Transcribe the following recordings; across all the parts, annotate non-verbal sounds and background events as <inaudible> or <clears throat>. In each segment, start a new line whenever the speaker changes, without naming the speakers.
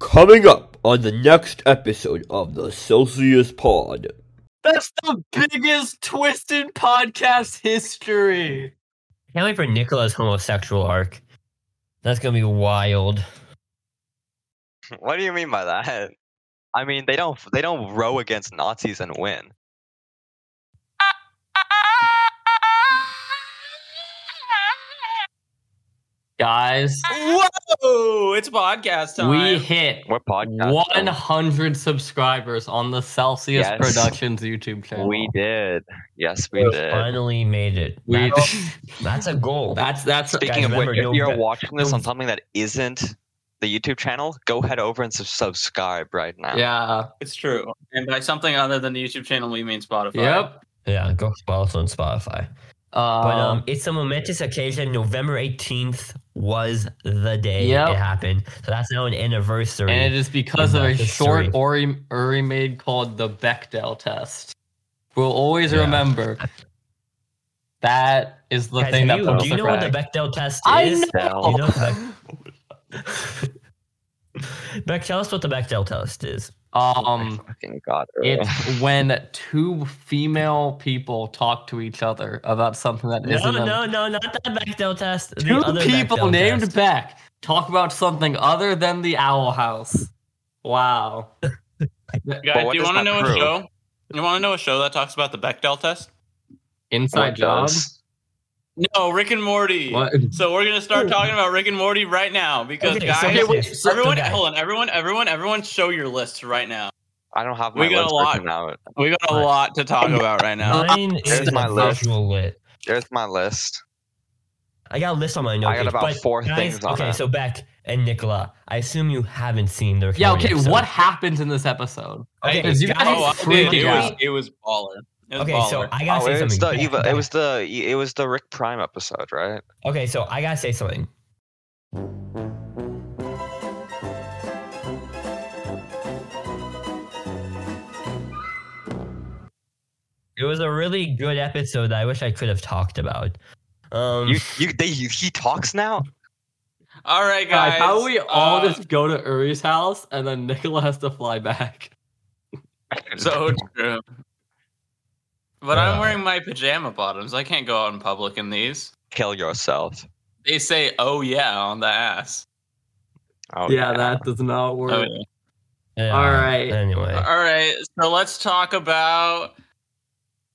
Coming up on the next episode of the Celsius Pod.
That's the biggest twist in podcast history.
Can't wait for Nicola's homosexual arc. That's gonna be wild.
What do you mean by that? I mean they don't they don't row against Nazis and win.
Guys,
Whoa! It's podcast time.
we hit
What podcast?
100 subscribers on the Celsius
Yes.
Productions YouTube channel.
We did. Yes, we
We
did.
finally made it.
We-
That's, that's a goal. That's that's
Speaking of which,
remember,
if
no-
you're watching this
no-
on something that isn't the YouTube channel, go head over and sub- subscribe right now.
yeah, it's true. And by something other than the YouTube channel, we mean Spotify.
Yep. Yeah, go follow us on Spotify.
Um,
But um, it's a momentous occasion. November 18th was the day
Yep.
it happened. So that's now an anniversary.
and it is because of a
That's
short
history.
Ori, Ori made called the Bechdel test. We'll always
Yeah.
remember that is the
Guys,
thing that
you-
puts
do you
us
know
back.
what the Bechdel test
I
is?
know.
You know the Bec- Beck, tell us what the <laughs> Bechdel test is.
Um,
I fucking got it.
<laughs>
it's when two female people talk to each other about something that
No,
isn't them.
Oh, no, no, not that Bechdel test. the
Two
other
people
Bechdel
named
test.
Beck talk about something other than the Owl House. Wow.
But
Guys,
what
do you
does
want to
that
know
prove?
a show? You want to know a show that talks about the Bechdel test?
Inside
What
job.
does-
No, Rick and Morty.
What?
So we're gonna start talking about Rick and Morty right now because
Okay,
guys,
so here's this. So-
everyone,
okay.
hold on, everyone, everyone, everyone, show your lists right now.
I don't have my
We got
list
a lot.
written out.
We got a
Alright.
lot to talk about right now.
Mine is
There's my
a
list.
visual lit.
There's my list.
I got a list on my notes.
I got about
but
four
guys,
things on
Okay,
that.
so Beck and Nicola, I assume you haven't seen the. Rick and
Yeah,
Morty
okay,
episode.
what happens in this episode?
Okay,
Because you
guys,
guys-
oh, I
freaked
did. It
out.
was it was baller. It was
okay,
baller.
so I gotta
Oh,
say
it was
something.
the
Beck,
Eva,
Beck.
it was the it was the Rick Prime episode, right?
Okay, so I gotta say something. It was a really good episode that I wish I could have talked about. Um,
You you they, he talks now.
all right, guys,
Guys, how we all
uh,
just go to Uri's house and then Nicola has to fly back?
<laughs>
so true. But I'm
Uh,
wearing my pajama bottoms. I can't go out in public in these.
kill yourself.
They say, "Oh yeah" on the ass.
Oh,
yeah, that does not work.
Oh, yeah.
yeah,
all right.
Anyway,
All right, so let's talk about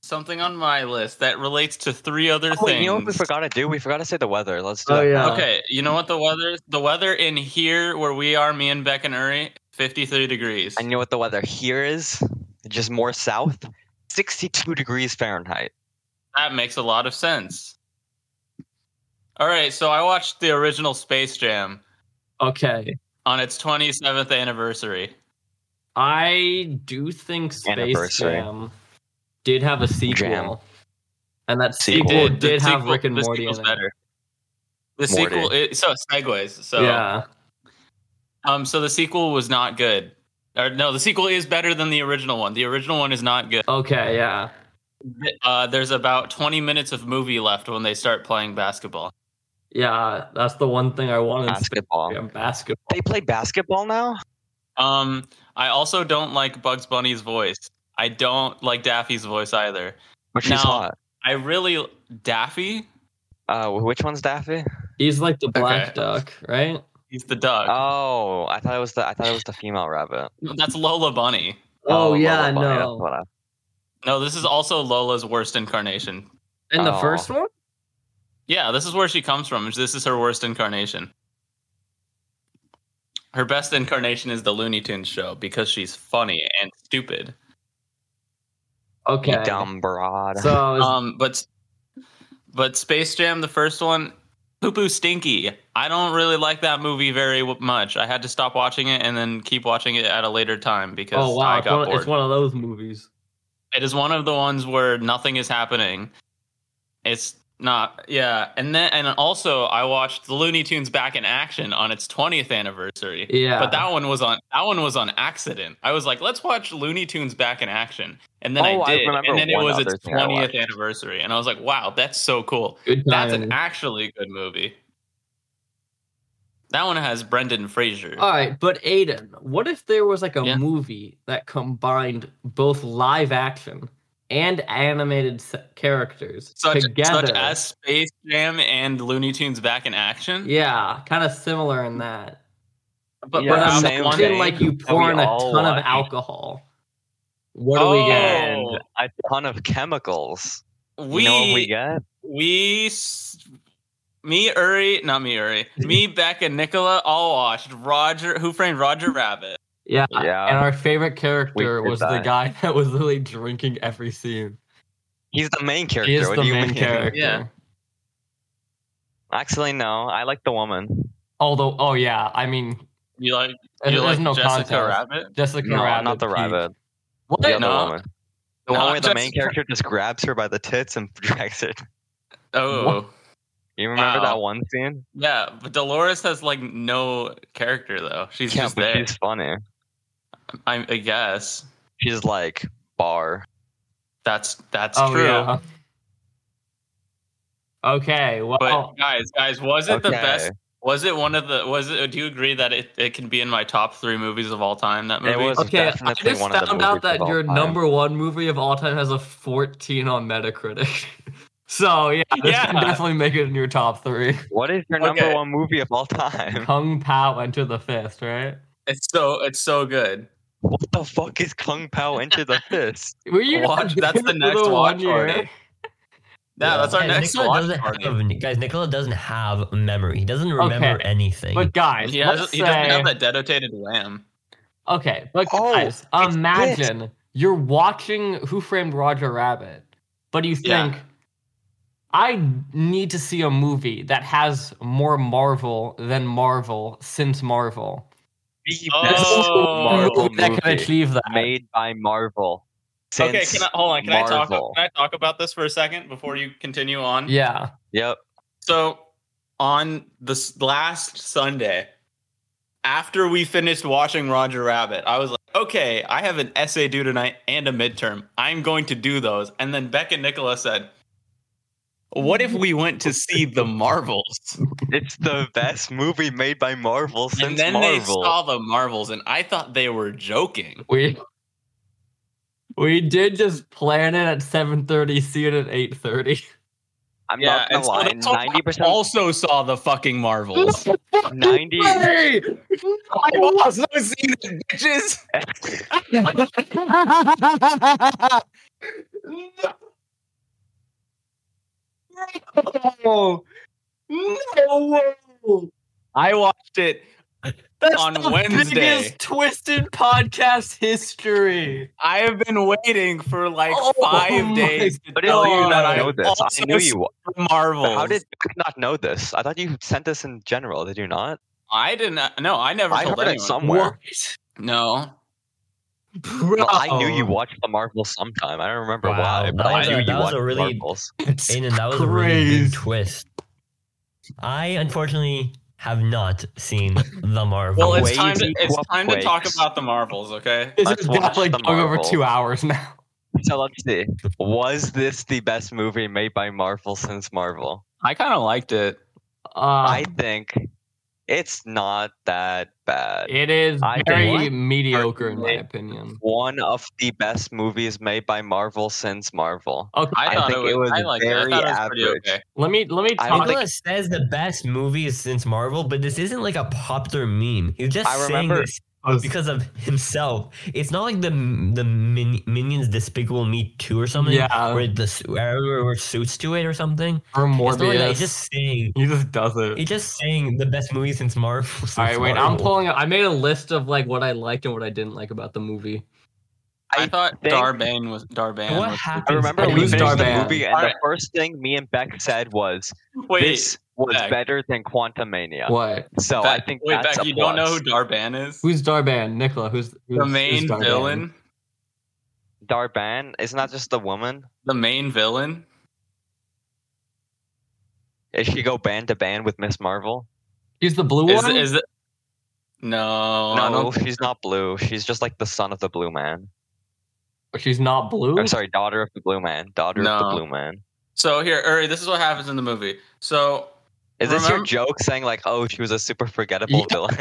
something on my list that relates to three other
Oh, wait,
things.
you know what we forgot to do? We forgot to say the weather. Let's do
Oh,
that.
yeah.
Okay, you know what the weather? The weather in here where we are, me and Beck and Uri, fifty-three degrees.
And you know what the weather here is? Just more south, 62 degrees Fahrenheit.
That makes a lot of sense. All right, so I watched the original Space Jam
Okay.
on its twenty-seventh anniversary.
I do think Space
Anniversary.
Jam did have a sequel.
Jam.
And that
Sequel.
sequel
It
did, have
sequel-
Rick and
the
Morty
sequel's
in it.
better. The
Morty.
sequel, it, so segues. So
yeah.
Um, so the sequel was not good. Or no, the sequel is better than the original one. The original one is not good.
Okay, yeah.
Uh, there's about 20 minutes of movie left when they start playing basketball.
Yeah, that's the one thing I wanted.
Basketball.
Jam, basketball.
They play basketball now?
Um, I also don't like Bugs Bunny's voice. I don't like Daffy's voice either.
Which
No.
is hot.
I really Daffy.
Uh, wh- which one's Daffy?
He's like the black
Okay.
duck, right?
He's the duck.
Oh, I thought it was the I thought it was the female rabbit.
Uh,
That's Lola Bunny.
Oh, yeah,
Lola Bunny, that's
no.
what I-
No, this is also Lola's worst incarnation.
And the
Oh.
first one?
Yeah, this is where she comes from. This is her worst incarnation. Her best incarnation is the Looney Tunes show because she's funny and stupid.
Okay.
You dumb broad.
So Oh,
<laughs>
is-
Um, but but Space Jam, the first one, poo poo stinky. I don't really like that movie very w- much. I had to stop watching it and then keep watching it at a later time because
oh wow,
I
it's
got
one,
bored.
it's one of those movies.
It is one of the ones where nothing is happening. It's not, yeah. And then and also I watched the Looney Tunes Back in Action on its 20th anniversary.
Yeah.
But that one was on that one was on accident. I was like, let's watch Looney Tunes back in action, and then
Oh, I
I did,
remember
and then it
one
was
other
its
thing I
twentieth
watched.
anniversary, and I was like, wow, that's so cool.
Good
That's
timing.
an actually good movie. That one has Brendan Fraser.
Uh,
All right, but Aiden, what if there was like a
Yeah.
movie that combined both live action and animated s- characters
such,
together?
such as Space Jam and Looney Tunes back in action.
yeah, kind of similar in that.
but
Yeah,
but
perhaps
same
one
imagine
day.
thing
like you
that we
pour in a
all
ton of
like.
alcohol. What do we get?
and
Oh.
a ton of chemicals.
we,
you know what we get?
we s- me Uri, not me Uri,
<laughs>
me Becca, Nicola, all watched Roger, Who Framed Roger Rabbit.
Yeah.
Yeah.
And our favorite character
did
was the
that.
guy <laughs> that was literally drinking every scene.
He's the main character.
He is
what
the
do you
main
mean?
character.
Yeah.
<laughs> Actually, no. I like the woman.
Although, oh yeah, I mean,
You like
there's
you like
no
Jessica
contest.
Rabbit?
Jessica
no,
Rabbit.
not the
peaked.
rabbit.
What?
The other
No.
woman. The
No,
one where the main
Jessica-
character just grabs her by the tits and <laughs> drags her.
Oh.
What?
You remember
Wow.
that one scene?
Yeah, but Dolores has like no character though. She's
yeah,
just
but
there.
she's funny.
I, I guess
She's like bar.
that's that's
oh,
true.
Yeah. Okay, well,
But guys, guys, was it the
Okay.
best? Was it one of the? Was it? Do you agree that it, it can be in my top three movies of all time? That
It
movie.
was-
okay, I
definitely
just
one of the
found out
movies
that
of all
your
time.
number one movie of all time has a 14 on Metacritic. <laughs> so, yeah, this can
Yeah.
definitely make it in your top
<laughs>
three.
What is your
Okay.
number one movie of all time? <laughs>
Kung Pao Enter the Fist, right?
It's so it's so good.
What the fuck is Kung Pao Enter the
<laughs>
Fist?
Were you not
Watch- that's
doing
the
it for
next
one
watch
year?
party. Yeah,
Yeah.
that's our
Guys,
next
Nicola
watch
doesn't
party.
have- guys, Nicola doesn't have memory. He doesn't remember
Okay,
anything.
But guys,
He,
let's
has, he
say,
doesn't have that dedicated lamb.
okay, but
Oh,
guys,
it's
imagine you're watching Who Framed Roger Rabbit, but you
Yeah.
think, I need to see a movie that has more Marvel than Marvel since Marvel.
The
Oh.
best Marvel
Movie that
movie
can achieve that.
made by Marvel.
okay,
since
can I, hold on. Can I talk?
Marvel.
Can I talk about this for a second before you continue on?
Yeah.
Yep.
So on this last Sunday, after we finished watching Roger Rabbit, I was like, okay, I have an essay due tonight and a midterm. I'm going to do those. And then Beck and Nicola said, what if we went to see <laughs> the Marvels?
It's the best movie made by Marvel since
and then they
Marvel.
saw the Marvels, and I thought they were joking.
We we did just plan it at 7.30, see it at 8.30.
I'm not gonna
and so
lie,
that's all-
ninety percent,
also saw the fucking Marvels.
ninety.
Hey!
I also seen the bitches.
No. No.
I watched it
That's
On
the
Wednesday.
biggest twisted podcast history.
I have been waiting for like
Oh
five
my
days to
But
tell
how
you
you
that
not
Oh, I
know this? I
also
knew you.
Marvel.
How did Beck not know this? I thought you sent this in general. Did you not?
I didn't? No, I never
I
told
heard it
anyone.
somewhere.
No,
Bro.
No, I knew
Oh.
you watched the Marvels sometime. I don't remember
Wow,
why,
that
but I
was a-
knew
that
you
was
watched
a
the
really-
Marvels.
Aiden, that was a really
Crazy.
big twist. I unfortunately have not seen the Marvel.
Well, it's
Waves
time to
equal
it's time to talk
quakes.
about the Marvels. Okay.
This
Let's
is
watch
definitely
the
going over
Marvel.
two hours now.
So let's see. Was this the best movie made by Marvel since Marvel?
I kind of liked it.
Uh,
I think it's not that bad.
it is
I think-
very
What?
mediocre in my
Personally.
opinion.
One of the best movies made by Marvel since Marvel.
Okay,
I
I
thought
think
it
it
was.
was
I liked
very
it. I thought it was
average.
pretty okay.
let me let me
I
talk.
Nicola says the best movies since Marvel, but this isn't like a popular meme. He's just
I
saying
remember-
this because of himself. It's not like the the min, Minions Despicable Me Two or something.
Yeah.
where the su- where where suits to it or something.
for
It's not like that.
Morbius.
It's just saying.
he just does it.
It's just saying the best movie since Marvel. <laughs> Since
All right, wait. I'm
Marvel.
pulling. Up, I made a list of like what I liked and what I didn't like about the movie.
I,
I
thought
think-
Darbain was Darban.
What
was,
happened?
I remember
I
we
lose
finished
Darvan.
the movie, and
Alright.
the first thing me and Beck said was,
Wait,
"This was
Beck.
better than Quantumania."
What?
So
Beck,
I think
wait,
that's
Beck,
a
you
plus.
don't know who Darban is?
Who's Darban? Nicola. Who's, who's
the
who's
main
Darban?
villain?
Darban isn't that just the woman?
The main villain?
Is she go band to band with Miss Marvel?
He's the blue
Is
one.
is it? No, Oh, I
no,
don't
she's not blue. She's just like the son of the blue man.
She's not blue. <laughs>
I'm sorry, daughter of the blue man. Daughter of
No.
the blue man.
So here, Uri, this is what happens in the movie. So
Is this your
Remem-
joke saying like, oh, she was a super forgettable villain?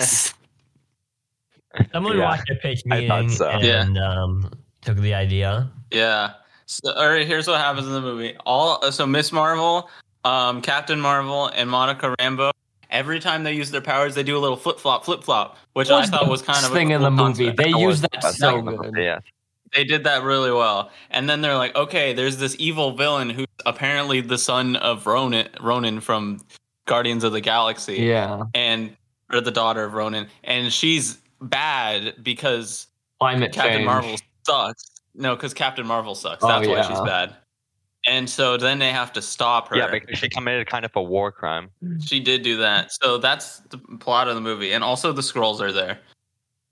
Someone
Yeah.
watched a pitch
I
meeting
thought so.
and um, took the idea.
Yeah. So, all right. Here's what happens in the movie. All uh, so Miss Marvel, um, Captain Marvel, and Monica Rambo. Every time they use their powers, they do a little flip flop, flip flop, which I
Was
thought
the
was kind
best
of a
thing in the
cool
movie.
concept.
<laughs>
They
That
use
was
that
best
so
thing in the
good.
movie, Yeah.
They did that really well. And then they're like, okay, there's this evil villain who's apparently the son of Ronan, Ronan from Guardians of the Galaxy.
Yeah,
and or the daughter of Ronan, and she's bad because
climate
Captain
change.
Marvel sucks. No, because Captain Marvel sucks.
Oh,
That's why
yeah.
she's bad. And so then they have to stop her.
Yeah, because she committed kind of a war crime.
she did do that. So that's the plot of the movie, and also the scrolls are there.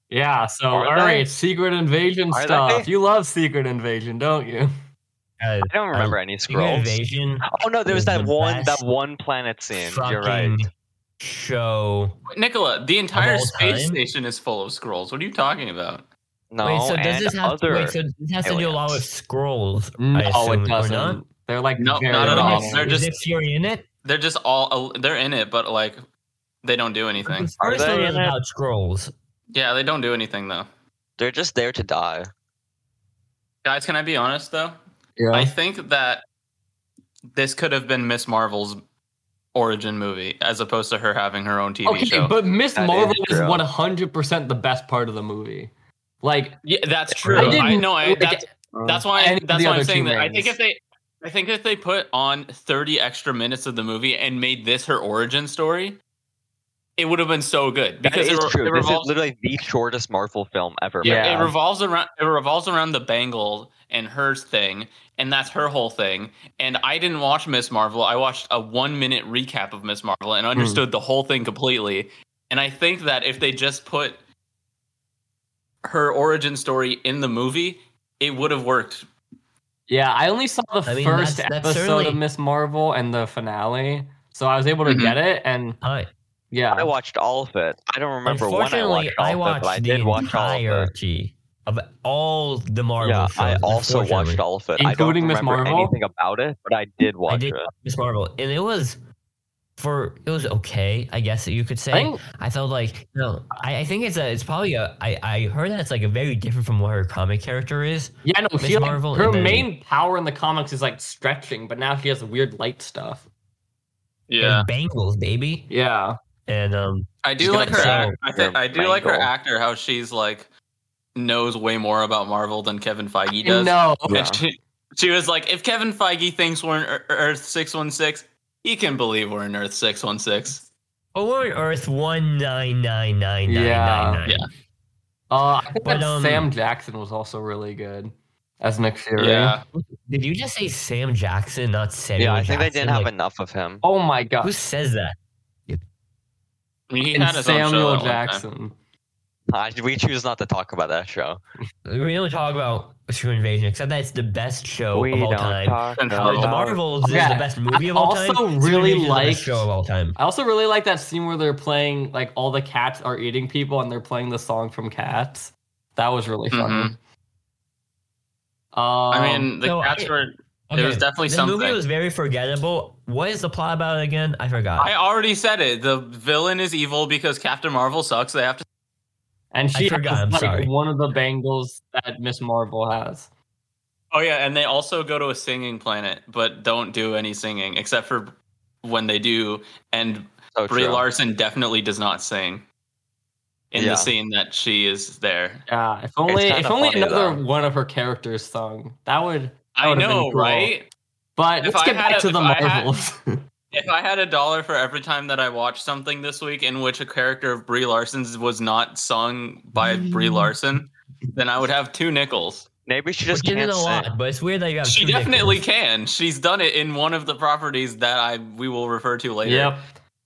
Yeah, so
Are
all
they?
right, secret invasion
Are they?
stuff. You love secret invasion, don't you?
I
Uh,
don't remember any scrolls.
invasion
Oh no, there was
is
that
the
one that
best
one planet scene.
fucking
You're right.
show.
Nicola, the entire
all
space
time?
station is full of scrolls. What are you talking about?
No,
wait, so does
and
this have
other.
to, wait, so this has to do a lot with
aliens.
scrolls?
Mm,
I
oh,
No, Mm, oh,
assume,
it
or
doesn't.
not?
They're like
Nope,
very
not at all.
minor.
They're
Is
just-
it Fury in it?
They're just all they're in it, but like they don't do anything.
The first
they
one
in
was
it?
about scrolls.
Yeah, they don't do anything though.
They're just there to die.
Guys, can I be honest though?
Yeah.
I think that this could have been Miss Marvel's origin movie as opposed to her having her own TV
okay,
show.
but Miss
That is
Marvel is
true.
one hundred percent the best part of the movie. Like
yeah, that's
true.
true.
I
I,
didn't
know. I,
like
that's, that's why.
any
I,
of
that's
the
why I'm
other
saying
two
that. I think
rings.
if they, I think if they put on 30 extra minutes of the movie and made this her origin story, it would have been so good
That
because
is
it, re-
true.
it
This is
revolves.
literally the shortest Marvel film ever. made.
Yeah.
it revolves around it revolves around the bangle and her thing and that's her whole thing and i didn't watch miss marvel i watched a one minute recap of miss marvel and understood the whole thing completely and i think that if they just put her origin story in the movie it would have worked
yeah, I only saw the
I mean,
first
that's- that's
episode of
certainly-
Miss Marvel and the finale, so I was able to
Mhm.
get it. And
Hi.
yeah,
I watched all of it. I don't remember when I
Unfortunately,
watched all of it, but I
the
did watch all of it.
entirety of all the Marvel
Yeah,
films.
I also
unfortunately.
watched all of it.
Including
I don't
Miss
remember
Marvel?
anything about it, but I did watch
did-
it.
Miss Marvel, and it was for it was okay, I guess you could say.
I think
I felt like no, I, I think it's a it's probably a I I heard that it's like a very different from what her comic character is.
yeah, no,
Miss
she, like,
Marvel
her
and then-
main power in the comics is like stretching, but now she has weird light stuff.
There's bangles, baby,
Yeah,
and um,
i
She's
do
gonna
like her
sell
act- i think
her
i do like her
bangle.
actor how she's like knows way more about marvel than kevin feige does
no,
Yeah.
And she, she was like, if Kevin Feige thinks we're in Ear- Earth 616, he can believe we're in Earth 616.
oh, we're in Earth one nine nine nine nine
Yeah.
nine nine.
Yeah.
uh, I think
But,
that
um,
Sam Jackson was also really good as Nick Fury.
Yeah.
Did you just say Sam Jackson, not Samuel?
Yeah, I think they
Jackson?
didn't have
Like,
enough of him.
Oh my god,
Who says that?
I mean, he
and
had his own show
Samuel
that one time.
Jackson.
I- we choose not to talk about that show.
We don't talk about Secret Invasion, except that it's the best show of Oh, all time.
talk
And
Uh,
about-
the Marvels
Okay.
is the best movie of all
also
time. Secret
really
Invasion is the best
liked-
show of all time.
I also really like that scene where they're playing like all the cats are eating people and they're playing the song from Cats. That was really funny. Um,
Mm-hmm. I mean, the
so
cats
I-
were. It was definitely
the movie
something.
was very forgettable. What is the plot about it again? I forgot.
I already said it. The villain is evil because Captain Marvel sucks. They have to.
and she
I forgot,
has
I'm
like
sorry.
one of the bangles that Miss Marvel has.
Oh, yeah. And they also go to a singing planet, but don't do any singing except for when they do. And
So
Brie
true.
Larson definitely does not sing in
Yeah.
the scene that she is there.
Yeah, if only
kinda
if only
funny,
another
though.
one of her characters sung. That would.
I
would've been
know,
cool.
right?
But
If
let's
I
get
had
back
a-
to the
if I had-
Marvels.
If I had a dollar for every time that I watched something this week in which a character of Brie Larson's was not sung by Brie Larson, then I would have two nickels.
Maybe she just
Which
can't
isn't a
sing.
lot, <laughs> but it's weird that you have.
She
two
definitely
nickels.
can. She's done it in one of the properties that I we will refer to later.
Yep.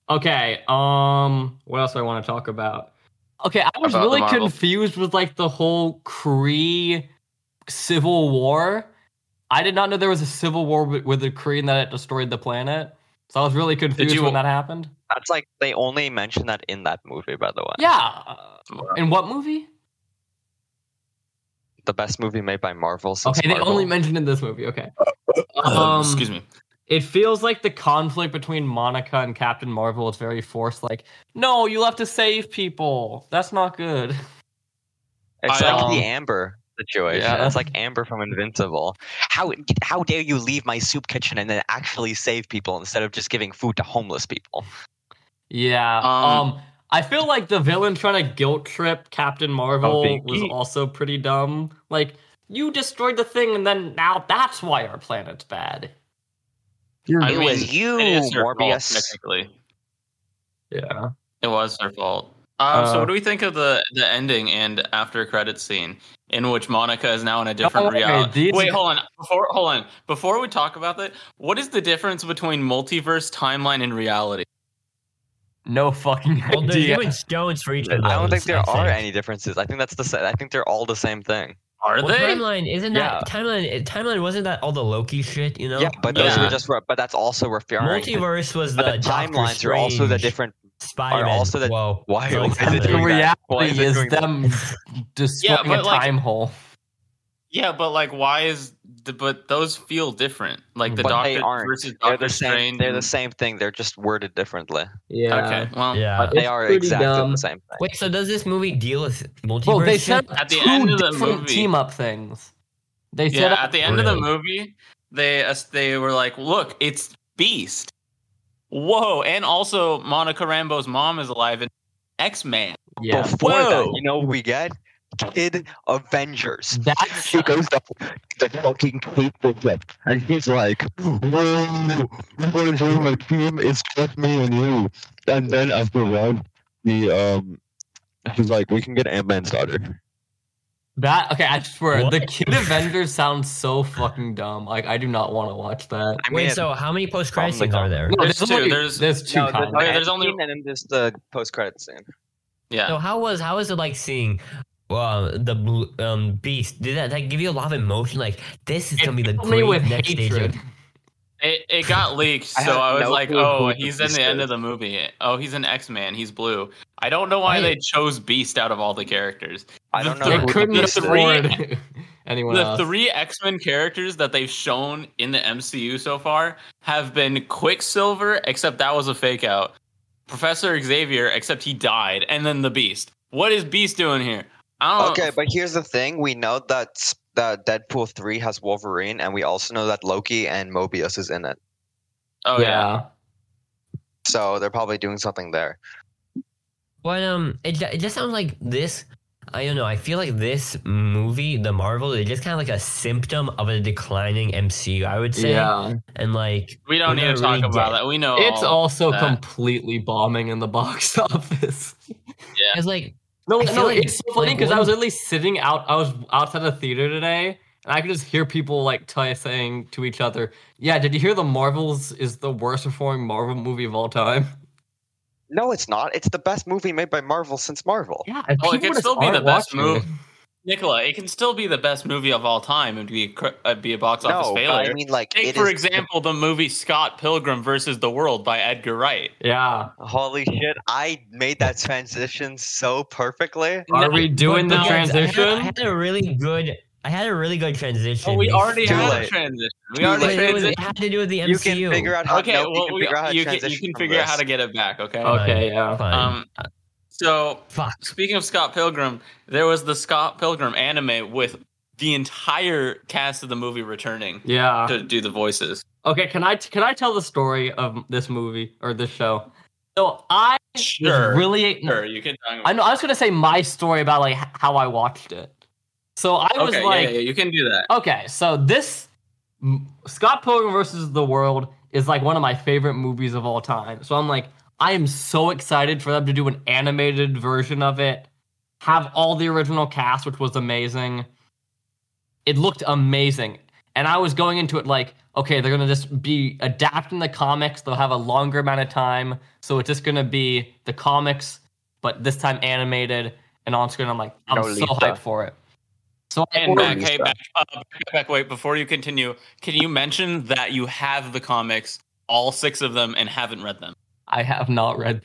Okay. Um. What else do I want to talk about? Okay, I was
About the
really
Marvel.
confused with like the whole Kree civil war. I did not know there was a civil war with, with the Kree and that it destroyed the planet. So I was really confused
you-
when that happened.
That's like they only mention that in that movie, by the way.
Yeah. In what movie?
The best movie made by Marvel since
Okay, they
Marvel.
only mentioned in this movie. Okay.
<coughs> Um,
Um,
Excuse me.
It feels like the conflict between Monica and Captain Marvel is very forced. Like, no, you have to save people. That's not good.
It's
I,
like
um,
the Amber situation.
yeah.
It's like Amber from Invincible. How how dare you leave my soup kitchen and then actually save people instead of just giving food to homeless people?
Yeah. Um,
Um,
I feel like the villain trying to guilt trip Captain Marvel
big
was
geek.
also pretty dumb. Like, you destroyed the thing, and then now that's why our planet's bad.
I
it
mean,
was you,
it is their fault,
Morbius.
technically.
Yeah.
It was their fault.
Uh,
Um, so, what do we think of the the ending and after credit scene in which Monica is now in a different
Oh, okay,
reality?
these-
Wait, hold on. Before hold on. Before we talk about that, what is the difference between multiverse timeline and reality?
No fucking
Well, they're
idea.
doing stones for each of
I
those,
don't think there
I
are
think.
any differences. I think that's the sa- I think they're all the same thing.
Are
Well, timeline isn't
Yeah.
that timeline? Timeline wasn't that all the Loki shit? You know,
Yeah, but those
Yeah.
were just re- but that's also referring. to-
multiverse was the,
But the
Doctor
timelines are also the
Strange,
different.
Spider-Man.
are also the-
Whoa,
Why,
So
why is it
it's-
the
doing that? Why
reality
is it
is
doing that?
them destroying
but,
a
like-
time hole.
Yeah, but like, why is the, but those feel different? Like the
But
Doctor
they aren't.
versus
They're
Doctor
the same.
Strange.
They're the
and-
same thing. They're just worded differently.
Okay, well,
Yeah.
But they
It's
are
pretty
exactly
dumb.
the same thing.
Wait, so does this movie deal with multiverse?
Well, they
shit?
set
At the
two
end of the
different
movie-
team up things. They set
yeah.
up
At the end of the
Really?
movie, they uh, they were like, "Look, it's Beast." Whoa! And also, Monica Rambo's mom is alive in X Man.
yeah.
Before that,
Whoa.
you know what we get? Kid Avengers.
That's
She goes to the fucking Kate Winslet, and he's like, "Whoa, what is on my team? It's just me and you." And then after round, the um, he's like, "We can get Ant Man's daughter."
that okay, I swear
What?
the Kid Avengers sounds so fucking dumb. Like I do not want to watch that.
I
Wait, so how many post credit
from the
scenes are there?
No,
There's two,
only-
there's-
there's two kinds.
okay, there's only-
and then there's the post credit scene.
Yeah.
So how was how was it like seeing uh, the blue- um, beast? Did that, that give you a lot of emotion? Like this is
It
gonna be the
Fill me
great
with
next stage.
hatred.
Of,
It, it got leaked,
<laughs> I
so
have
I was
no
like,
clue
"Oh,
who the
he's in
Beast
the end
is."
of the movie. Oh, he's an X Man. He's blue." I don't know why
Wait.
they chose Beast out of all the characters.
I don't know.
They
They
who the
couldn't <laughs>
Beast is.
afford anyone
The
else.
three X Men characters that they've shown in the MCU so far have been Quicksilver, except that was a fake out. Professor Xavier, except he died, and then the Beast. What is Beast doing here? I don't.
Okay, but here's the thing: we know that s- that Deadpool three has Wolverine, and we also know that Loki and Mobius is in it.
Oh yeah.
So they're probably doing something there.
but um, it, ju- it just sounds like this. I don't know. I feel like this movie, the Marvel, is just kind of like a symptom of a declining MCU. I would say.
Yeah.
And like,
We don't
We're
need
not
to talk
really
about
dead.
that. We know.
It's also
Oh, that.
completely bombing in the box <laughs> office.
it's like
No,
I feel
no,
like-
it's so funny
like,
because I
what-
was literally sitting out. I was outside the theater today, and I could just hear people like t- saying to each other, "Yeah, did you hear the Marvels is the worst performing Marvel movie of all <laughs> time?"
No, it's not. It's the best movie made by Marvel since Marvel.
Yeah, and
Well, Oh, it
people just
could still be
aren't
the best
watching
move- Nicola, it can still be the best movie of all time and be cr- uh, be a box office
no, but
failure.
I mean, like,
Take
it
for
is-
example the movie Scott Pilgrim versus the World by Edgar Wright.
it. Yeah,
Holy shit! I made that transition so perfectly.
are we doing the
But no, I had- I
transition?
had, a really good. I had a really good transition.
Oh, we already
Too
had a
late.
transition. We
Too
already
But it, was,
transitioned.
it had to do with the MCU.
You can figure out how.
Okay,
no,
well,
you can
we,
figure out how to
you, can, you
transition
can
from
figure out how
this.
to get it back. Okay.
Okay, yeah.
Fine.
Um, so
Fuck.
speaking of Scott Pilgrim, there was the Scott Pilgrim anime with the entire cast of the movie returning
Yeah.
to do the voices.
Okay, can I can I tell the story of this movie or this show? So I
Sure.
was really
Sure, you can. Talk about
Mm. I know I was gonna say my story about like h- how I watched it. So I was
okay, yeah,
like,
yeah, you can do that.
okay, so this m- Scott Pilgrim versus the World is like one of my favorite movies of all time. So I'm like, I am so excited for them to do an animated version of it. Have all the original cast, which was amazing. It looked amazing, and I was going into it like, okay, they're gonna just be adapting the comics. They'll have a longer amount of time, so it's just gonna be the comics, but this time animated and on screen. I'm like, I'm
No,
so
Lisa.
hyped for it. So I
And
ordered-
back, hey, back up, back, back, wait, before you continue, can you mention that you have the comics, all six of them, and haven't read them?
I have not read.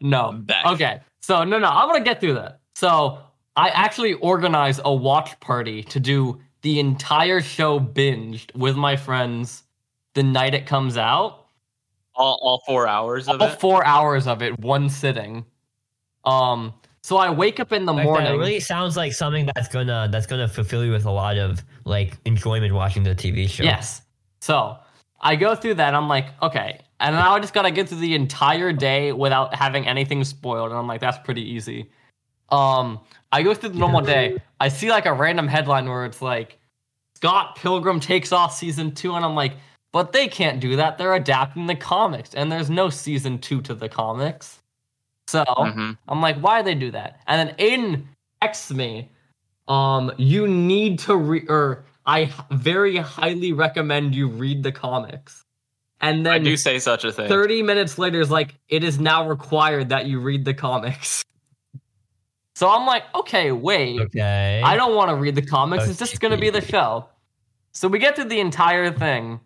No.
Back.
Oh, Okay. So no, no. I'm gonna get through that. So I actually organized a watch party to do the entire show binged with my friends the night it comes out.
all, all four hours of
All
it.
four hours of it, one sitting. Um, so I wake up in the
Like,
morning.
That really sounds like something that's gonna that's gonna fulfill you with a lot of like enjoyment watching the TV show.
Yes. So I go through that. I'm like, okay. And now I just gotta get through the entire day without having anything spoiled. And I'm like, that's pretty easy. Um, I go through the normal day. I see like a random headline where it's like, Scott Pilgrim takes off season two, and I'm like, but they can't do that. They're adapting the comics, and there's no season two to the comics. So
Mhm.
I'm like, why do they do that? And then Aiden texts me, um, you need to re or I h- very highly recommend you read the comics. And
I
then
do say such a thing.
30 minutes later is like, it is now required that you read the comics. <laughs> So I'm like, okay, wait.
Okay.
I don't want to read the comics. It's just going to be the
Okay.
show. So we get through the entire thing,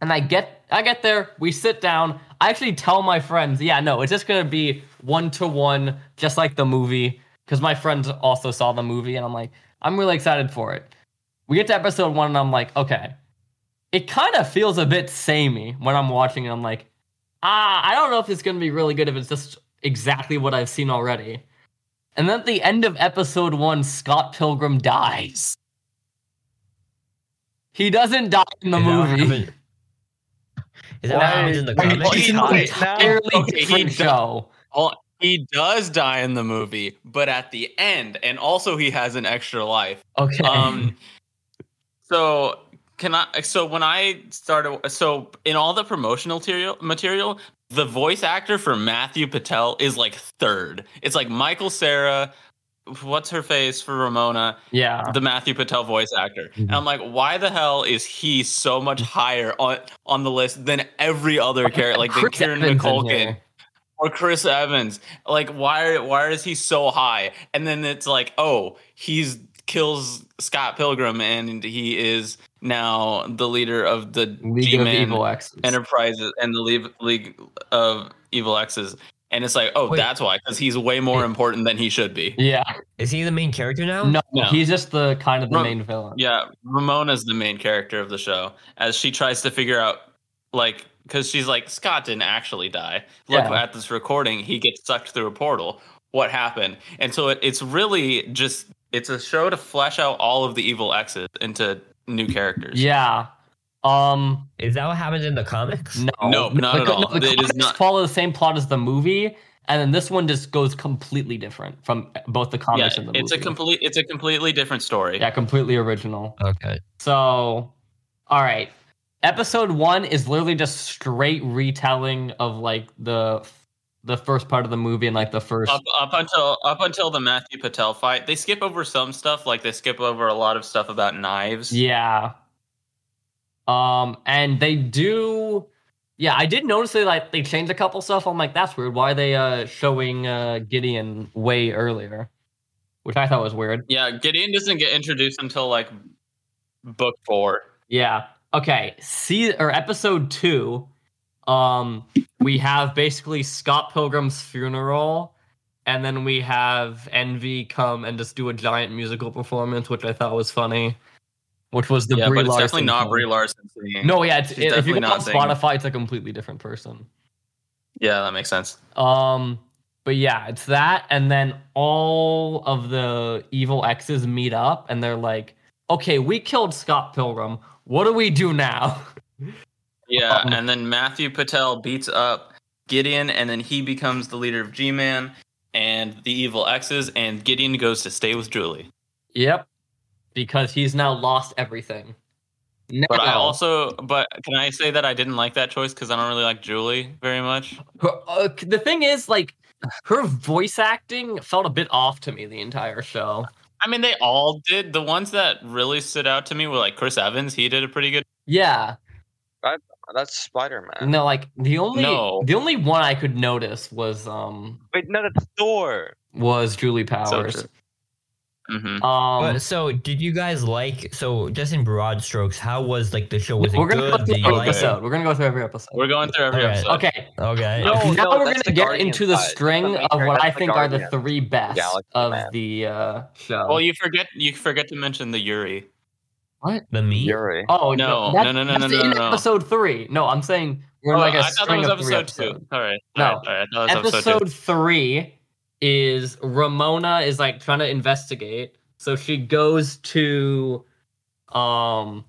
and I get I get there. We sit down. I actually tell my friends, yeah, no, it's just going to be one to one, just like the movie, because my friends also saw the movie, and I'm like, I'm really excited for it. We get to episode one, and I'm like, okay, it kind of feels a bit samey when I'm watching it. I'm like, ah, I don't know if it's going to be really good if it's just exactly what I've seen already. And then at the end of episode one, Scott Pilgrim dies. He doesn't die in the
Is that what
movie.
happened- Is that what happens in the comics?
Wait,
It's
now?
entirely
Okay, he
different
does-
show.
He does die in the movie, but at the end, and also he has an
<laughs>
extra life.
Okay.
Um, so can I? So when I started, so in all the promotional material, material, the voice actor for Matthew Patel is like third. It's like Michael Sarah. What's her face for Ramona?
yeah.
the Matthew Patel voice actor.
Mm-hmm.
And I'm like, why the hell is he so much higher on on the list than every other character, like than
Chris
Kieran
Evans in
McCulkin
here.
or Chris Evans? Like, why are- why is he so high? And then it's like, oh, he's kills Scott Pilgrim, and he is now the leader of the
League
G-Man
of Evil X's.
Enterprises and the League, League of Evil X's. And it's like, oh,
Wait.
that's why, because he's way more important than he should be.
yeah.
Is he the main character now?
No,
No.
he's just the kind of the
Ram-
main villain.
Yeah, Ramona's the main character of the show as she tries to figure out, like, because she's like, Scott didn't actually die. Look
Yeah.
at this recording; he gets sucked through a portal. What happened? And so it, it's really just it's a show to flesh out all of the evil exes into new characters.
Yeah. Um.
Is that what happens in the comics?
No,
No, not
the,
at
co-
all.
the
It is
comics
not-
follow the same plot as the movie, and then this one just goes completely different from both the
yeah,
comics and the movie.
it's a complete it's a completely different story.
yeah, completely original.
Okay.
So, all right. Episode one is literally just straight retelling of like the the first part of the movie and like the first.
Up, up until up until the Matthew Patel fight, they skip over some stuff. Like they skip over a lot of stuff about knives.
Yeah. Um, and they do. Yeah, I did notice they like they changed a couple stuff. I'm like, that's weird. Why are they uh showing uh Gideon way earlier? Which I thought was weird.
Yeah, Gideon doesn't get introduced until like book four.
Yeah. Okay. See or episode two. Um, we have basically Scott Pilgrim's funeral, and then we have Envy come and just do a giant musical performance, which I thought was funny. Which was the
yeah,
Brie
but it's
Larson
definitely not
one.
Brie Larson singing. <laughs>
No, yeah, it's,
She's
if you go on
definitely not singing.
Spotify, it's a completely different person.
Yeah, that makes sense.
Um, but yeah, it's that, and then all of the evil exes meet up, and they're like, "Okay, we killed Scott Pilgrim. What do we do now?" <laughs>
Yeah,
Um,
and then Matthew Patel beats up Gideon, and then he becomes the leader of G Man and the evil X's, and Gideon goes to stay with Julie.
yep, because he's now lost everything. No.
But I also, but can I say that I didn't like that choice because I don't really like Julie very much?
Her- uh, the thing is, like, her voice acting felt a bit off to me the entire show.
I mean, they all did. The ones that really stood out to me were like Chris Evans. He did a pretty good.
Yeah,
Oh, That's Spider Man.
no, like the only
No.
the only one I could notice was um
Wait, no, that's Thor.
was Julie Powers.
true. hmm
um,
But, so, did you guys like? So, just in broad strokes, how was like the show? Was
we're
it
gonna
good?
go
Did
through
you
every
like it?
episode. We're gonna go through every episode.
We're going through every
Alright.
episode.
okay.
Okay.
No,
now
no,
we're
that's
gonna
the
get
Guardian
into the
side.
string
That's the
of
Guardian-
what I
that's the
think are the
Guardian
three best
Galaxy,
of
man.
the uh, show.
Well, you forget you forget to mention the Yuri.
What?
The meat?
Yuri.
Oh
No,
that-
no, no, no,
that's
no,
in
no, no.
Episode three. No, I'm saying we're in
Oh,
like a
I thought that
string
was
of three
episode two.
episodes.
All right.
No.
All right. All right. That was episode two.
episode three is Ramona is like trying to investigate, so she goes to um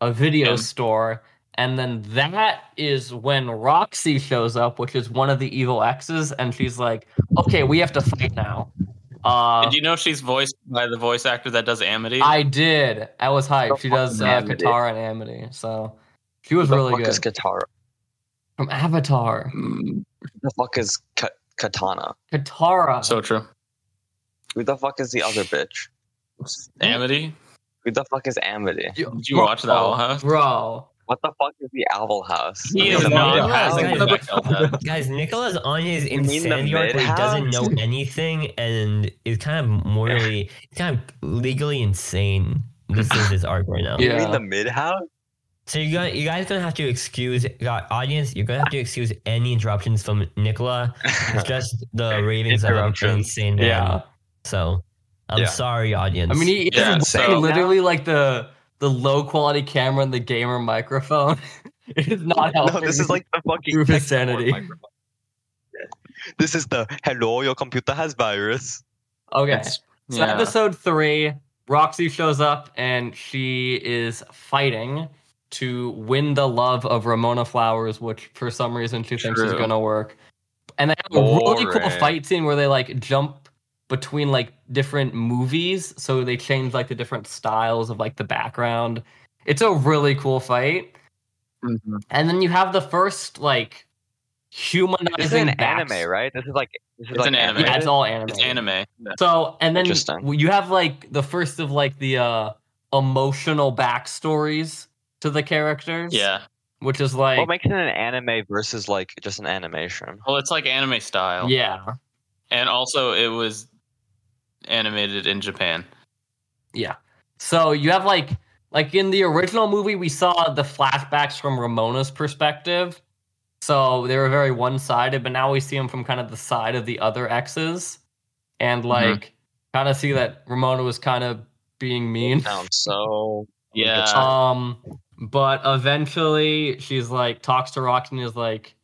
a video
Yeah.
store, and then that is when Roxy shows up, which is one of the evil exes, and she's like, "Okay, we have to fight now." Uh,
Did you know she's voiced by the voice actor that does Amity?
I did. I was hyped. She does uh,
Amity.
Katara and Amity, so she was
the
really
fuck
good
is Katara?
from Avatar.
Who the fuck is Ka- Katana?
Katara.
so true.
Who the fuck is the other bitch?
Amity?
Who the fuck is Amity?
Did you watch that
Bro,
one, huh?
Oh, Bro,
What the fuck is the Owl House?
He
is
is
not
not
passing
passing
the
the
<laughs>
Bechdel
Guys, Nicola's on his
You mean the
insanity arc where he doesn't
Madhouse?
know anything and is kind of morally, he's kind of legally insane. This is his arc right now.
Yeah.
You mean the mid house?
So you guys, you guys gonna have to excuse uh, audience. You're gonna have to excuse any interruptions from Nicola. It's just the Ravens that are
Interruptions.
insane. man.
Yeah.
So I'm
Yeah.
sorry, audience.
I mean, he,
Yeah,
he
so-
literally like the the low quality camera and the gamer microphone. <laughs> it is not helping.
no, this is like the fucking
<laughs> Proof his
Xbox
sanity.
microphone. Yeah. This is the hello, your computer has virus.
okay.
It's-
So
Yeah.
episode three, Roxy shows up and she is fighting to win the love of Ramona Flowers, which for some reason she thinks is
True.
gonna work. And they have a really cool
Boring.
fight scene where they like jump between like different movies, so they change like the different styles of like the background. It's a really cool fight.
Mhm.
And then you have the first like humanizing
This is an
backs-
anime, right? This is like this is
It's
like
an anime.
Yeah, it's all anime.
It's anime.
So and then
Interesting.
you have like the first of like the uh emotional backstories to the characters.
Yeah.
Which is like
What makes it an anime versus like just an animation?
Well, it's like anime style.
Yeah.
And also, it was animated in Japan.
Yeah. So you have like like in the original movie we saw the flashbacks from Ramona's perspective. So they were very one-sided, but now we see them from kind of the side of the other exes and
Mm-hmm.
like kind of see that Ramona was kind of being mean.
Sounds so
Yeah.
Um, but eventually she's like talks to Roxy and is like,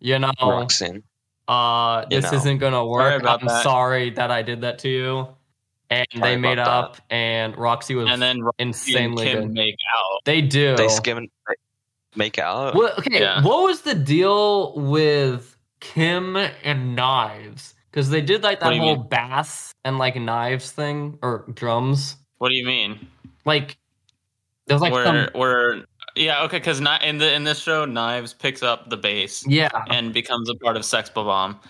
you know,
Roxanne.
uh,
You
this
know.
isn't gonna work.
about
I'm
that."
sorry that I did that to you. And
Sorry
they made
about
up, and Roxy was
And then Roxy and
insanely
Kim
good.
make out.
They do.
They skim and like, make out.
What, okay,
Yeah.
what was the deal with Kim and knives? Because they did like
What
that
do you
whole
mean?
bass and like knives thing or drums.
What do you mean?
Like there was like
where,
some
where, yeah, okay, because not in the in this show, Knives picks up the bass
yeah.
and becomes a part of Sex Bomb.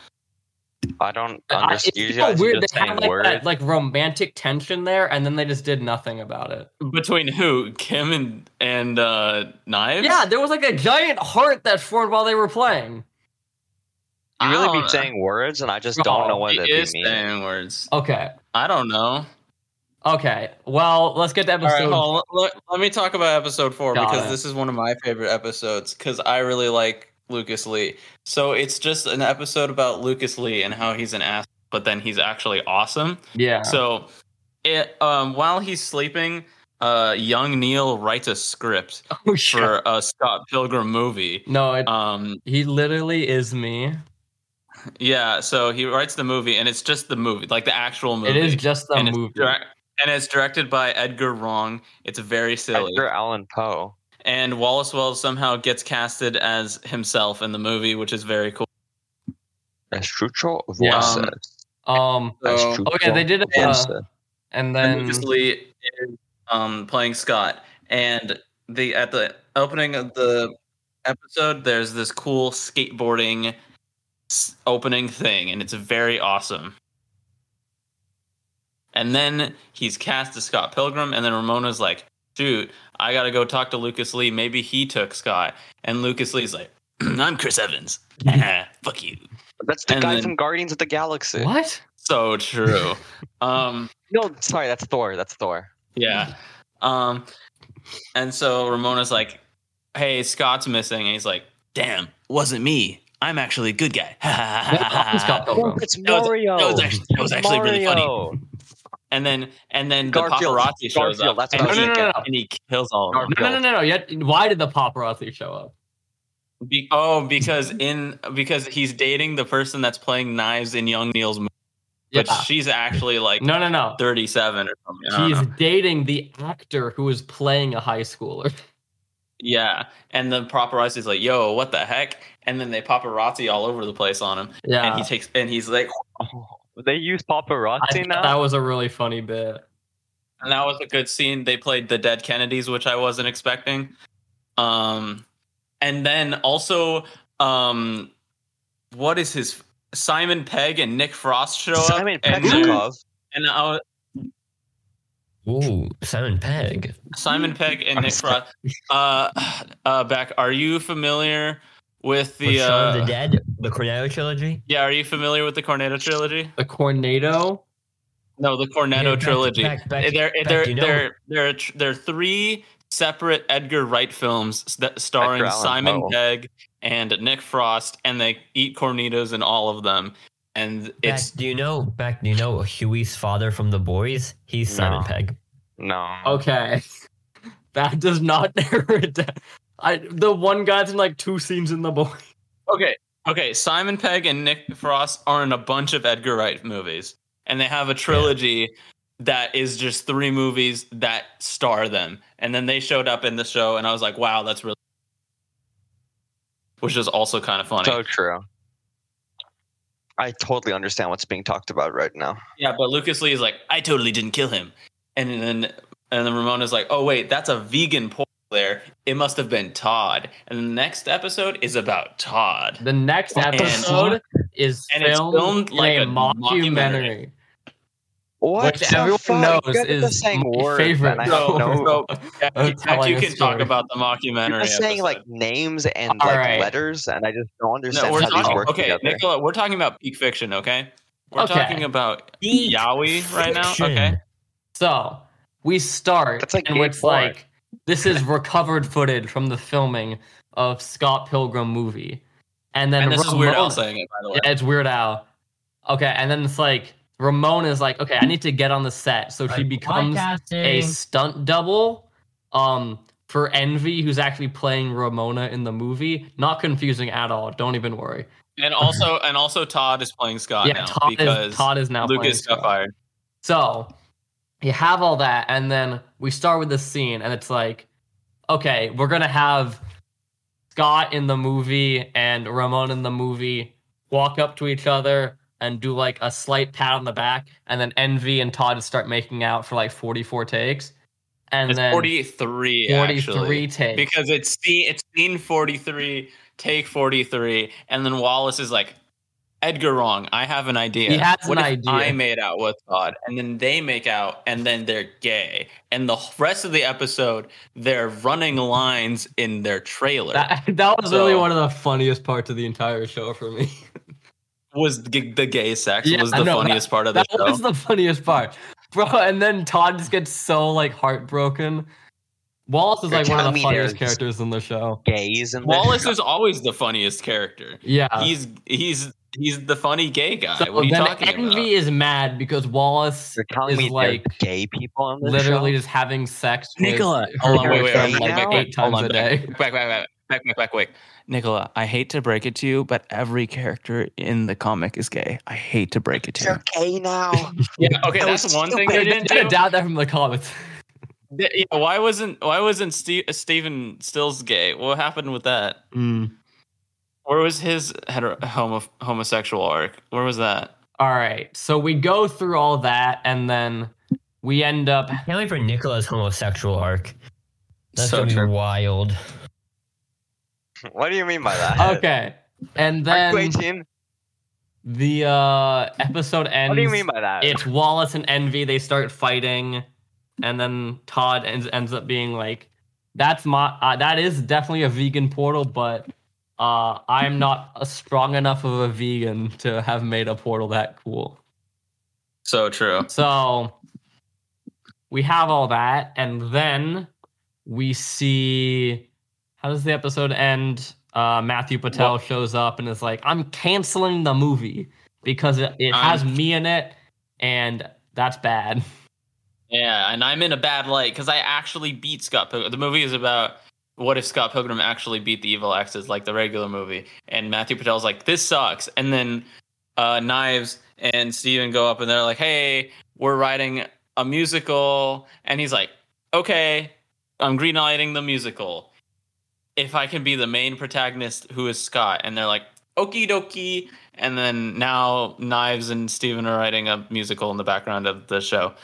I don't
I-
understand. You
It's so
guys are
weird.
just
They had
saying
like that
words.
like romantic tension there, and then they just did nothing about it.
Between who? Kim and and uh, Knives?
Yeah, there was like a giant heart that formed while they were playing.
You really
don't
be
know.
saying words, and I just
No,
don't know what
He
that
is
means.
saying words.
Okay,
I don't know.
okay. Well, let's get to
All right,
episode.
hold on. Let, let me talk about episode four
Got
because
it.
this is one of my favorite episodes because I really like Lucas Lee. So it's just an episode about Lucas Lee and how he's an ass, but then he's actually awesome.
yeah.
So, it um, while he's sleeping, uh, young Neil writes
<laughs>
a script
<laughs> Oh, shit.
for a Scott Pilgrim movie.
no, it,
Um,
he literally is me.
yeah, so he writes the movie, and it's just the movie, like the actual movie.
It is just a
and it's
movie.
direct- and it's directed by Edgar Wrong. It's very silly.
Edgar Allan Poe.
and Wallace Wells somehow gets casted as himself in the movie, which is very cool.
Estrucho
Yeah.
voices.
Um.
So,
Oh yeah, they did. Uh,
voices.
and
and
then
Lucas Lee is um, playing Scott, and the at the opening of the episode, there's this cool skateboarding s- opening thing, and it's very awesome. And then he's cast as Scott Pilgrim, and then Ramona's like, "Shoot, I gotta go talk to Lucas Lee. Maybe he took Scott." And Lucas Lee's like, <clears throat> "I'm Chris Evans. <laughs> Fuck you."
That's the
and
guy
then-
from Guardians of the Galaxy.
what?
So true. um,
No, sorry, that's Thor. That's Thor.
yeah. Um, and so Ramona's like, "Hey, Scott's missing," and he's like, "Damn, wasn't me. I'm actually a good guy." <laughs>
Scott Pilgrim.
it's
<laughs>
That was- that was actually, that was actually really funny. and then and then
Garfield.
the paparazzi shows
Garfield,
up
that's what
and,
I was
he,
thinking.
and he kills all of them.
No, no, no, no, no. Yet, why did the paparazzi show up?
Be- oh, because in because he's dating the person that's playing knives in Young Neil's movie, but
Yeah.
she's actually like
No, no, no.
37 or something. I don't
She's
know.
dating the actor who is playing a high schooler.
Yeah, and the paparazzi's like, "Yo, what the heck?" And then they paparazzi all over the place on him,
Yeah,
and he takes and he's like,
Oh, They use
I
paparazzi
think
now.
that was a really funny bit.
and that was a good scene. They played the Dead Kennedys, which I wasn't expecting. Um, and then also, um, what is his Simon Pegg and Nick Frost show
Simon
up? and they're-
Pegnikov.
And uh, I was,
Ooh, Simon Pegg.
Simon Pegg and
I'm
Nick
sorry.
Frost. Uh, <sighs> uh, back. Are you familiar with the?
The Shaun of
uh,
the Dead, the Cornetto trilogy.
yeah, are you familiar with the Cornetto trilogy?
The Cornado.
No, the Cornetto
Yeah, back-
trilogy.
back- back-
they're
back,
they're
you know-
they're they're tr- they're three separate Edgar Wright films s- that starring
Edgar Allan
Simon
Poe.
Pegg and Nick Frost, and they eat cornitos in all of them. And
Back,
it's
do you know? Back, do you know Huey's father from The Boys? He's Simon
No.
Pegg.
No.
Okay, <laughs> that does not <laughs> narrow it down. I the one guy's in like two scenes in the boy.
okay, okay. Simon Pegg and Nick Frost are in a bunch of Edgar Wright movies, and they have a trilogy that is just three movies that star them. And then they showed up in the show, and I was like, wow, that's really, which is also kind of funny.
So true. I totally understand what's being talked about right now.
Yeah, but Lucas Lee is like, I totally didn't kill him. And then and then Ramona's like, oh wait, that's a vegan pork there. It must have been Todd. And the next episode is
<laughs>
about Todd.
The next
And-
episode is
and it's
filmed,
filmed
in
like
a
a
mockumentary.
What?
Which everyone knows is
saying
my
words,
favorite.
and I don't
No.
know.
<laughs>
So yeah,
Oh,
in fact,
telling
you
a
can
story.
talk about the mockumentary.
You're just saying
episode.
like names and
All
like
right.
letters, and I just don't
no,
understand
we're
how these
talking,
work
okay,
together.
Nicola, we're talking about peak fiction, okay? We're
Okay.
talking about
Eat
Yowie right now.
fiction.
Okay.
So we start,
That's like
and
gay
it's
porn.
like this is recovered footage from the filming of Scott Pilgrim movie, and then
And this is weird
Ramona-
Al saying it, by the way.
Yeah, it's Weird Al. Okay, and then it's like Ramona is like, okay, I need to get on the set, so she
Like,
becomes a
podcasting.
stunt double um for Envy, who's actually playing Ramona in the movie. Not confusing at all. Don't even worry.
And also and also Todd is playing Scott
yeah,
now
Todd
because
is Todd is now playing
Lucas
Scott.
got fired.
So you have all that, and then we start with this scene, and it's like, okay, we're gonna have Scott in the movie and Ramon in the movie walk up to each other and do like a slight pat on the back, and then Envy and Todd start making out for like 44 takes, and
it's
then
43
43
actually.
takes.
because it's scene, it's scene 43 take 43 and then wallace is like edgar wrong i have an idea
He has
what
an
if
idea."
i made out with god and then they make out and then they're gay and the rest of the episode they're running lines in their trailer
that, <laughs> that was really
So-
one of the funniest parts of the entire show for me.
was g- the gay sex
Yeah,
was
I
the
know,
funniest part of the
That
show
was the funniest part, bro. And then Todd just gets so like heartbroken. Wallace is
You're
like one of
telling
the
me there's-
funniest characters in the show.
Gays and
wallace is always the funniest character
Yeah.
he's he's he's the funny gay guy
Uh, so
what are you
then
talking
Envy
about
is mad because Wallace
You're telling
is
me
like
like gay people on this
literally
show?
just having sex.
Nicola,
with
hold on, wait, wait,
her
wait,
like
back, back,
eight times
hold on,
a
back,
day. <laughs>
Back, <laughs> back, back, back, back, back, back. Nicola, I hate to break it to you, but every character in the comic is gay. I hate to break
<laughs>
it to you.
They're gay now.
Yeah, okay,
That
that's
was
one
stupid.
thing they
I
<laughs> didn't
didn't
do.
doubt that from the comments.
Th- Yeah, why wasn't why wasn't Steve, Steven Stills gay? What happened with that?
Mm.
Where was his hetero, homo, homosexual arc? Where was that?
All right, so we go through all that, and then we
<laughs>
end up
Can't wait for Nicola's homosexual arc. That's
So
gonna be
true.
wild.
<laughs> what do you mean by that?
okay, and
Are you
then
18?
the uh, episode ends.
What do you mean by that?
it's Wallace and Envy. They start fighting, and then Todd ends, ends up being like, "That's my uh, that is definitely a vegan portal, but uh, I'm not a strong enough of a vegan to have made a portal that cool."
So true.
So we have all that, and then we see how does the episode end? Uh, Matthew Patel shows up and is like, "I'm canceling the movie because it, it has me in it, and That's bad.
Yeah, and I'm in a bad light because I actually beat Scott Pilgrim. The movie is about what if Scott Pilgrim actually beat the evil axes like the regular movie. And Matthew Patel's like, this sucks. And then uh, Knives and Steven go up and they're like, hey, we're writing a musical. And he's like, okay, I'm greenlighting the musical. If I can be the main protagonist who is Scott. And they're like, okie dokie. And then now Knives and Steven are writing a musical in the background of the show.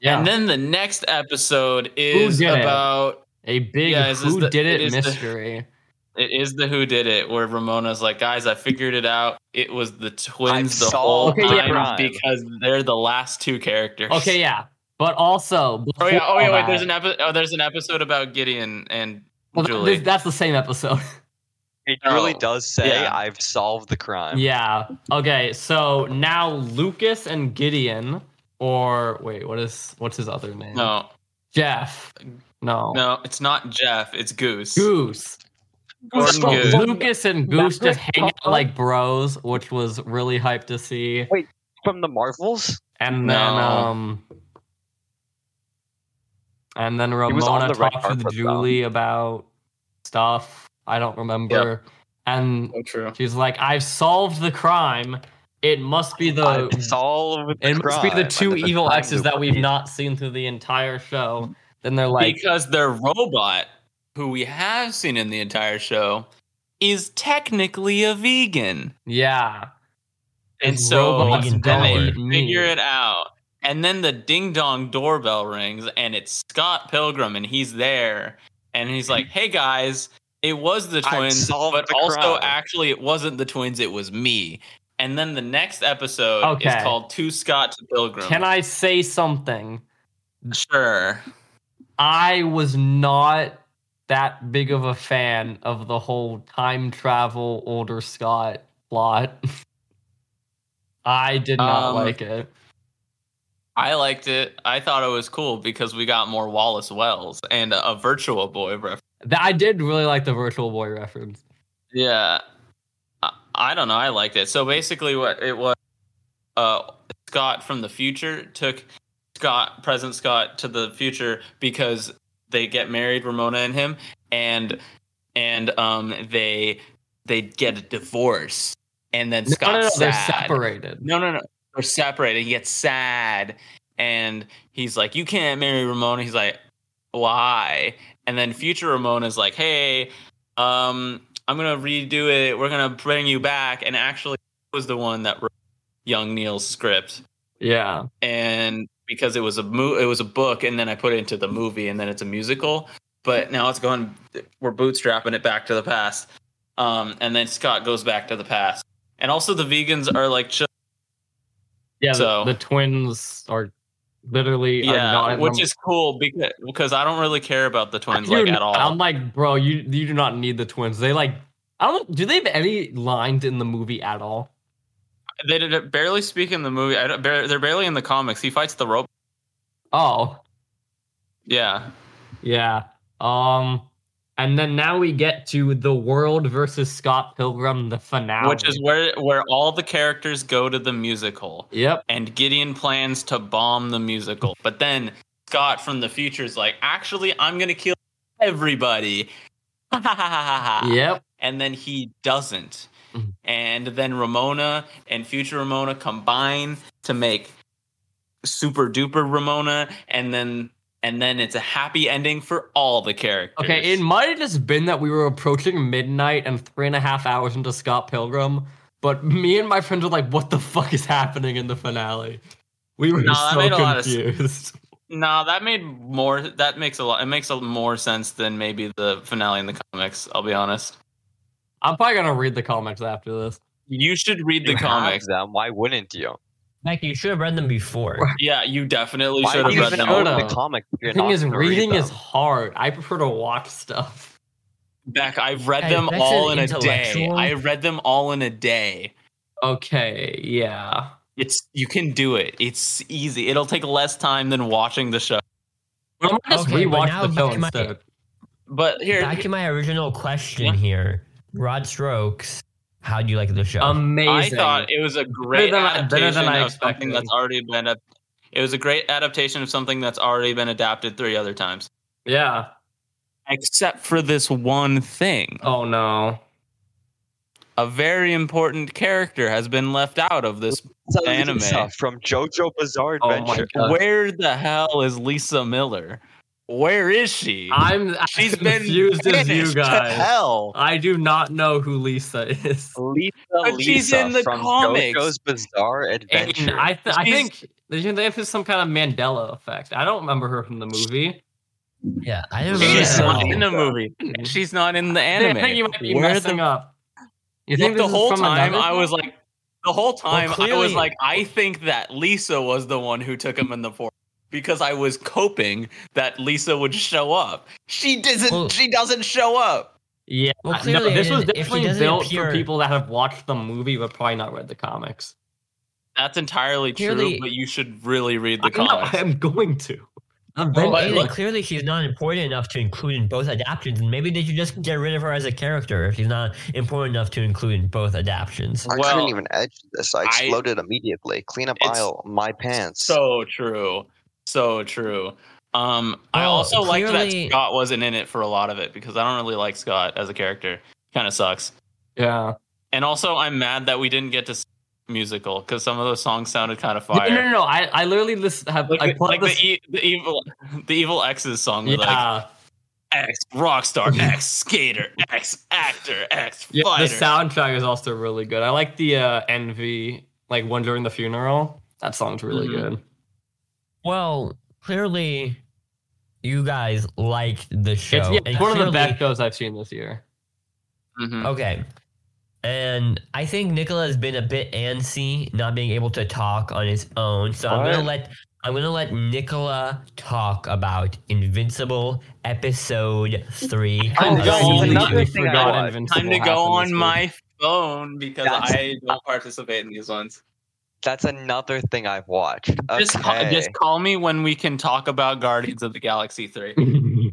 Yeah.
And then the next episode is
did it?
about
a big
Yeah, is this
who
the-
did it,
it is the-
mystery.
it is the who did it where Ramona's like, guys, I figured it out. It was the twins the
saw
whole
Okay, yeah.
time
crime.
because they're the last two characters.
Okay, yeah. But also
Oh yeah. Oh yeah. Wait. There's an
an
episode. Oh, there's an episode about Gideon and Julie.
well, that's the same episode.
It really
Oh,
does say
yeah.
I've solved the crime.
<laughs> Yeah. Okay. So now Lucas and Gideon, or wait, what is what's his other name?
no,
Jeff. No.
no, it's not Jeff. It's Goose.
Goose.
Gordon
So
Goose.
Lucas and Goose just hang out
Marvel?
like bros, which was really hype to see.
From the Marvels?
And
No.
then um and then
was on
Ramona
the red
talked with
carpet, though.
Julie about stuff. I don't remember. And
Oh, true.
she's like, I've solved the crime. It must be the
I've solved the
It must be
crime.
the two
I've
evil
solved
exes
the
that we've not seen through the entire show. Then they're like,
because their robot, who we have seen in the entire show, is technically a vegan.
yeah,
And
His
so
robot's
then
gonna
they
eat me.
figure it out. And then the ding dong doorbell rings, and it's Scott Pilgrim, and he's there. And he's like, hey guys, it was the
I've
twins,
solved
but
the
also
crime."
actually it wasn't the twins, it was me. And then the next episode
Okay.
is called To Scott to Pilgrim.
can I say something?
Sure.
I was not that big of a fan of the whole time travel older Scott plot. <laughs> I did not
Um,
like it.
I liked it. I thought it was cool because we got more Wallace Wells and a Virtual Boy reference.
Th- I did really like the Virtual Boy reference.
Yeah, I, I don't know. I liked it. So basically, what it was, uh, Scott from the future took Scott, present Scott, to the future because they get married, Ramona and him, and and um they they get a divorce, and then
No,
Scott's
no, no, they're
sad.
separated.
No, no, no. They're separated. He gets sad. And he's like, You can't marry Ramona. He's like, Why? And then future Ramona's like, Hey, um, I'm going to redo it. We're going to bring you back. And actually, it was the one that wrote Young Neil's script.
Yeah,
And because it was a mo- it was a book, and then I put it into the movie, and then it's a musical. But now it's going. We're bootstrapping it back to the past, um, and then Scott goes back to the past. And also, the vegans are like just
yeah. the-
So-
the, twins are literally are
yeah,
not
which is cool because because I don't really care about the twins
Dude,
like at all.
I'm like, bro, you you do not need the twins. They like, I don't. Do they have any lines in the movie at all?
they did barely speak in the movie. I don't, bar- they're barely in the comics. He fights the rope.
Oh,
Yeah,
yeah. Um, and then now we get to the world versus Scott Pilgrim, the finale.
which is where where all the characters go to the musical,
yep.
and Gideon plans to bomb the musical, but then Scott from the future is like, actually, I'm gonna kill everybody. <laughs> Ah,
Yep.
and then he doesn't.
Mm-hmm.
Mhm.
And then Ramona and future Ramona combine to make super duper Ramona, and then and then it's a happy ending for all the characters.
Okay, it might have just been that we were approaching midnight and three and a half hours into Scott Pilgrim, but me and my friends were like, "What the fuck is happening in the finale?" We were
No, that
so
made a lot of s-
confused.
no, that made more. That makes a lot. It makes a more sense than maybe the finale in the comics. I'll be honest.
I'm probably gonna read the comics after this.
You should read
You
the
have
comics.
them. Why wouldn't you?
Like you should have read them before.
Yeah, you definitely
Why
should have
do you
read
even
them.
should've.
own the comic? if you're
The thing
not
is,
gonna read
reading is
them?
hard. I prefer to watch stuff. <laughs>
Beck, I've read
Hey,
them
that's
all in
an
a day.
intellectual-
I read them all in a day.
Okay, yeah.
It's you can do it. It's easy. It'll take less time than watching the show.
I might just
Okay, but
rewatch
now
the show
back to my-
instead.
But here,
Back to my original question here. Rod Strokes How do you like the show?
I
Amazing.
thought it was a great
than I- better
adaptation
than I
of something
expected.
that's already been. Ad- it was a great adaptation of something that's already been adapted three other times,
yeah.
except for this one thing.
Oh no.
A very important character has been left out of this. Anime.
Lisa from JoJo Bizarre
Oh my
Adventure.
God.
Where the hell is Lisa Miller? Where is she?
I'm as
She's been
<laughs> confused as you
banished to
guys.
hell.
I do not know who Lisa is.
Lisa,
But she's in the
from
comics.
JoJo's Bizarre
I,
Adventure.
mean, I, th- I
She's-
think there's gonna have to be some kind of Mandela effect. I don't remember her from the movie.
yeah, I don't remember.
She's
that at
not
all.
in the movie. She's not in
<laughs>
the anime.
I think you might be
Where the
messing up. You
Like,
think
the
this is
whole
from
time
another
I was like, the whole time I
clearly-
was like, I think that Lisa was the one who took him in the forest because I was coping that Lisa would show up. She doesn't.
Well-
she doesn't show up.
Yeah,
Well,
no,
clearly
this
it
was
is- if he
definitely
doesn't
built
appear-
for people that have watched the movie but probably not read the comics.
That's entirely
Clearly-
true, but you should really read the
I know,
comics.
I'm going to. I'm very-
Well,
But
Aiden,
look-
clearly she's not important enough to include in both adaptions, and maybe they should just get rid of her as a character if she's not important enough to include in both adaptions.
I
Well,
couldn't even edge this. I exploded immediately. Clean up
It's
aisle, my pants.
So true. So true. Um, I
Well,
also liked
clearly-
that Scott wasn't in it for a lot of it because I don't really like Scott as a character. Kind of sucks.
yeah.
And also, I'm mad that we didn't get to see the musical because some of those songs sounded kind of
No,
fire.
No, no, no. I, I literally list have
Like,
I
the,
put
like
this.
the, e- the evil, the evil X's song with like
yeah,
X rockstar, X skater, X actor, X
yeah. The
fighter.
soundtrack is also really good. I like the uh, NV like one during the funeral. That song's really
Mhm.
good.
Well, clearly you guys liked the show.
It's, yeah,
and
it's one of the
clearly-
best shows I've seen this year.
Mhm.
Okay. And I think Nicola has been a bit antsy not being able to talk on his own. So I'm gonna
What?
let I'm gonna let Nicola talk about Invincible episode three.
Oh,
of
guys, it's
season
another
two.
thing I forgot watched.
Invincible
Time to go
happened
on
this week.
my phone because
That's-
I don't participate in these ones.
That's another thing I've watched.
Just, ca- just call me when we can talk about Guardians of the Galaxy three.
<laughs>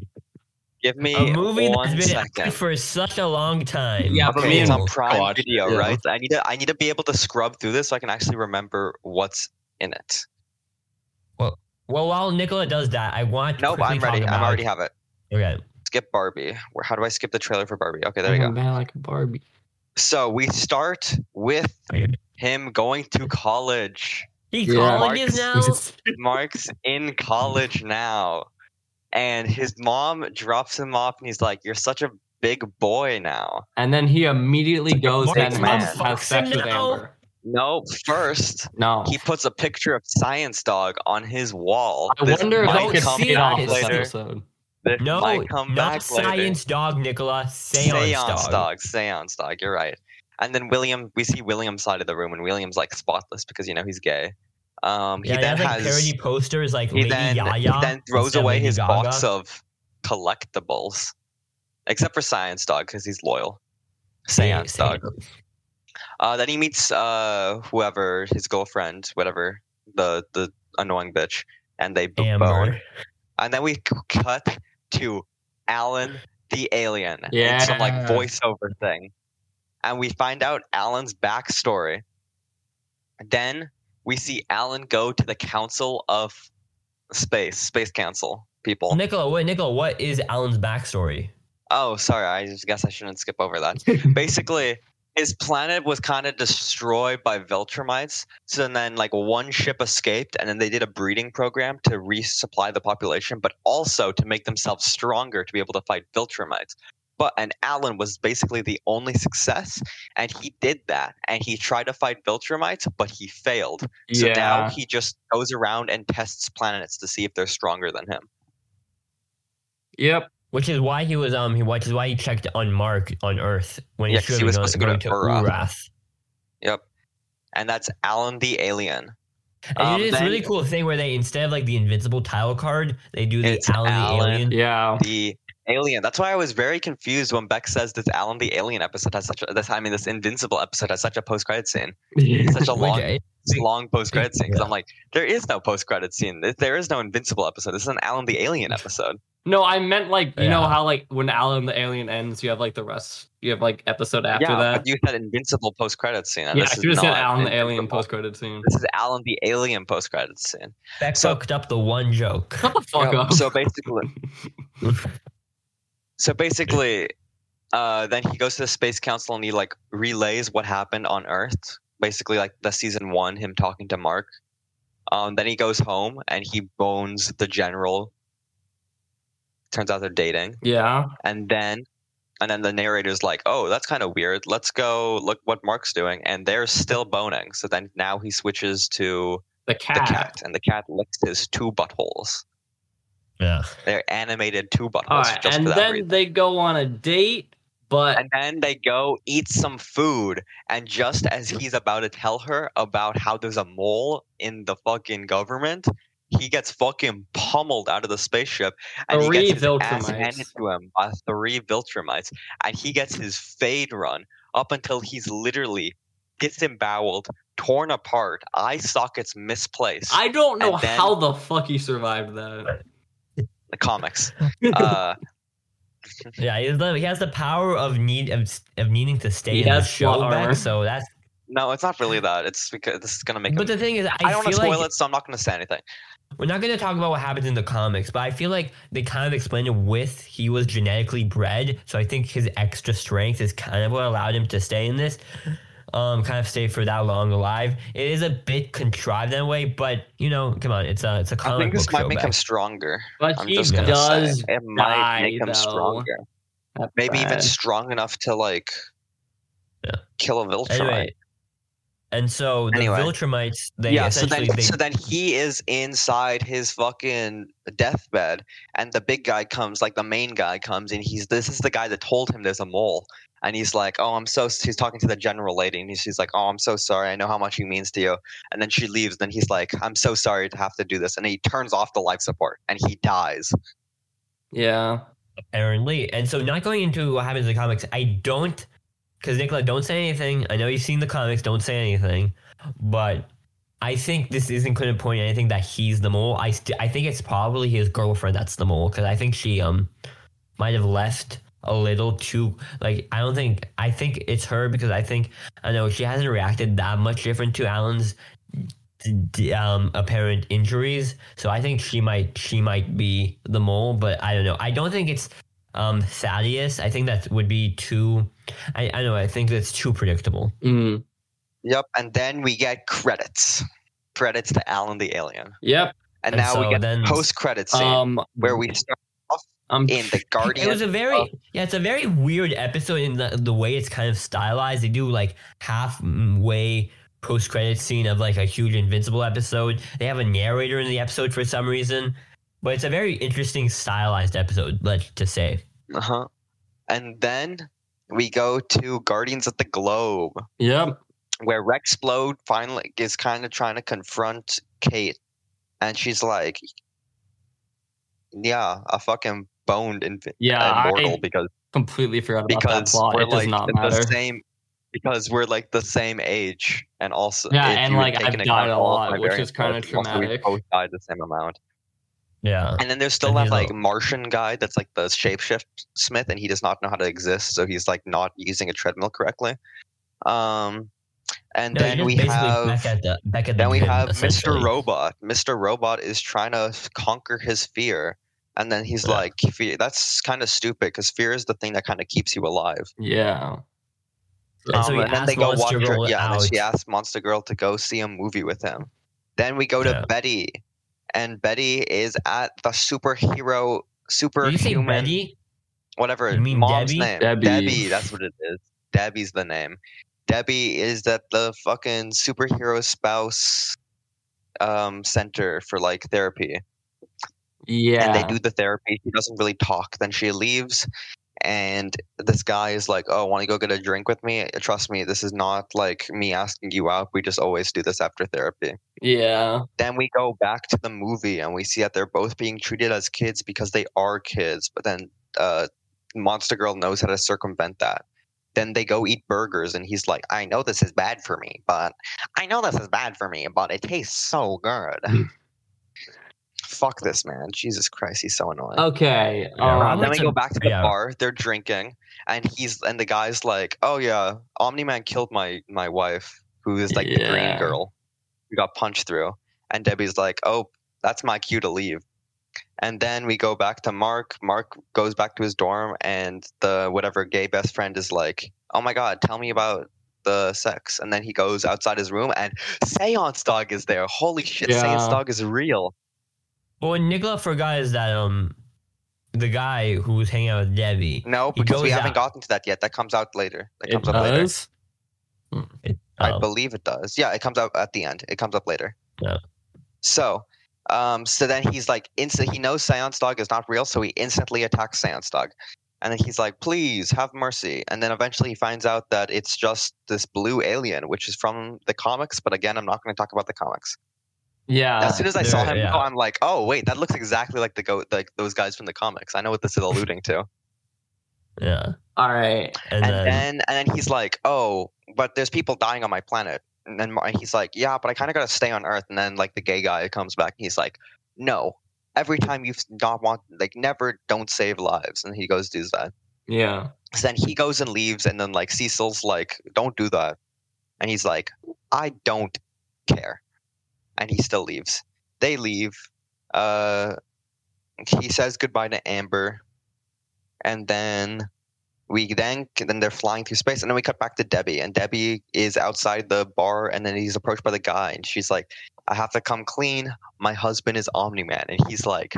give me
a movie that's
one
been
second.
out for such a long time.
Yeah, but me
Okay, it's
and
on Prime
watch it,
Video,
yeah.
right? I need to I need to be able to scrub through this so I can actually remember what's in it.
Well, while Nicola does that, I want to
Nope,
quickly
I'm
talk
ready.
About,
I already have it.
Okay.
Skip Barbie. Where how do I skip the trailer for Barbie? Okay, there you go.
Man, like a Barbie.
So we start with
Okay.
him going to college.
He
Yeah. <laughs>
colleges now.
Mark's in college now. And his mom drops him off and he's like, You're such a big boy now.
And then he immediately goes
Mark
and
Man.
has, has
Fucks him
sex with
now.
Amber.
No, first
No.
he puts a picture of Science Dog on his wall.
I
This
wonder if
might
I could
come
see it
back
on this
later.
episode.
This
No,
might come
not
back later.
science dog, Nicola. Seance,
Seance
dog.
dog, seance dog. You're right. And then William, we see William's side of the room, and William's like spotless because you know he's gay. Um, he
Yeah,
then
he has like
has
parody posters like
he
Lady
then,
Yaya.
he then throws
instead of
away
Lady
his
Gaga.
box of collectibles, except for Science Dog because he's loyal. Seance Dog. Uh, then he meets uh, whoever his girlfriend, whatever the the annoying bitch, and they boom bone.
Amber.
And then we c- cut to Alan the alien in some like
Yeah.
voiceover thing, and we find out Alan's backstory. Then we see Alan go to the Council of Space, Space Council people.
Nicola, wait, Nicola, what is Alan's backstory?
Oh, sorry. I just guess I shouldn't skip over that. Basically, his planet was kind of destroyed by Viltrumites. So then, like, one ship escaped, and then they did a breeding program to resupply the population, but also to make themselves stronger to be able to fight Viltrumites. But and Alan was basically the only success, and he did that. And he tried to fight Viltrumites, but he failed. So now
yeah.
he just goes around and tests planets to see if they're stronger than him.
Yep.
Which is why he was um, he, which is why he checked on Mark on Earth when
Yeah,
he,
'cause
should
he was
have been
supposed to go
going
to Urath.
Urath.
Yep. And that's Alan the Alien.
And
Um,
it is
then-
really cool thing where they instead of like the invincible title card, they do the
It's
Alan, the
Alan.
alien.
<laughs>
Yeah.
the alien. That's why I was very confused when Beck says this Alan the Alien episode has such a this I mean this Invincible episode has such a post
<laughs>
credit scene. It's such a
Which
long
I-
long post credit scene. 'cause
Yeah.
I'm like, there is no post credit scene. There- There is no Invincible episode. This is an Alan the Alien episode.
No, I meant like you know
Yeah.
how like when Alan the Alien ends, you have like the rest, you have like episode after
yeah,
that.
but you said Invincible post credit scene. and
yeah,
this
I
is
should have said
not
Alan the Alien
Invincible.
post credit scene.
This is Alan the Alien post credit scene.
Beck
So-
fucked up the one
<laughs>
joke.
Shut the fuck
Yeah,
up.
So basically, so basically, uh, then he goes to the space council and he like relays what happened on Earth. Basically, like the season one, him talking to Mark. Um, then he goes home and he bones the general. Turns out they're dating,
yeah.
and then, and then the narrator's like, "Oh, that's kind of weird. Let's go look what Mark's doing." And they're still boning. So then now he switches to
The
the
cat.
cat, and the cat licks his two buttholes.
yeah.
They're animated two buttholes
All right,
just
and
for that
then
reason.
they go on a date, but
And then they go eat some food, and just as he's about to tell her about how there's a mole in the fucking government, he gets fucking pummeled out of the spaceship, and
Three
he gets his ass
Viltrumites.
handed to him by three Viltrumites, and he gets his fade run up until he's literally disemboweled, torn apart, eye sockets misplaced.
I don't know
and then-
how the fuck he survived that. <laughs>
the comics. Uh,
Yeah, he has the, he has the power of need of, s- of needing to stay
He
in
has
the show.
plot
Beck,
armor.
so that's.
no, it's not really that. It's because this is gonna make.
But the
him-
thing is, I,
I don't want
feel
to spoil
like
it, so I'm not gonna say anything.
we're not going to talk about what happens in the comics. But I feel like they kind of explained it with he was genetically bred, so I think his extra strength is kind of what allowed him to stay in this, um, kind of stay for that long alive. It is a bit contrived that way, but you know, come on, it's a it's a comic
I think this
book
might
show,
make
Beck.
him stronger.
But
I'm
he
just gonna
does.
say it might make
die,
him
though.
stronger. Maybe even strong enough to like
Yeah.
kill a Viltrumite.
Anyway, and so the
Anyway.
Viltrumites, they
yeah. So
essentially
then,
they,
so then he is inside his fucking deathbed, and the big guy comes, like the main guy comes, and he's this is the guy that told him there's a mole, and he's like, oh, I'm so. He's talking to the general lady, and she's like, oh, I'm so sorry. I know how much he means to you. And then she leaves. Then he's like, I'm so sorry to have to do this, and he turns off the life support, and he dies.
Yeah.
apparently. And so, not going into what happens in the comics, I don't, because Nicola, don't say anything. I know you've seen the comics, don't say anything. But I think this isn't going to point at anything that he's the mole. I st- I think it's probably his girlfriend that's the mole, because I think she um might have left a little too like I don't think I think it's her because I think I know she hasn't reacted that much different to Alan's d- d- um, apparent injuries. So I think she might she might be the mole, but I don't know. I don't think it's um, Thaddeus. I think that would be too. I, I don't know. I think that's too predictable.
Mm.
Yep, and then we get credits. Credits to Alan the Alien.
Yep.
And,
And
now
so
we get
then-
post credit scene
Um.
where we start
I'm
in the Guardian.
It was a very
Oh.
yeah, it's a very weird episode in the, the way it's kind of stylized. They do like halfway post credit scene of like a huge Invincible episode. They have a narrator in the episode for some reason, but it's a very interesting stylized episode. Let's just say.
uh-huh. And then we go to Guardians of the Globe,
Yep.
where Rex Blode finally is kind of trying to confront Kate. And she's like, Yeah, I fucking boned in-
Yeah.
Immortal
I
because
completely forgot about that
because
plot.
we're
It does
like
not
the
matter.
same because we're like the same age and also
Yeah,
if
and,
you
like,
take
I've
into
died
account
a
all
lot,
my
which
variant
is kinda
codes, also
traumatic.
we both died the same amount
Yeah.
and then there's still
And
that
he's
like
a-
martian guy that's like the shapeshift smith and he does not know how to exist so he's like not using a treadmill correctly um and
No,
then
you're
we
basically
have
back at the, back at the
then we
gym,
have Mr.
essentially.
Robot. Mr. Robot is trying to f- conquer his fear, and then he's
Yeah.
like, "Fear- "That's kind of stupid because fear is the thing that kind of keeps you alive."
Yeah.
And so
Um,
he
and then they
asked
go watch
Monster
her,
Girl
yeah, and then she
out.
asks Monster Girl to go see a movie with him. Then we go to
Yeah.
Betty, and Betty is at the superhero,
Did you say
superhuman,
Betty?
whatever
You mean
mom's
Debbie?
name.
Debbie.
that's what it is. Debbie's the name. Debbie is at the fucking superhero spouse um, center for like therapy
Yeah.
and they do the therapy. She doesn't really talk. Then she leaves, and this guy is like, "Oh, want to go get a drink with me? Trust me, this is not like me asking you out. We just always do this after therapy."
yeah.
Then we go back to the movie, and we see that they're both being treated as kids because they are kids. But then uh, Monster Girl knows how to circumvent that. Then they go eat burgers, and he's like, "I know this is bad for me, but I know this is bad for me, but it tastes so good." fuck this man. Jesus Christ, he's so annoying.
Okay.
Yeah,
um,
Rob
And then
That's
they
a-
go back to the
yeah.
bar. They're drinking, and he's and the guy's like, "Oh yeah, Omni Man killed my my wife, who is like the
Yeah.
green girl, who got punched through." And Debbie's like, "Oh, that's my cue to leave." And then we go back to Mark. Mark goes back to his dorm, and the whatever gay best friend is like, "Oh my god, tell me about." The sex, and then he goes outside his room, and Seance Dog is there. Holy shit,
Yeah.
Seance Dog is real.
Well, what Nicola forgot is that um, the guy who was hanging out with Debbie.
No,
He
because we
goes
haven't
out.
gotten to that yet. That comes out later. That
It
comes up later.
does?
I
um,
believe it does. Yeah, it comes up at the end. It comes up later.
Yeah.
So, um, so then he's like, instant. He knows Seance Dog is not real, so he instantly attacks Seance Dog, and then he's like, "Please have mercy." And then eventually he finds out that it's just this blue alien, which is from the comics. But again, I'm not going to talk about the comics.
Yeah.
as soon as I saw
Uh, there-
him,
yeah.
go, I'm like, "Oh wait, that looks exactly like the go like those guys from the comics." I know what this is alluding to.
yeah.
All right.
And,
and
then,
then and then he's like, "Oh, but there's people dying on my planet." And then Mar- he's like, "Yeah, but I kind of got to stay on Earth." And then like the gay guy comes back and he's like, "No, every time you not want like never don't save lives." And he goes does that.
Yeah.
So then he goes and leaves, and then like Cecil's like, "Don't do that," and he's like, "I don't care," and he still leaves. They leave. Uh, he says goodbye to Amber, and then we then then they're flying through space, and then we cut back to Debbie, and Debbie is outside the bar, and then he's approached by the guy, and she's like, "I have to come clean. My husband is Omni Man," and he's like,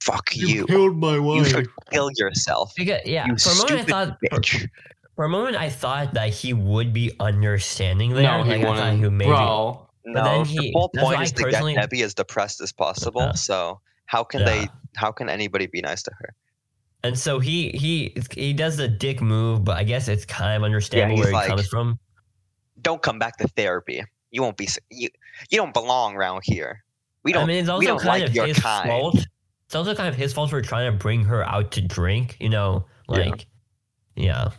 "Fuck you."
killed my
You should kill
<laughs>
yourself.
Because, yeah.
You
For a moment, I
stupid
thought. For,
bitch.
for a moment, I thought that he would be understanding there.
No, he
like, I thought
wouldn't.
he would maybe.
Bro.
But then
No,
he-
the whole
that's
point
why
is
I
to get
personally-
Debbie as depressed as possible.
Yeah.
So how can
Yeah.
they? How can anybody be nice to her?
And so he he he does the dick move, but I guess it's kind of understandable
he's
where he
like-
comes from.
Don't come back to therapy. You won't be. s- You you don't belong around here. We don't.
I mean, it's also
we don't
kind
like
of
your
his
kind.
fault. It's also kind of his fault for trying to bring her out to drink. You know,
Yeah.
like, yeah,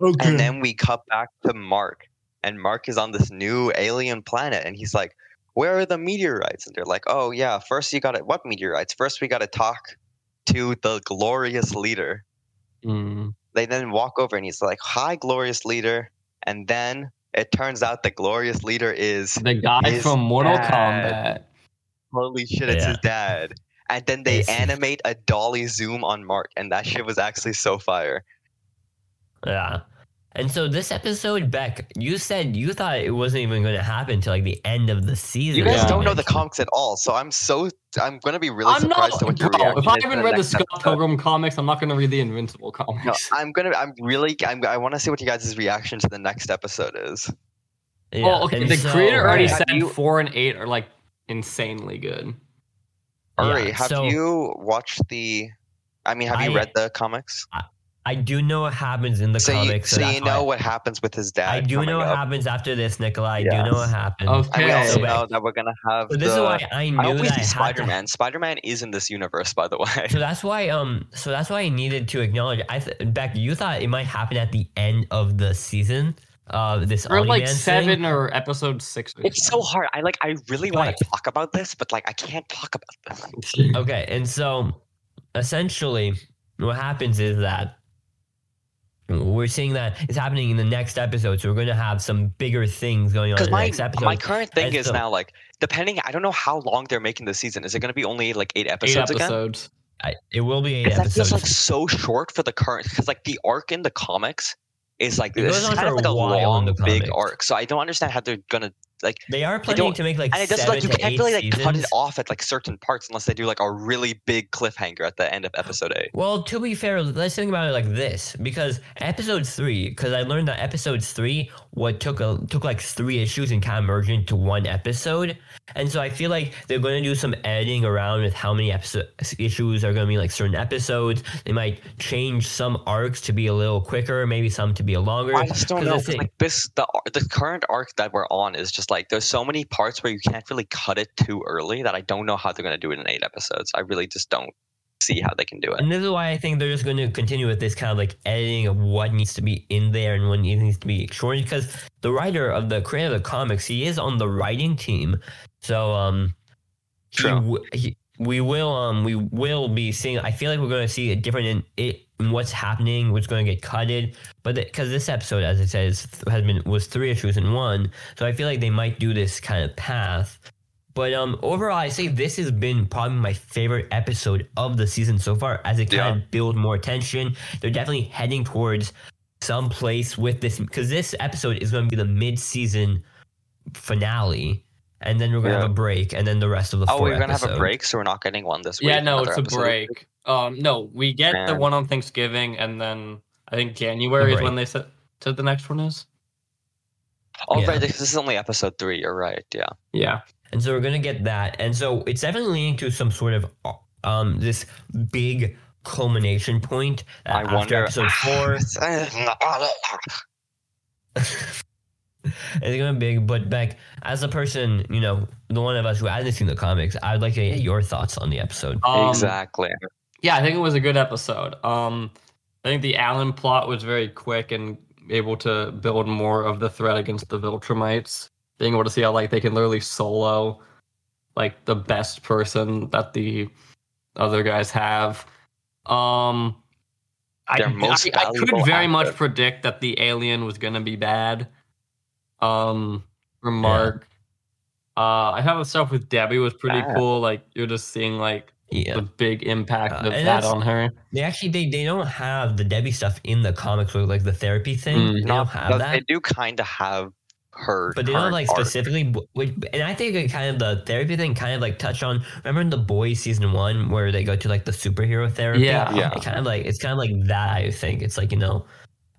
And then we cut back to Mark, and Mark is on this new alien planet, and he's like, "Where are the meteorites?" And they're like, "Oh yeah, first you got to what meteorites? First we got to talk to the glorious leader."
Mm.
they then walk over and he's like, "Hi, glorious leader." And then it turns out the glorious leader is
The guy
His
from Mortal Kombat.
dad. holy shit, it's his dad. And then they
It's-
animate a dolly zoom on Mark, and that shit was actually so fire.
yeah. And so this episode, Beck, you said you thought it wasn't even going to happen till like the end of the season.
You guys
Yeah.
don't know the comics at all, so I'm so I'm gonna be really
I'm
surprised
not.
at what your
Bro,
reaction
if I
is
haven't
the
read the
next
Scott
episode.
Pilgrim comics, I'm not going to read the Invincible
No, <laughs>
comics.
I'm gonna. I'm really. I'm, I want to see what you guys' reaction to the next episode is.
Yeah.
Well, okay.
And
The
so-
creator already
Have
said
you-
four and eight are like insanely good.
Yeah,
Uri, have
so-
you watched the? I mean, have you
I-
read the comics?
I do know what happens in the
so you,
comics.
so
that's
you
why-
know what happens with his dad.
I do
coming
know what
up.
happens after this, Nikolai. I
Yes.
do know what happens.
And we
Okay.
also
So,
know that we're gonna have.
so this
the,
is why I knew
I hope we
that
see
I had to
Spider Man. Spider Man is in this universe, by the <laughs> way.
So that's why, um, so that's why I needed to acknowledge. I, th- Beck, you thought it might happen at the end of the season. Uh, this
Or
Omni
like
Man
seven
Thing.
or episode six. Or
It's so hard. I like. I really want
Right.
to talk about this, but like, I can't talk about this.
something.
Okay, and so essentially, what happens is that we're seeing that it's happening in the next episode. So we're going to have some bigger things going on in
Because
the
my
next episode.
my current thing
And
is
so-
now like depending. I don't know how long they're making the season. Is it gonna be only like eight
Eight
episodes again?
episodes.
I, it will be eight
Because that
episodes.
feels like so short for the current. Because like the arc in the comics is like
It
this
goes
is
on
kind
for
of like
a
a
while in
long,
the
big
comics.
arc. So I don't understand how they're gonna like.
they are
don't-
planning to make like
and it
seven
doesn't like you
to
can't
eight
really like cut it
seasons.
off at like certain parts unless they do like a really big cliffhanger at the end of episode eight.
Well, to be fair, let's think about it like this because episode three, because I learned that episode three what took a, took like three issues and kind of merged into one episode, and so I feel like they're going to do some editing around with how many episode issues are going to be like certain episodes. They might change some arcs to be a little quicker, maybe some to be a longer.
I just don't
'Cause
know.
let's
'cause,
say-
Like this, the ar- the current arc that we're on is just like there's so many parts where you can't really cut it too early that I don't know how they're gonna do it in eight episodes. I really just don't. see how they can do it.
And this is why I think they're just going to continue with this kind of like editing of what needs to be in there and what needs to be shortened because the writer of the creator of the comics, he is on the writing team. So, um, he
True.
w- he- we will, um, we will be seeing. I feel like we're going to see a different in it in what's happening, what's going to get cutted. But because this episode, as I said, is, has been was three issues in one, so I feel like they might do this kind of path. But um, overall, I say this has been probably my favorite episode of the season so far, as it kind of build more tension. They're definitely heading towards some place with this because this episode is going to be the mid-season finale, and then we're going to
Yeah.
have a break, and then the rest of the.
Oh,
four
we're gonna have a
episodes.
break, so we're not getting one this week.
Yeah, no,
another
it's a
episode.
break. Um, no, we get the
Man.
one on Thanksgiving, and then I think January is when they
break.
said said the next one is.
Oh,
Yeah.
right, this is only episode three. You're right. Yeah.
Yeah,
and so we're gonna get that and so it's definitely leading to some sort of um this big culmination point that
I
after
wonder. <laughs> uh,
episode four it's gonna be big but beck as a person you know the one of us who hasn't seen the comics i'd like to get your thoughts on the episode
um,
exactly.
Yeah, I think it was a good episode. Um, I think the Allen plot was very quick and able to build more of the threat against the Viltrumites. Being able to see how like they can literally solo like the best person that the other guys have. Um, I,
Their most
I, I could
valuable
very much
asset.
predict that the alien was going to be bad. Um, remark. Uh, I thought the stuff with Debbie was pretty
Bad.
cool. Like you're just seeing like
yeah
the big impact
Uh,
of
and
that
that's-
on her.
they actually they, they don't have the debbie stuff in the comics with like the therapy thing
Mm.
they don't
Not,
have that
They do kind of have her,
But they don't
current
like
arc.
specifically, w- which, and I think it kind of the therapy thing kind of like touch on. Remember in the boys season one where they go to like the superhero therapy?
Yeah.
Yeah.
It kind of like it's kind of like that. I think it's like you know,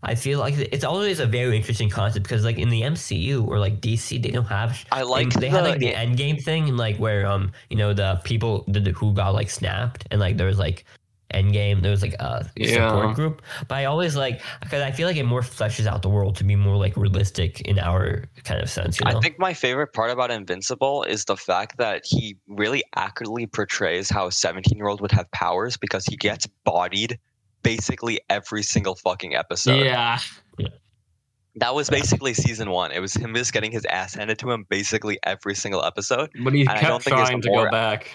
I feel like it's always a very interesting concept because like in the MCU or like DC, they don't have sh-
I like
Mm, they, they had like the
the-
end game thing and like where um you know the people the, the- who got like snapped and like there was like end game there was like a
Yeah.
support group but i always like because i feel like it more fleshes out the world to be more like realistic in our kind of sense you know?
I think my favorite part about Invincible is the fact that he really accurately portrays how a 17 year old would have powers because he gets bodied basically every single fucking episode.
yeah,
That was basically season one. It was him just getting his ass handed to him basically every single episode.
but he
And I don't
kept
think there's
trying
a
to go
more-
back.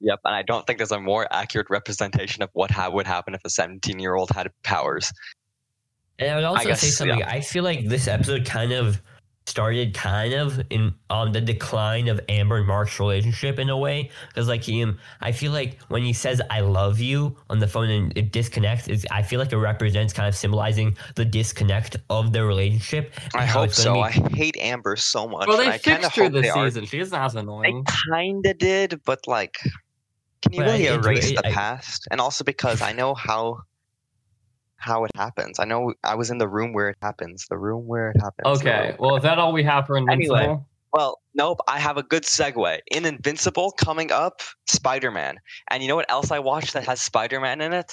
Yep. And I don't think there's a more accurate representation of what ha- would happen if a 17 year old had powers.
And I would also
guess,
say something. I feel like this episode kind of started kind of in on the decline of Amber and Mark's relationship in a way because like him I feel like when he says I love you on the phone and it disconnects it's, I feel like it represents kind of symbolizing the disconnect of their relationship
I
and how
hope
it's gonna
so. I
be-
hate Amber so much.
Well,
and
they
I kinda
fixed her
hope
this
they are-
season. She's not as
They
annoying.
kinda did, but like, can you
But I-
really
it-
erase
it-
the
I-
past? And also because I know how how it happens. I know I was in the room where it happens. The room where it happens. the
Okay,
room-
well, is that all we have for Invincible?
Anyway. Well, nope. I have a good segue in Invincible coming up. Spider Man, and you know what else I watched that has Spider Man in it?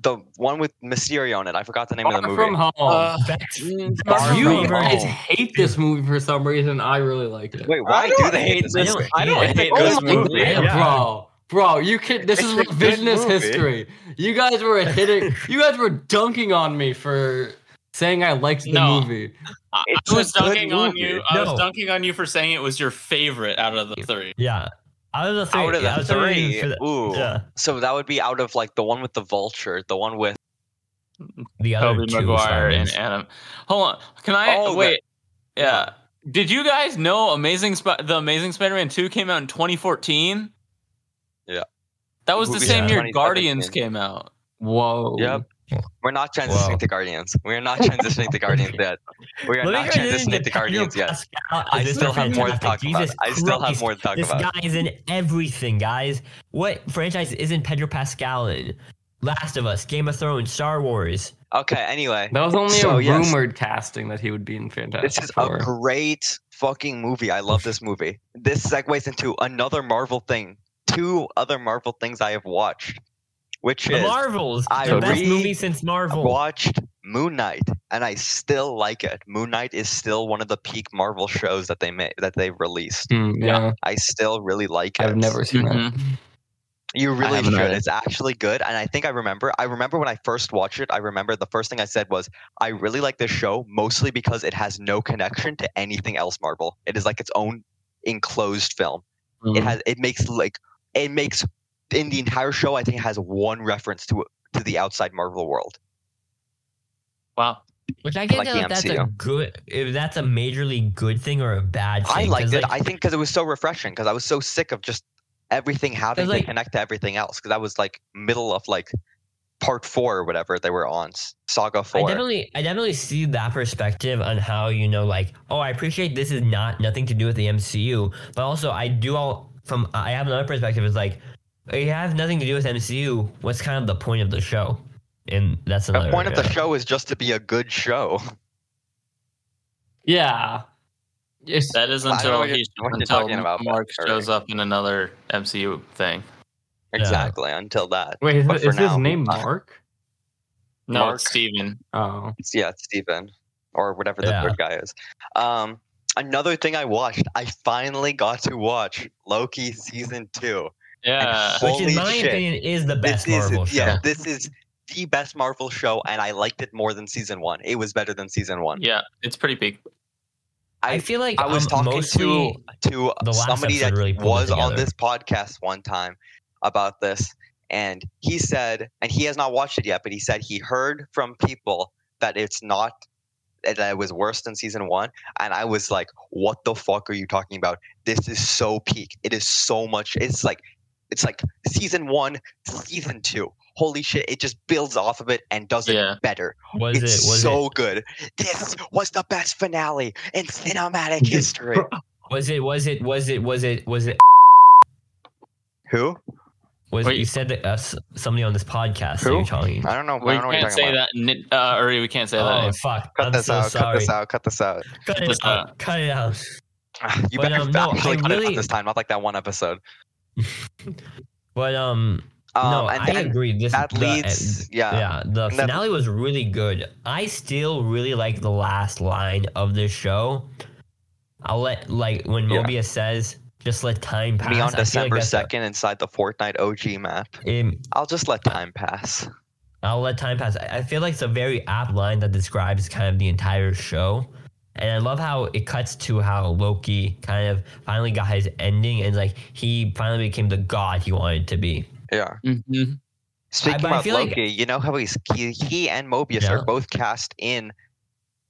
The one with Mysterio in it. I forgot the name of
Far
the movie.
from home.
Oh. Uh,
<laughs>
that's
Mark,
Far
you
From
guys
Home.
hate this movie for some reason. I really liked it.
Wait, why do
don't
they hate
hate
this?
this-
movie?
I don't
hate
hate
Oh
this
my
movie.
God,
Yeah.
bro. Bro, you can. This is
It's a good
revisionist
movie.
history. You guys were hitting. You guys were dunking on me for saying I liked the
No.
movie.
I
It's
I
a
was
good
dunking on
movie.
you. I
No.
was dunking on you for saying it was your favorite out of the three.
yeah out of the three
Out of
yeah,
the three,
for the-
ooh.
yeah
So that would be out of like the one with the vulture, the one with
the other
Toby
two
Maguire and
Spider-Mans.
Adam. Hold on. Can I
Oh, the-
wait? yeah. Did you guys know Amazing Sp- the Amazing Spider-Man 2 came out in 2014?
Yeah.
That was the
Movie
same
in
year
2017.
Guardians came out.
Whoa.
Yep. We're not transitioning
Wow.
to Guardians. We're not transitioning
<laughs>
to Guardians yet. We
Let
are
me
not
go into
transitioning to
the
Guardians
Pedro
yet.
Pascal of
I
this
still have more to
franchise.
talk about.
Jesus
I still have
Christ.
more to talk
This
about.
guy is in everything, guys. What franchise isn't Pedro Pascal in? Last of Us, Game of Thrones, Star Wars.
Okay, anyway.
That was only
So,
a
yes.
rumored casting that he would be in Fantastic
This is a
Four.
great fucking movie. I love this movie. This segues into another Marvel thing. Two other Marvel things I have watched, which
The
is
Marvels.
I
the best
re-
movie since Marvel.
watched Moon Knight, and I still like it. Moon Knight is still one of the peak Marvel shows that they made that they've released.
Hmm, yeah,
I still really like it.
Mm-hmm,
Mm-hmm.
I've never seen that.
You really
haven't
should.
heard it.
It's actually good. And I think I remember. I remember when I first watched it. I remember the first thing I said was, "I really like this show, mostly because it has no connection to anything else Marvel. It is like its own enclosed film.
mm-hmm.
Mm-hmm.
It has. It makes like it makes in the entire show. I think it has one reference to to the outside Marvel world.
Wow.
Which I can't
Like
tell
the
if that's a
MCU.
good, if that's a majorly good thing or a bad
I
thing. 'cause,
liked it. I think because it was so refreshing. Because I was so sick of just everything having
It's
to
like-
connect to everything else. Because I was like middle of like part four or whatever they were on S- Saga
I
Four.
definitely, I definitely see that perspective on how you know, like, oh, I appreciate this is not nothing to do with the MCU, but also I do all from. I have another perspective. It's like it has nothing to do with MCU. What's kind of the point of the show? And that's another
The point of the
yeah.
show is just to be a good show. <laughs>
Yeah. Yes.
That is
I don't know
until
what you're-
he,
what you're
until
talking about,
Mark
but-
shows up in another MCU thing.
Exactly. Until that,
Wait, is,
But for
is his
now,
name
fine.
Mark?
No,
Mark?
it's Steven.
Oh.
it's, yeah, it's Steven or whatever the
Yeah.
third guy is. Um, another thing I watched. I finally got to watch Loki season two.
Yeah.
Holy
which in my
shit.
opinion is the best
is
Marvel show.
yeah, this is the best Marvel show, and I liked it more than season one. It was better than season one.
Yeah. It's pretty peak.
I,
I-
feel like
I was
um,
talking
mostly,
to to
the last
somebody
episode
that
really pulled it
was on
together.
this podcast one time about this, and he said, and he has not watched it yet, but he said he heard from people that it's not that it was worse than season one, and I was like, "What the fuck are you talking about? This is so peak. It is so much. It's like, it's like season one, season two. Holy shit! It just builds off of it and does
Yeah.
it better
was it
it's
was
so
it
good. This was the best finale
<laughs>
in cinematic history.
was it was it was it was it was it
Who?
was it
Wait.
you said that uh, s- somebody on this podcast that
Who?
you're talking.
I don't know.
We
I don't know what you're
can't
talking
say
about.
that. ni- Uh, Uri, we can't say that.
Oh
name.
fuck!
Cut
I'm
this
so
out.
sorry.
Cut this out. Cut this out. <laughs>
Cut
Cut
it
this
out. Cut it out.
Ah, You
But,
better
um, no, I
actually cut it out
really-
this time, not like that one episode.
But um,
Um,
no,
and
I
then
agree. This
that
the-
leads.
uh,
yeah.
yeah, the
And that-
finale was really good. I still really like the last line of this show. I'll let like when
Yeah.
Mobius says, "Just let time pass."
Me
I
on
feel like
December
that's a-
second inside the Fortnite OG map.
um,
I'll just let time pass.
I'll let time pass. I I feel like it's a very apt line that describes kind of the entire show. And I love how it cuts to how Loki kind of finally got his ending and like he finally became the god he wanted to be.
Yeah.
Mm-hmm.
Mhm.
Speaking
but I
about
feel like-
Loki, you know how he's he, he and Mobius
Yeah.
are both cast in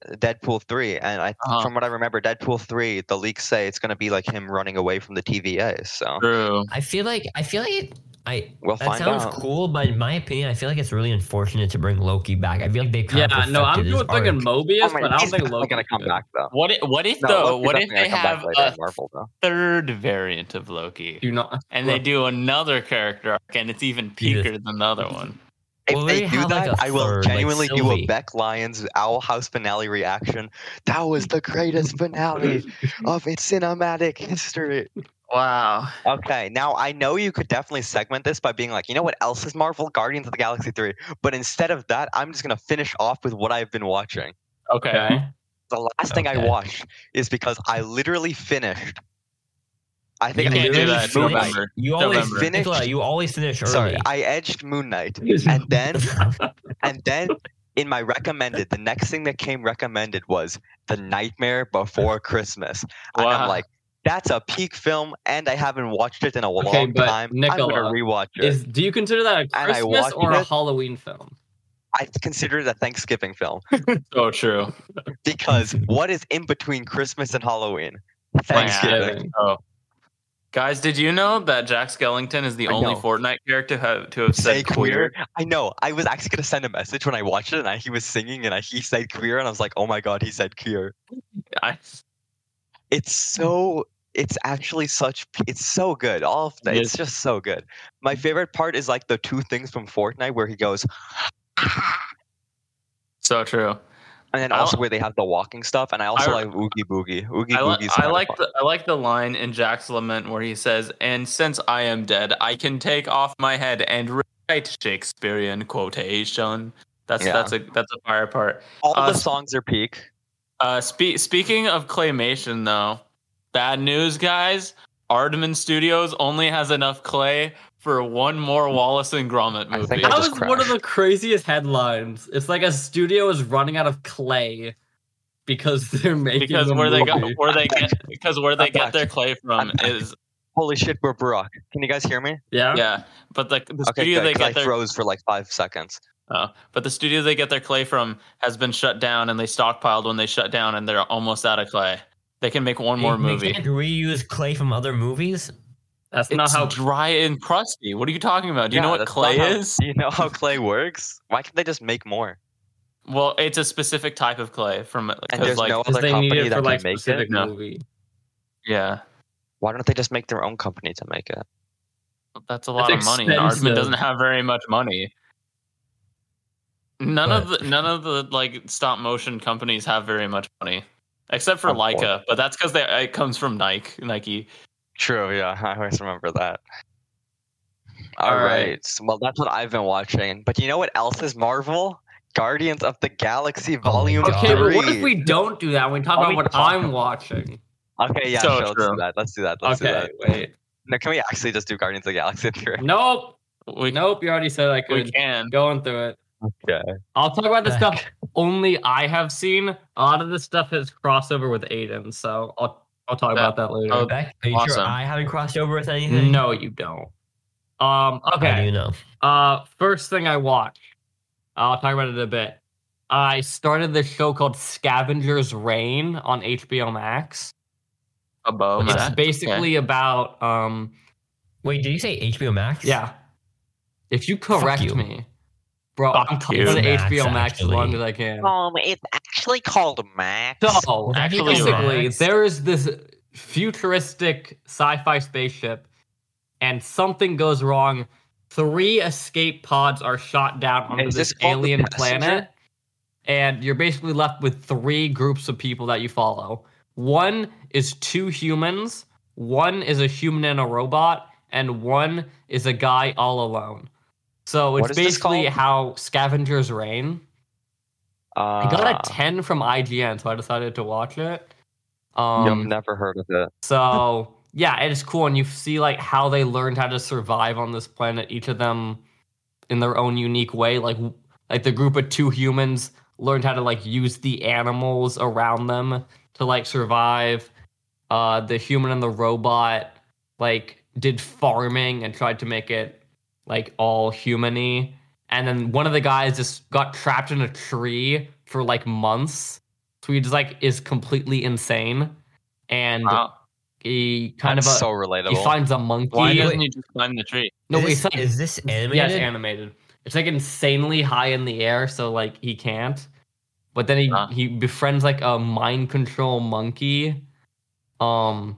Deadpool three, and I,
Uh-huh.
from what I remember, Deadpool three, the leaks say it's going to be like him running away from the TVA. So
True.
I feel like I feel like it, I
we'll
that
find
sounds
out.
cool, but in my opinion, I feel like it's really unfortunate to bring Loki back. I feel like they
Yeah,
kind of
no, I'm
perfected his
doing fucking
arc.
Mobius,
Oh my-
but I don't
he's
think
definitely
Loki's
gonna come
good.
back though.
What if, what if
No,
though?
Loki's
What if
definitely gonna
they
come back
have
later in
a
Marvel though?
third variant of Loki,
Do not.
and they do another character arc, and it's even
Jesus.
peaker than the other one?
If
Well, they
they do
have, like,
that,
a
I will
third, like,
genuinely do
Sylvie.
a Beck Lyons Owl House finale reaction. That was the
<laughs>
greatest finale of its cinematic history.
Wow.
Okay, now I know you could definitely segment this by being like, you know what else is Marvel? Guardians of the Galaxy 3. But instead of that, I'm just going to finish off with what I've been watching.
Okay.
The last thing I
Okay.
watched is because I literally finished. I think
You
I
can't do
literally
that.
Moon Knight.
November.
You always
November.
finish. Nicola, you always finish early.
Sorry, I edged Moon Knight. And then
<laughs>
and then in my recommended, the next thing that came recommended was The Nightmare Before Christmas. And
Wow.
I'm like, that's a peak film, and I haven't watched it in a long
Okay, but
time. I'm
Nicola,
gonna rewatch it.
Is do you consider that a
I
Christmas
watched
or a
it.
Halloween film?
I consider it a Thanksgiving film
So true. <laughs>
because what is in between Christmas and Halloween? Thanksgiving.
Thanksgiving.
Oh. Guys, did you know that Jack Skellington is the
I
only
know.
Fortnite character to have, to have said
Say
queer?
queer. I know. I was actually gonna send a message when I watched it, and I, he was singing, and I, he said queer, and I was like, "Oh my god, he said queer."
<laughs> I,
It's so. It's actually such. It's so good. All of the.
It
It's just so good. My favorite part is like the two things from Fortnite where he goes,
so true.
and then
I
also
li-
where they have the walking stuff. And I also
I-
like Oogie Boogie. Oogie
I, li-
Boogie's.
I
kinda
like
fun.
the I like the line in Jack's lament where he says, "And since I am dead, I can take off my head and recite Shakespearean quotation." That's
Yeah.
that's a that's a fire part.
all
uh,
the songs are peak.
Uh, spe- speaking of claymation, though, bad news, guys. Aardman Studios only has enough clay for one more Wallace and Gromit
I
movie.
think I
That was
just
one of
crashed.
the craziest headlines. It's like a studio is running out of clay because <laughs> they're making
because
a
where they got
movie.
where <laughs> they get because where they
I'm
get
back.
their clay
I'm
from
back. <laughs>
is
Holy shit, we're Brock. Can you guys hear me?
<laughs> yeah.
yeah. But the, the
Okay,
studio
good,
they
'cause
get
I
their
froze for like five seconds.
oh, but the studio they get their clay from has been shut down, and they stockpiled when they shut down, and they're almost out of clay. They can make one more
They
movie.
Can't reuse clay from other movies.
That's not
It's
how
dry and crusty. What are you talking about? Do you
Yeah,
know what
that's
clay
not how-
is?
<laughs> Do you know how clay works? Why can't they just make more?
Well, it's a specific type of clay from
And
because
there's
like
no
because
other
they need
company
it
that
for
can
like
make
specific
it.
No.
movie.
yeah,
Why don't they just make their own company to make it?
that's a lot of money. And
expensive.
Aardman doesn't have very much money. None of
But-
the none of the like stop motion companies have very much money, except for
Of course.
Leica. But that's because it comes from Nike. Nike.
True, yeah, <laughs> I always remember that.
All
All
right.
right. Well, that's what I've been watching. But you know what else is Marvel? Guardians of the Galaxy
my
Volume
God.
Okay, but what if
3.
we don't do that? and We talk
Are
about
we
what
talking
I'm watching.
Okay, yeah,
So
sure, let's do
true.
that. Let's do that. Let's do
okay,
that.
wait.
No, can we actually just do Guardians of the Galaxy <laughs> 3?
Nope,
We
nope. You already said I could.
we can.
Going through it.
Okay.
I'll talk about the
Heck.
stuff only I have seen. A lot of this stuff is crossover with Aiden, so I'll I'll talk
That-
about that later.
oh,
Beck, are you sure
Awesome.
I haven't crossed over with anything?
no, you don't. Um.
How do
Okay.
you know?
Uh. First thing I watched. I'll talk about it in a bit. I started this show called Scavengers Reign on HBO Max.
Above
it's
that.
basically about um.
Wait, did you say HBO Max?
Yeah. If you correct
you.
me, bro,
Fuck
I'm coming
you.
to
Max,
HBO Max as
actually.
long as I can.
Um, it's actually called Max.
So,
That
actually
basically,
rocks.
there is this futuristic sci-fi spaceship, and something goes wrong. Three escape pods are shot down onto
Is
this,
this called The
alien
Passenger?
planet, and you're basically left with three groups of people that you follow. One is two humans, one is a human and a robot, and one is a guy all alone. So
What
it's
is this
basically
called?
how scavengers reign.
Uh,
I
Ah.
got a 10 from IGN, so I decided to watch it.
You've
Um,
never heard of it.
so yeah, it is cool, and you see like how they learned how to survive on this planet, each of them in their own unique way. Like w- like the group of two humans learned how to like use the animals around them to like survive. Uh, the human and the robot like did farming and tried to make it like all humany. And then one of the guys just got trapped in a tree for like months. So he just like is completely insane. And
Wow.
he kind
That's
of a,
so
he
relatable.
finds a
Why
monkey.
doesn't you just climb the tree?
No,
is
it's
this,
like
is this animated?
yeah, it's animated. It's like insanely high in the air, so like he can't. But then he
Huh.
he befriends like a mind control monkey. Um,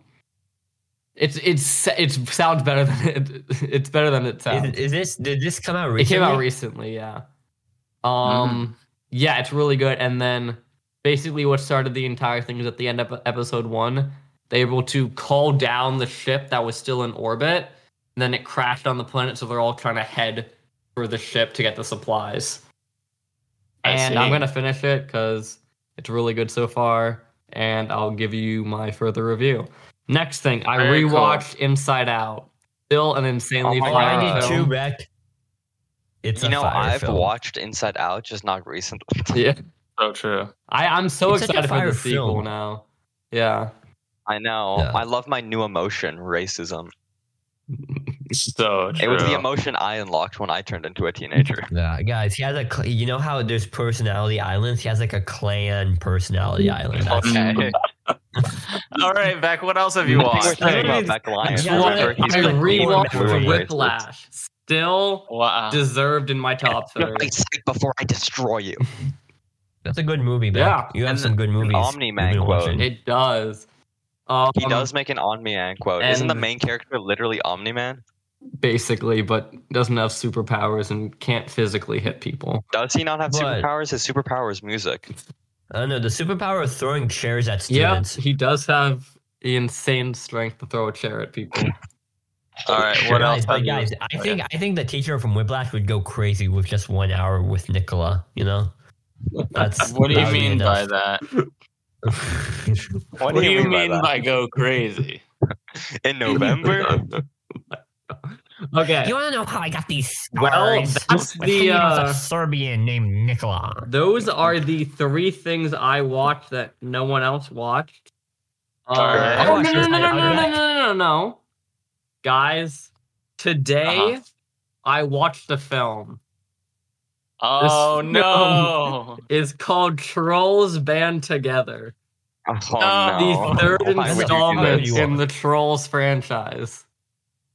it's it's it sounds better than it <laughs> it's better than it sounds.
Is, is this did this come out
It
recently?
came out recently, yeah.
Hmm.
Um, yeah, it's really good. And then basically, what started the entire thing is at the end of episode one, they were able to call down the ship that was still in orbit. And then it crashed on the planet, so they're all trying to head for the ship to get the supplies.
I
And
see.
I'm gonna finish it because it's really good so far, and I'll give you my further review. Next thing, I
Very cool. Oh
rewatched Inside Out. Still an insanely
my
fire
God.
I did
film.
too, Beck. It's
you
a
know,
fire
I've
film.
watched Inside Out, just not recently. <laughs>
Yeah.
So true.
I, I'm so
It's such a
excited for
fire
the sequel
film.
now. Yeah.
I know.
Yeah.
I love my new emotion, racism.
So true.
It was the emotion I unlocked when I turned into a teenager.
Yeah, guys, he has a. Cl- you know how there's personality islands. He has like a clan personality island. That's-
Okay.
All right, Beck. What else have you
I think we're
watched?
talking
Hey.
about Beck Lyons.
Yeah,
Remember,
I
he's the
rewatched
core member of Racists.
Whiplash. Still
Wow.
deserved in my top
You're
three.
sick before I destroy you.
That's a good movie, Beck.
Yeah,
you have
and
some good movies.
Omni-Man
you've been
quote.
watching.
It does. Um,
He does make an Omni Man quote. Isn't the
and-
main character literally Omni Man?
Basically, but doesn't have superpowers and can't physically hit people.
Does he not have
What?
superpowers? His superpower is music.
I don't know. The superpower of throwing chairs at
Yeah,
students.
he does have the insane strength to throw a chair at
<laughs>
people.
All right. What
guys,
else?
but
have you-
guys, I
Oh,
Okay.
think I think the teacher from Whiplash would go crazy with just one hour with Nicola. You know, that's
What do
that
you
would be
mean by
enough.
that?
<laughs>
What,
do
do
you
you
mean by
mean
that? Oh,
by go crazy?
In November?
Okay.
You want to know how I got these
Well,
scars?
that's
My
the,
friend was
uh,
a Serbian named Nikola.
Those are the three things I watched that no one else watched. Uh,
Alright.
Oh, no, no, no,
Sure.
no, no, no, no,
Alright.
no, no, no. Guys, today
Uh-huh.
I watched a film.
Oh
This-
no!
It's called Trolls Band Together.
Oh,
Oh,
no.
the third
Why would you do that?
installment
You
in
are-
the Trolls franchise.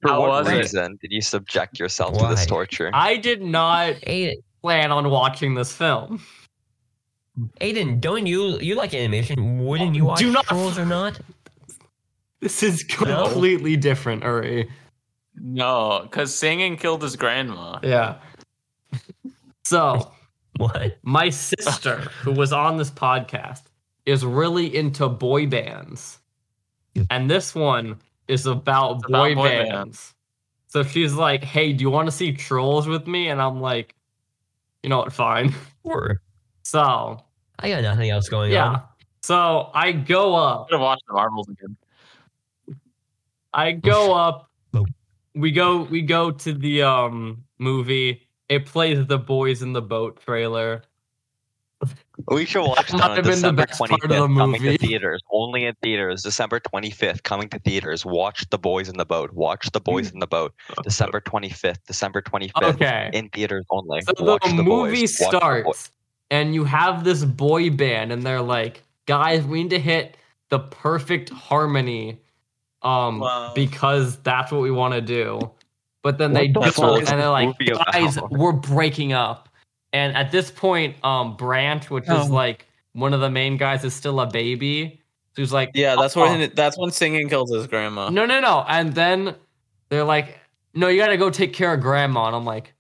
For
How
what
was it?
reason did you subject yourself to this
Why?
torture?
I did not
Aiden,
plan on watching this film. <laughs>
Aiden, don't you you like animation? Wouldn't you watch
Do not-
trolls or not?
This is
No.
completely different, Uri.
No, because singing killed his grandma.
Yeah. So.
What?
My sister, who was on this podcast, is really into boy bands. And this one is about,
about
boy,
boy
bands. So she's like, hey, do you want to see Trolls with me? And I'm like, you know what? Fine. <laughs>
Sure.
So,
I got nothing else going
yeah.
on.
So I go up.
Should have watched the Marvels again.
I go up.
Oh.
We go we go to the um movie. It plays the Boys in the Boat trailer.
We should watch
That
that
might
on
have been the
December
best part
25th,
of the
coming
movie.
to theaters. Only in theaters. December 25th, coming to theaters. Watch The Boys in the Boat. Watch The Boys in the Boat. December 25th, December 25th.
Okay.
In theaters only.
So
watch
the,
the
movie
boys. Watch The
starts,
Boys.
and you have this boy band, and they're like, "Guys, we need to hit the perfect harmony, um,
Wow.
because that's what we want to do." But then they
What the fuck
don't,
is
and they're like,
movie about?
"Guys, we're breaking up." And at this point, um, Branch, which is like one of the main guys, is still a baby. So he's like,
Yeah, that's
when-
when that's when singing kills his grandma.
no, no, no. And then they're like, no, you gotta go take care of grandma. And I'm like,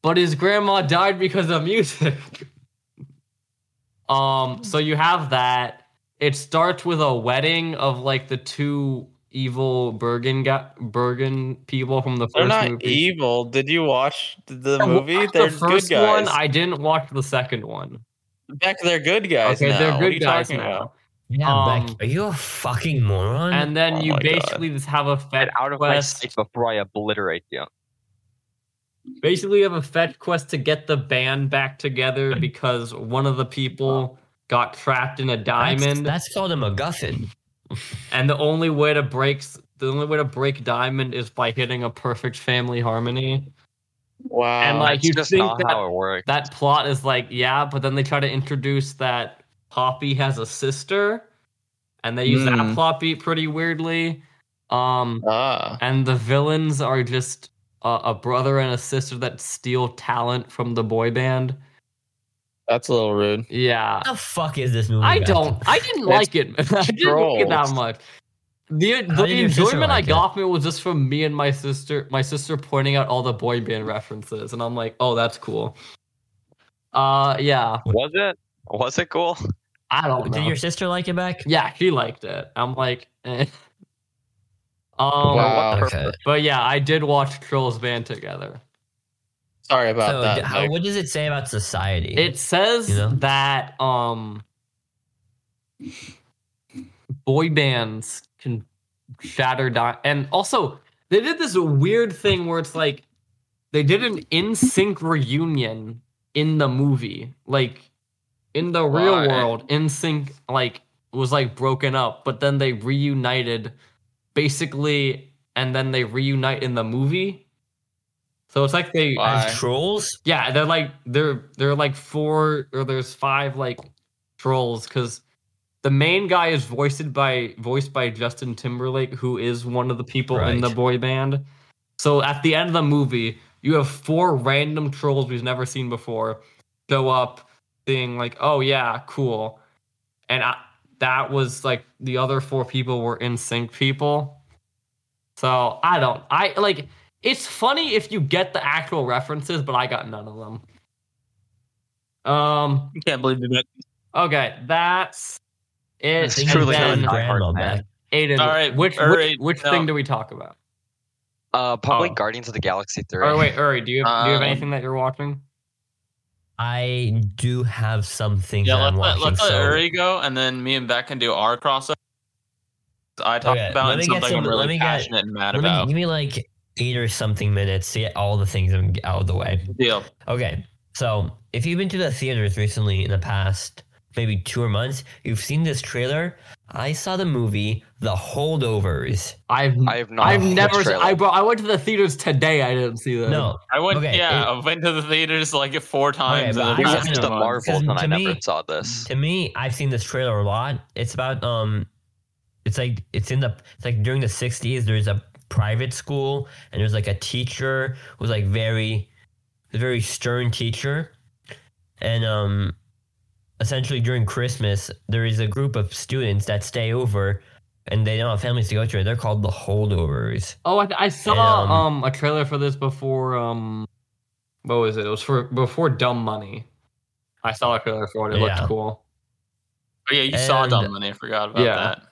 but his grandma died because of music. <laughs> um, so you have that. It starts with a wedding of like the two evil Bergen ga- Bergen people from the 1st
They're not
movie.
evil. Did you watch th- the
I watched
movie? They're
the first
good guys.
one. I didn't watch the second one.
Beck, they're good guys.
okay,
now.
they're
What are
good
you
guys
talking
now.
about?
Yeah,
Um,
Beck, are you a fucking moron?
And then
Oh
you
my God.
basically just have a fed
Mm. Get out of my
quest.
sight before I obliterate you.
Basically, we have a fetch quest to get the band back together because one of the people got trapped in a
That's-
diamond,
That's, called a MacGuffin.
and the only way to break s- the only way to break diamond is by hitting a perfect family harmony.
Wow.
And, like,
That's
you
just
think
not
that-
how it works.
That plot is like, yeah, but then they try to introduce that Poppy has a sister, and they use that
Mm.
plot beat pretty weirdly. Um,
ah,
and the villains are just a, a brother and a sister that steal talent from the boy band.
that's a little rude.
Yeah,
How the fuck is this movie?
I
Beck?
don't. I didn't like
That's
it. <laughs> I didn't like it that
trolls.
much. The,
How
the
did your sister
enjoyment I
like it?
got from it was just from me and my sister. My sister pointing out all the boy band references, and I'm like, "Oh, that's cool." Uh, yeah,
Was it? Was it cool?
I don't
<laughs> Did
know.
your sister like it, Beck?
yeah, she liked it. I'm like, eh. <laughs> um,
Oh,
Wow.
Okay.
but yeah, I did watch Trolls Band together.
Sorry about
So,
that.
d- how,
Beck.
what does it say about society?
It says
You know?
that um, boy bands can shatter di- and also they did this weird thing where it's like they did an in sync reunion in the movie, like in the real
Why?
world, in sync like was like broken up, but then they reunited basically, and then they reunite in the movie. So it's like they
Why?
as trolls?
yeah, they're like they're they're like four or there's five like trolls because the main guy is voiced by voiced by Justin Timberlake, who is one of the people in
Right.
the boy band. So at the end of the movie, you have four random trolls we've never seen before show up, being like, "Oh yeah, cool," and I, that was like the other four people were in sync people. So I don't, I like. It's funny if you get the actual references, but I got none of them. Um.
I can't believe you met.
Okay, that's it.
It's
And
truly
then,
not-
grandma,
hard,
Beck.
Aiden,
All right,
which
all right,
which, which
no.
thing do we talk about?
Uh, probably
Oh.
Guardians of the Galaxy 3.
Or wait, Uri, do you have, do you have
Um,
anything that you're watching?
I do have some things
Yeah,
that
let's
I'm
let,
watching.
let's let
so-
Uri go, and then me and Beck can do our crossover. I talked
Okay,
about
let
and
me get
something
some-
I'm
let me
really
get-
passionate and mad
Let me,
about.
give me like eight or something minutes to get all the things out of the way.
Deal.
Okay. So if you've been to the theaters recently in the past maybe two or months, you've seen this trailer. I saw the movie The Holdovers.
I've
I have not.
I've
seen this
never.
trailer.
I bro, I went to the theaters today. I didn't see that.
No,
I went.
Okay,
yeah,
it-
I went to the theaters like four times.
but
in
I
the
we
don't
past
watched
know.
the
month.
Marvels and I
To me-
never saw this.
to me, I've seen this trailer a lot. It's about um, it's like it's in the it's like during the '60s. There's a private school, and there's like a teacher who's like very, a very stern teacher, and um, essentially during Christmas, there is a group of students that stay over, and they don't have families to go to. and They're called the holdovers.
Oh, I, I saw
Um,
um a trailer for this before um, what was it? It was for before Dumb Money. I saw a trailer for it. It
Yeah.
looked cool.
Oh, yeah, you saw
And-
Dumb Money. I forgot about
Yeah.
that.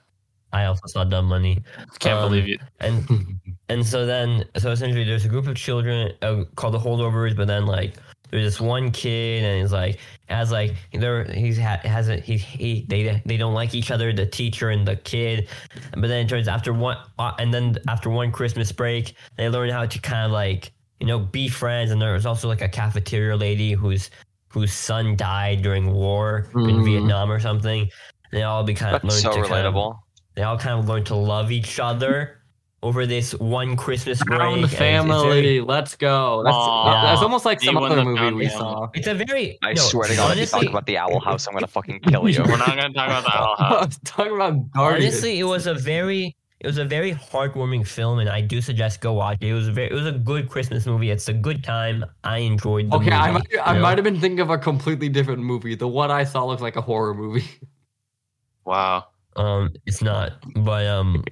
I also saw Dumb Money.
Can't
Um,
believe you.
<laughs>
and and so then so essentially there's a group of children uh, called the holdovers but then like there's this one kid and he's like has like there he's ha- has a, he he they they don't like each other the teacher and the kid but then it turns after one uh, and then after one christmas break they learn how to kind of like you know be friends and there's also like a cafeteria lady who's whose son died during war in
Mm.
Vietnam or something. And they all be kind of
That's so
learn to kind of-
relatable.
they all kind of learn to love each other over this one Christmas break. and
Round
it's- It's,
family,
very-
let's go. That's,
Aw.
that- that's almost like
He
some
won
other
the
movie
round
we
family.
saw.
it's a very.
I
no,
swear to God, if you
honestly,
talk about the Owl House, <laughs> I'm gonna fucking kill you.
<laughs>
We're not gonna talk about that. I'll
I <laughs>
have-
was talking about Guardians.
honestly, it was a very, it was a very heartwarming film, and I do suggest go watch it. It was a very, it was a good Christmas movie. It's a good time. I enjoyed. The
okay, I
movie,
might, I
you know?
might have been thinking of a completely different movie. The one I saw looks like a horror movie. <laughs>
Wow.
Um, it's not, but um,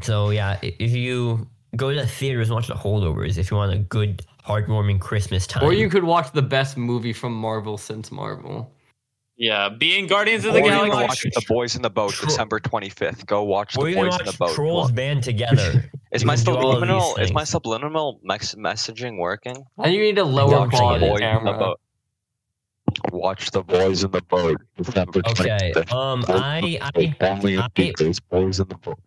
so yeah, i- if you go to the theaters and watch the holdovers, if you want a good heartwarming Christmas time,
Or you could watch the best movie from Marvel since Marvel.
Yeah, being Guardians of
Or
the
you can watch
Galaxy.
The Boys in the Boat,
Tro-
December 25th. Go watch The
Or
Boys
you can
in the
watch
Boat.
Trolls band together.
Is my
You can do all of
subliminal
these
is my
things.
subliminal mex- messaging working?
And you need a lower
Watch the
quality
boys
camera.
Watch the boys in the boat. December
Okay.
25th.
Um, I I
only
I-
on weekdays. Boys in the boat.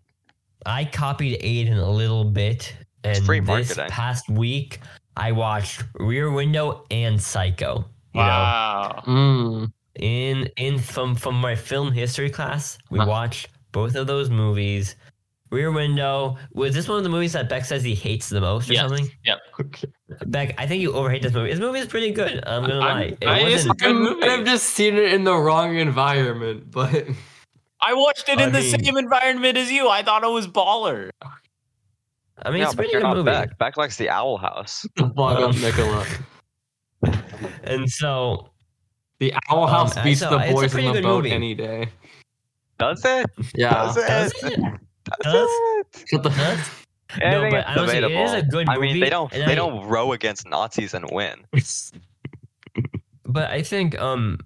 I copied Aiden a little bit, and
free
this
marketing.
past week I watched Rear Window and Psycho. You know,
Wow.
Mm.
in in from from my film history class, we
Huh.
watched both of those movies. Rear Window was this one of the movies that Beck says he hates the most or
Yes.
something?
Yep.
<laughs> Beck, I think you overhate this movie. This movie is pretty good. I'm gonna
I'm-
lie. It
I- it's
wasn't.
Good
I
movie.
might have Mm, just seen it in the wrong environment, but <laughs>
I watched it
I
in the
mean-
same environment as you. I thought it was baller.
I mean,
yeah,
it's a
but
pretty
you're
good
not
movie.
back. Back likes the Owl House.
bought up
<laughs> Um.
Nicola.
And so
The Owl
Um,
House
I
beats
saw-
the
it's a
boys
pretty
in the
good
boat
movie.
any day.
Does it?
Yeah.
Does it?
does it? Does-
it?
What the
That's-
Anything
but
is
honestly, it is
debatable.
a good
I mean,
movie,
they don't
and
they
I-
don't row against Nazis and win.
But I think, um,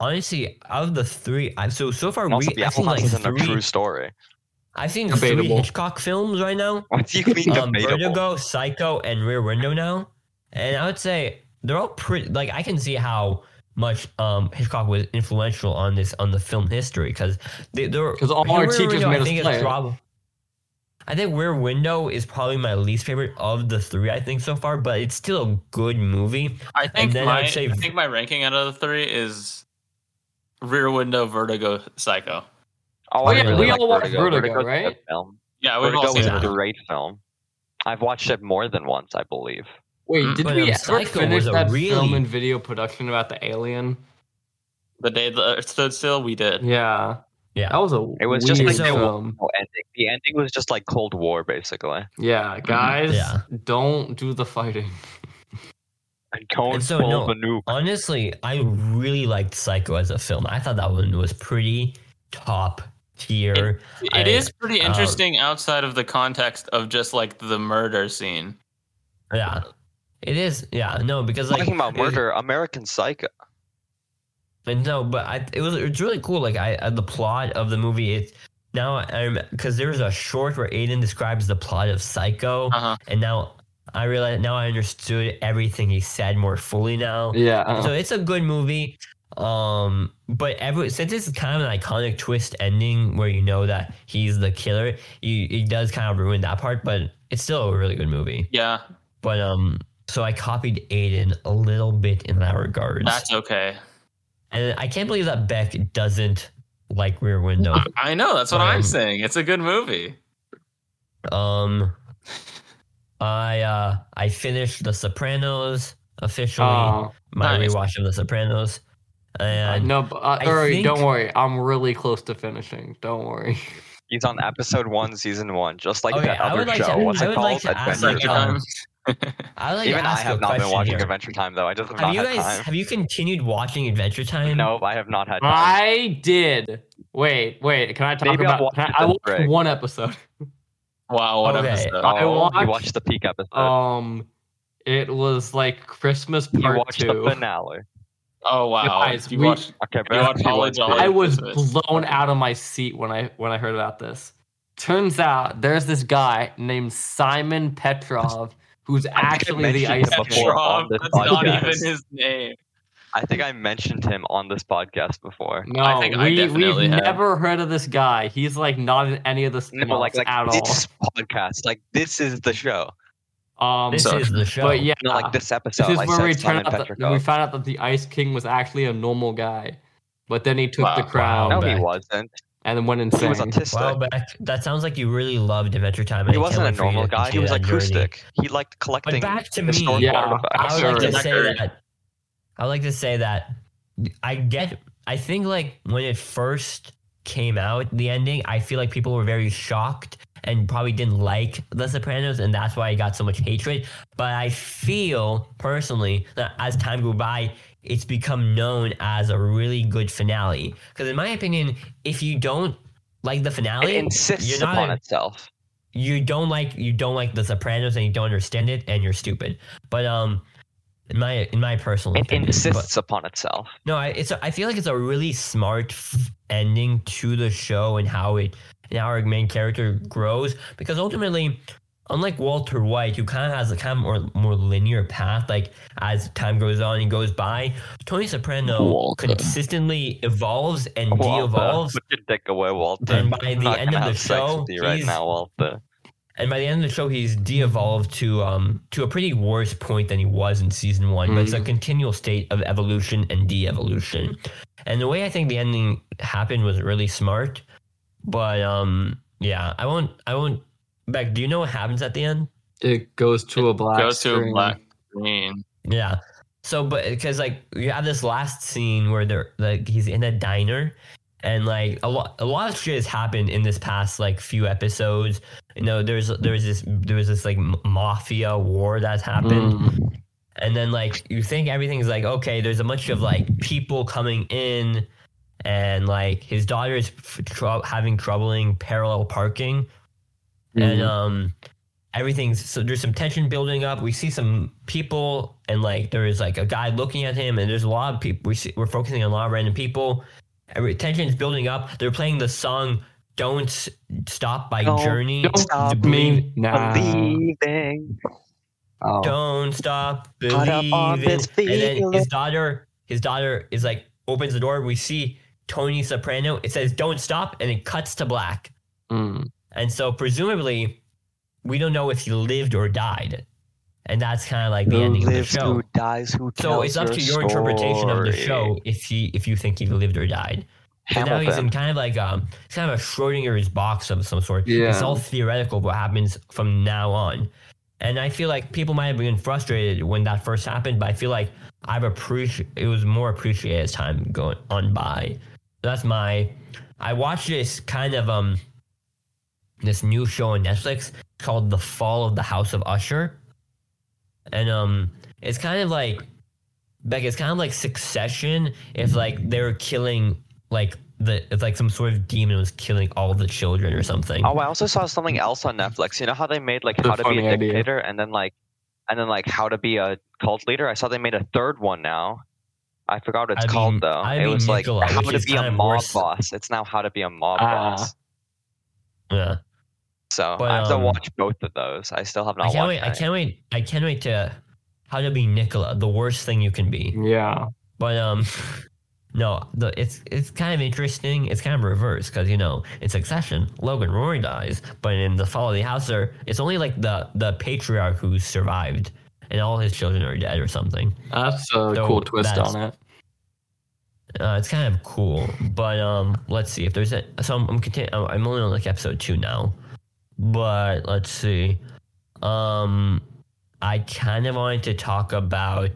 honestly, out of the three, I, so so far
And also,
<laughs> we
the
I've
Owl
seen
House
like
isn't a true
three.
story. <laughs>
I've seen three
Debatable.
Hitchcock films right now:
What do you mean
um,
debatable?
Vertigo, Psycho, and Rear Window. Now, and I would say they're all pretty. Like I can see how much um Hitchcock was influential on this on the film history because they they're
'Cause all
Rear
our teachers
Window,
made
I
us
think is
play it.
prob- I think Rear Window is probably my least favorite of the three I think so far, but it's still a good movie.
I think
then
my
I'd say-
I think my ranking out of the three is Rear Window, Vertigo, Psycho.
Oh,
I
yeah,
really
we
like
all watched Vertigo,
Vertigo's a good
right?
film.
Yeah, Oh, we've
Vertigo
all seen
was
that.
a
that.
great film. I've watched it more than once, I believe.
Wait,
Mm.
did
But,
we
um,
ever
Psycho
finish
was a
that film
really-
and video production about the alien?
The day the Earth stood still, we did.
Yeah,
Yeah,
that was a
It was just
weird
like they were-
film.
No ending. The ending was just like Cold War, basically.
Yeah, guys,
Mm-hmm. Yeah.
don't do the
<laughs>
fighting.
I don't
And so,
pull
no.
the nuke.
Honestly, I really liked Psycho as a film. I thought that one was pretty top tier. I-
It is pretty
um,
interesting outside of the context of just like the murder scene.
yeah, it is. Yeah, no, because like
Talking about murder, American Psycho.
And no, but I, it was it's really cool. Like I, uh the plot of the movie. It's now I'm because there's a short where Aiden describes the plot of Psycho,
Uh-huh.
and now I realize now I understood everything he said more fully now.
Uh-huh.
Yeah,
So it's a good movie. Um, but every since it's kind of an iconic twist ending where you know that he's the killer, you, it does kind of ruin that part. But it's still a really good movie.
Yeah,
But um, so I copied Aiden a little bit in that regard,
that's okay.
and I can't believe that Beck doesn't like Rear
<laughs>
Window.
I- I know. That's what I'm
Um,
saying. It's a good movie.
Um, I uh, I finished The Sopranos officially.
Uh,
Oh,
my
nice.
rewatch of The Sopranos,
uh,
and
no, but, uh,
I
Uri,
think-
don't worry. I'm really close to finishing. Don't
<laughs>
worry. <laughs>
He's on episode one, season one, just like
Okay,
that
Oh, I would
other
like to-
show. What's
I
it
would
called?
like to ask,
Adventure
like,
Time.
um, I like
Even
to
I
ask
have
a
not been
question
watching
here.
Adventure Time though. I just have
Have
not
you
had
guys
time.
have you continued watching Adventure Time?
No, I have not had time.
I did. Wait, wait. Can I talk
Maybe I'll
about?
watch
Can
it
I, I
this
watched
break.
one episode.
<laughs> Wow, what
Okay.
episode?
I
Oh,
watched-
you watched the peak episode.
Oh,
Um, it was like Christmas
you
part
watched
two.
the finale.
oh wow,
guys,
you
we-
watched
Okay, but
You watched
actually
College
watched
Hours?
it.
I was
Christmas.
blown out of my seat when I when I heard about this. Turns out there's this guy named Simon Petrov who's actually the
mentioned
ice
him
man.
before.
Petrov.
on this
That's not
podcast.
even his name.
I think I mentioned him on this podcast before.
No,
I think I
we,
definitely
we've
have.
never heard of this guy. He's like not in any of the spin
No, like, like
at
this podcast, like this is the show.
all. Um,
this
so-
is the show.
but yeah,
No, like this episode.
this is
like
where we
Sex, Simon
turn out that,
Petrikov.
we found out that the Ice King was actually a normal guy, but then he took
Wow.
the crown
No, he
back.
wasn't.
and then went
He
insane.
was autistic.
Wow, Beck, that sounds like you really loved Adventure Time. and
he
I
wasn't a
can't wait for you
normal
to
guy. He
continue
was
that journey.
acoustic. He liked
But
collecting
back to me,
historical
Yeah.
<laughs>
I would like
artifacts.
Sorry.
to say
Sorry.
that. I would like to say that. I get. I think like when it first came out, the ending. I feel like people were very shocked and probably didn't like The Sopranos, and that's why it got so much hatred. But I feel personally that as time grew by, it's become known as a really good finale. Because in my opinion, if you don't like the
It
finale,
insists
you're not
upon
a-
itself.
you don't like you don't like the Sopranos and you don't understand it and you're stupid. But um, in my in my personal
It
opinion, but,
insists upon itself.
no, I, it's a, I feel like it's a really smart f- ending to the show and how it and how our main character grows because ultimately. Unlike Walter White, who kind of has a kind of more, more linear path, like as time goes on and goes by, Tony Soprano
Walter.
consistently evolves and
Walter,
de-evolves.
put your dick away, Walter.
And by
I'm
the
not
end
gonna
of the
have sex
show,
with you right
he's-
now, Walter.
And by the end of the show, he's de-evolved to um to a pretty worse point than he was in season one. But it's a continual state of evolution and de-evolution. And the way I think the ending happened was really smart. But um yeah, I won't I won't Beck, do you know what happens at the end?
it goes to a black.
Goes to a
screen.
black screen.
Yeah. So, but because like you have this last scene where they're like he's in a diner, and like a lot, a lot of shit has happened in this past like few episodes. You know, there's there's this there was this like m- mafia war that's happened,
Mm.
and then like you think everything's like okay, there's a bunch of like people coming in, and like his daughter is f- trou- having troubling parallel parking, and um everything's so there's some tension building up we see some people and like there is like a guy looking at him and there's a lot of people we see, we're focusing on a lot of random people Every, tension's building up they're playing the song don't S- stop by
Don't-
journey
Don't
Stop
me now.
Believing.
Oh.
don't stop
Caught up on
believing.
this
And then
feeling.
his daughter, his daughter is like opens the door. We see Tony Soprano. It says "Don't stop," and it cuts to black.
Mm.
And so presumably, we don't know if he lived or died, and that's kind of like the
Who
ending of the
lives,
show.
who dies, who
So
tells
it's up to your
story.
interpretation of the show if he if you think he lived or died. And now he's
Hamilton.
in kind of like um, it's kind of a Schrodinger's box of some sort.
Yeah.
It's all theoretical what happens from now on. And I feel like people might have been frustrated when that first happened, but I feel like I've appreciated it was more appreciated as time going on by. That's my I watched this kind of um this new show on Netflix called The Fall of the House of Usher. And um it's kind of like Beck, it's kind of like succession if like they were killing like the if like some sort of demon was killing all the children or something.
Oh, I also saw something else on Netflix. You know how they made like
That's a
how to be
funny
a
idea.
dictator and then like and then like how to be a cult leader. I saw they made a third one now. I forgot what it's
I
called
mean-
though.
I
it
mean
was like
Nicola,
how
which
to
is
be a
kinda
mob
worse.
boss. It's now how to be a mob
Ah.
boss.
yeah.
So
But,
I have to
um,
watch both of those. I still have not
I can't
watched.
wait. I
any.
can't wait. I can't wait to how to be Nicola, the worst thing you can be.
Yeah.
But um, <laughs> No, the, it's it's kind of interesting. It's kind of reversed because you know in Succession, Logan Roy dies, but in the Fall of the Houser, it's only like the the patriarch who survived, and all his children are dead or something.
That's a
So
cool twist
that's-
on it.
Uh, it's kind of cool, but um, let's see if there's a. So I'm I'm, continu- I'm- I'm only on like episode two now, but let's see. Um, I kind of wanted to talk about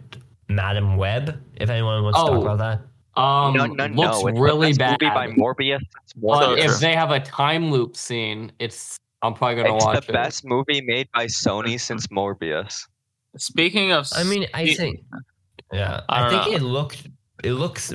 Madam Web. If anyone wants to
Oh.
talk about that,
Um,
no, no, no,
looks
it's the
really
best
bad.
Movie by Morbius. It's one
But
of the-
if they have a time loop scene, it's I'm probably gonna
it's
watch
the best movie made by Sony since Morbius.
Speaking of,
I mean, I
Ye-
think, yeah,
I
I,
don't
think it looked, it looks,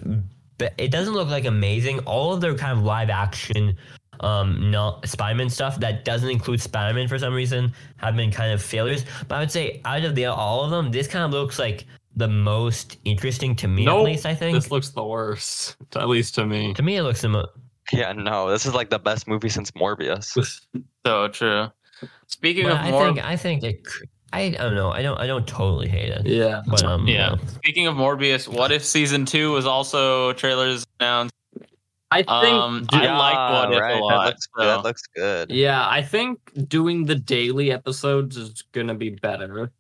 be- it doesn't look like amazing. All of their kind of live action, um, not Spider-Man stuff that doesn't include Spider-Man for some reason have been kind of failures. But I would say out of the all of them, this kind of looks like the most interesting to me.
Nope.
At least I
it.
think
This looks the worst, to- at least to me.
to me it looks the most.
Yeah, no, this is like the best movie since Morbius.
so true. Speaking
But
of
I
more,
think uh, I think it. cr- I don't know. I don't. I don't totally hate it.
Yeah.
But um,
Yeah.
yeah.
speaking of Morbius, what if season two was also trailers announced?
I think.
Um, <laughs> I
Yeah,
like what if
right,
a lot.
That looks,
so-
that looks good.
yeah, I think doing the daily episodes is gonna be better.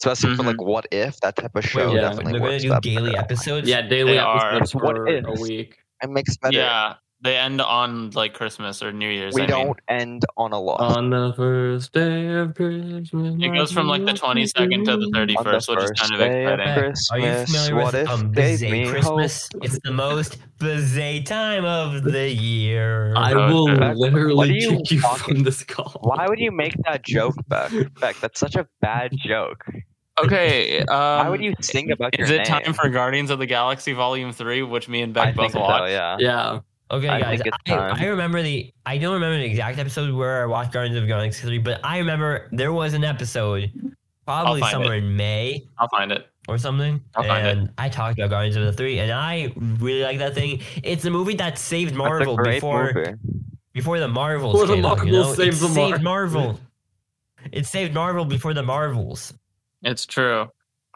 Especially for
Mm-hmm.
like what if that type of show.
Wait, yeah,
definitely
they're gonna
works
do
that
daily
better.
episodes.
Yeah, daily
They are.
episodes
What
for
if?
a week.
It makes better.
yeah, they end on like Christmas or New Year's.
we
I mean. Uh,
don't end on a loss.
On the first day of Christmas,
It goes from like the 22nd to the
On the
31st, which is kind of
day
exciting.
Are you
Christmas,
familiar
what
with
if
um,
they
bizet
me
Christmas? It's the most bizet time of the year.
I
Oh,
will
Beck,
what are
literally
you
kick you
talking-
from this call.
Why would you make that joke, Beck? Beck, that's such a bad joke.
Okay. Um,
Why would you sing about your
Is it
name?
time for Guardians of the Galaxy Volume Three, which me and Beck
I
both
think so,
watched?
yeah.
Yeah,
okay,
I
guys,
think it's
I,
time.
I remember the. I don't remember the exact episode where I watched Guardians of the Galaxy three, but I remember there was an episode, probably
find
somewhere in May
I'll find it.
or something,
I'll find it.
and I talked about Guardians of the three, and I really like that thing. It's a movie that saved
That's a
Marvel
great
before
<laughs>
movie.
before the Marvels.
Before the
came out, you
Marvels
know?
saved
it
the Mar-
saved Marvel. It saved Marvel before the Marvels.
It's true.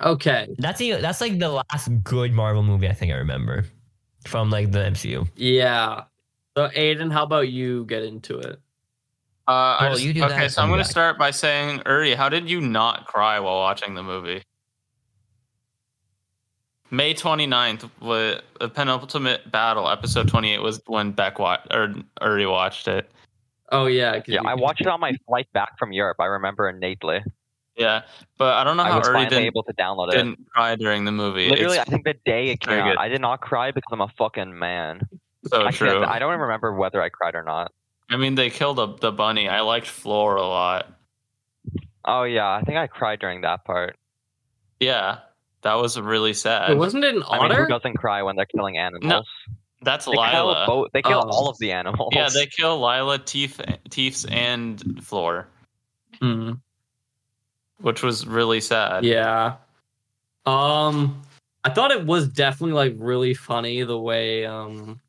okay,
That's the that's like the last good Marvel movie I think I remember from like the MCU.
yeah. So, Aiden, how about you get into it?
Uh, I
Well,
just-
you do
okay,
that,
so I'm
I'll be
going to
back.
start by saying, Uri, how did you not cry while watching the movie? May 29th, wa- the penultimate battle, episode 28, was when Beck watched or Uri watched it.
Oh yeah, 'cause
Yeah,
you-
I watched it on my flight back from Europe. I remember innately.
Yeah, but I don't know
I
how
was
Uri
finally
didn't,
able to download it.
Uh, didn't cry during the movie.
Literally, I
it's
think the day it came
very
out,
good.
I did not cry because I'm a fucking man.
so
I,
true.
can't, I don't remember whether I cried or not.
I mean, they killed the, the bunny. I liked Floor a lot.
Oh yeah, I think I cried during that part.
Yeah, that was really sad.
Wait, wasn't it an
I mean,
otter?
who doesn't cry when they're killing animals?
That's
They kill
Lila.
both. They kill
Oh.
all of the animals.
Yeah, they kill Lila, Teef, Teefs, and Floor,
Hmm,
which was really sad.
yeah. Um, I thought it was definitely like really funny the way um,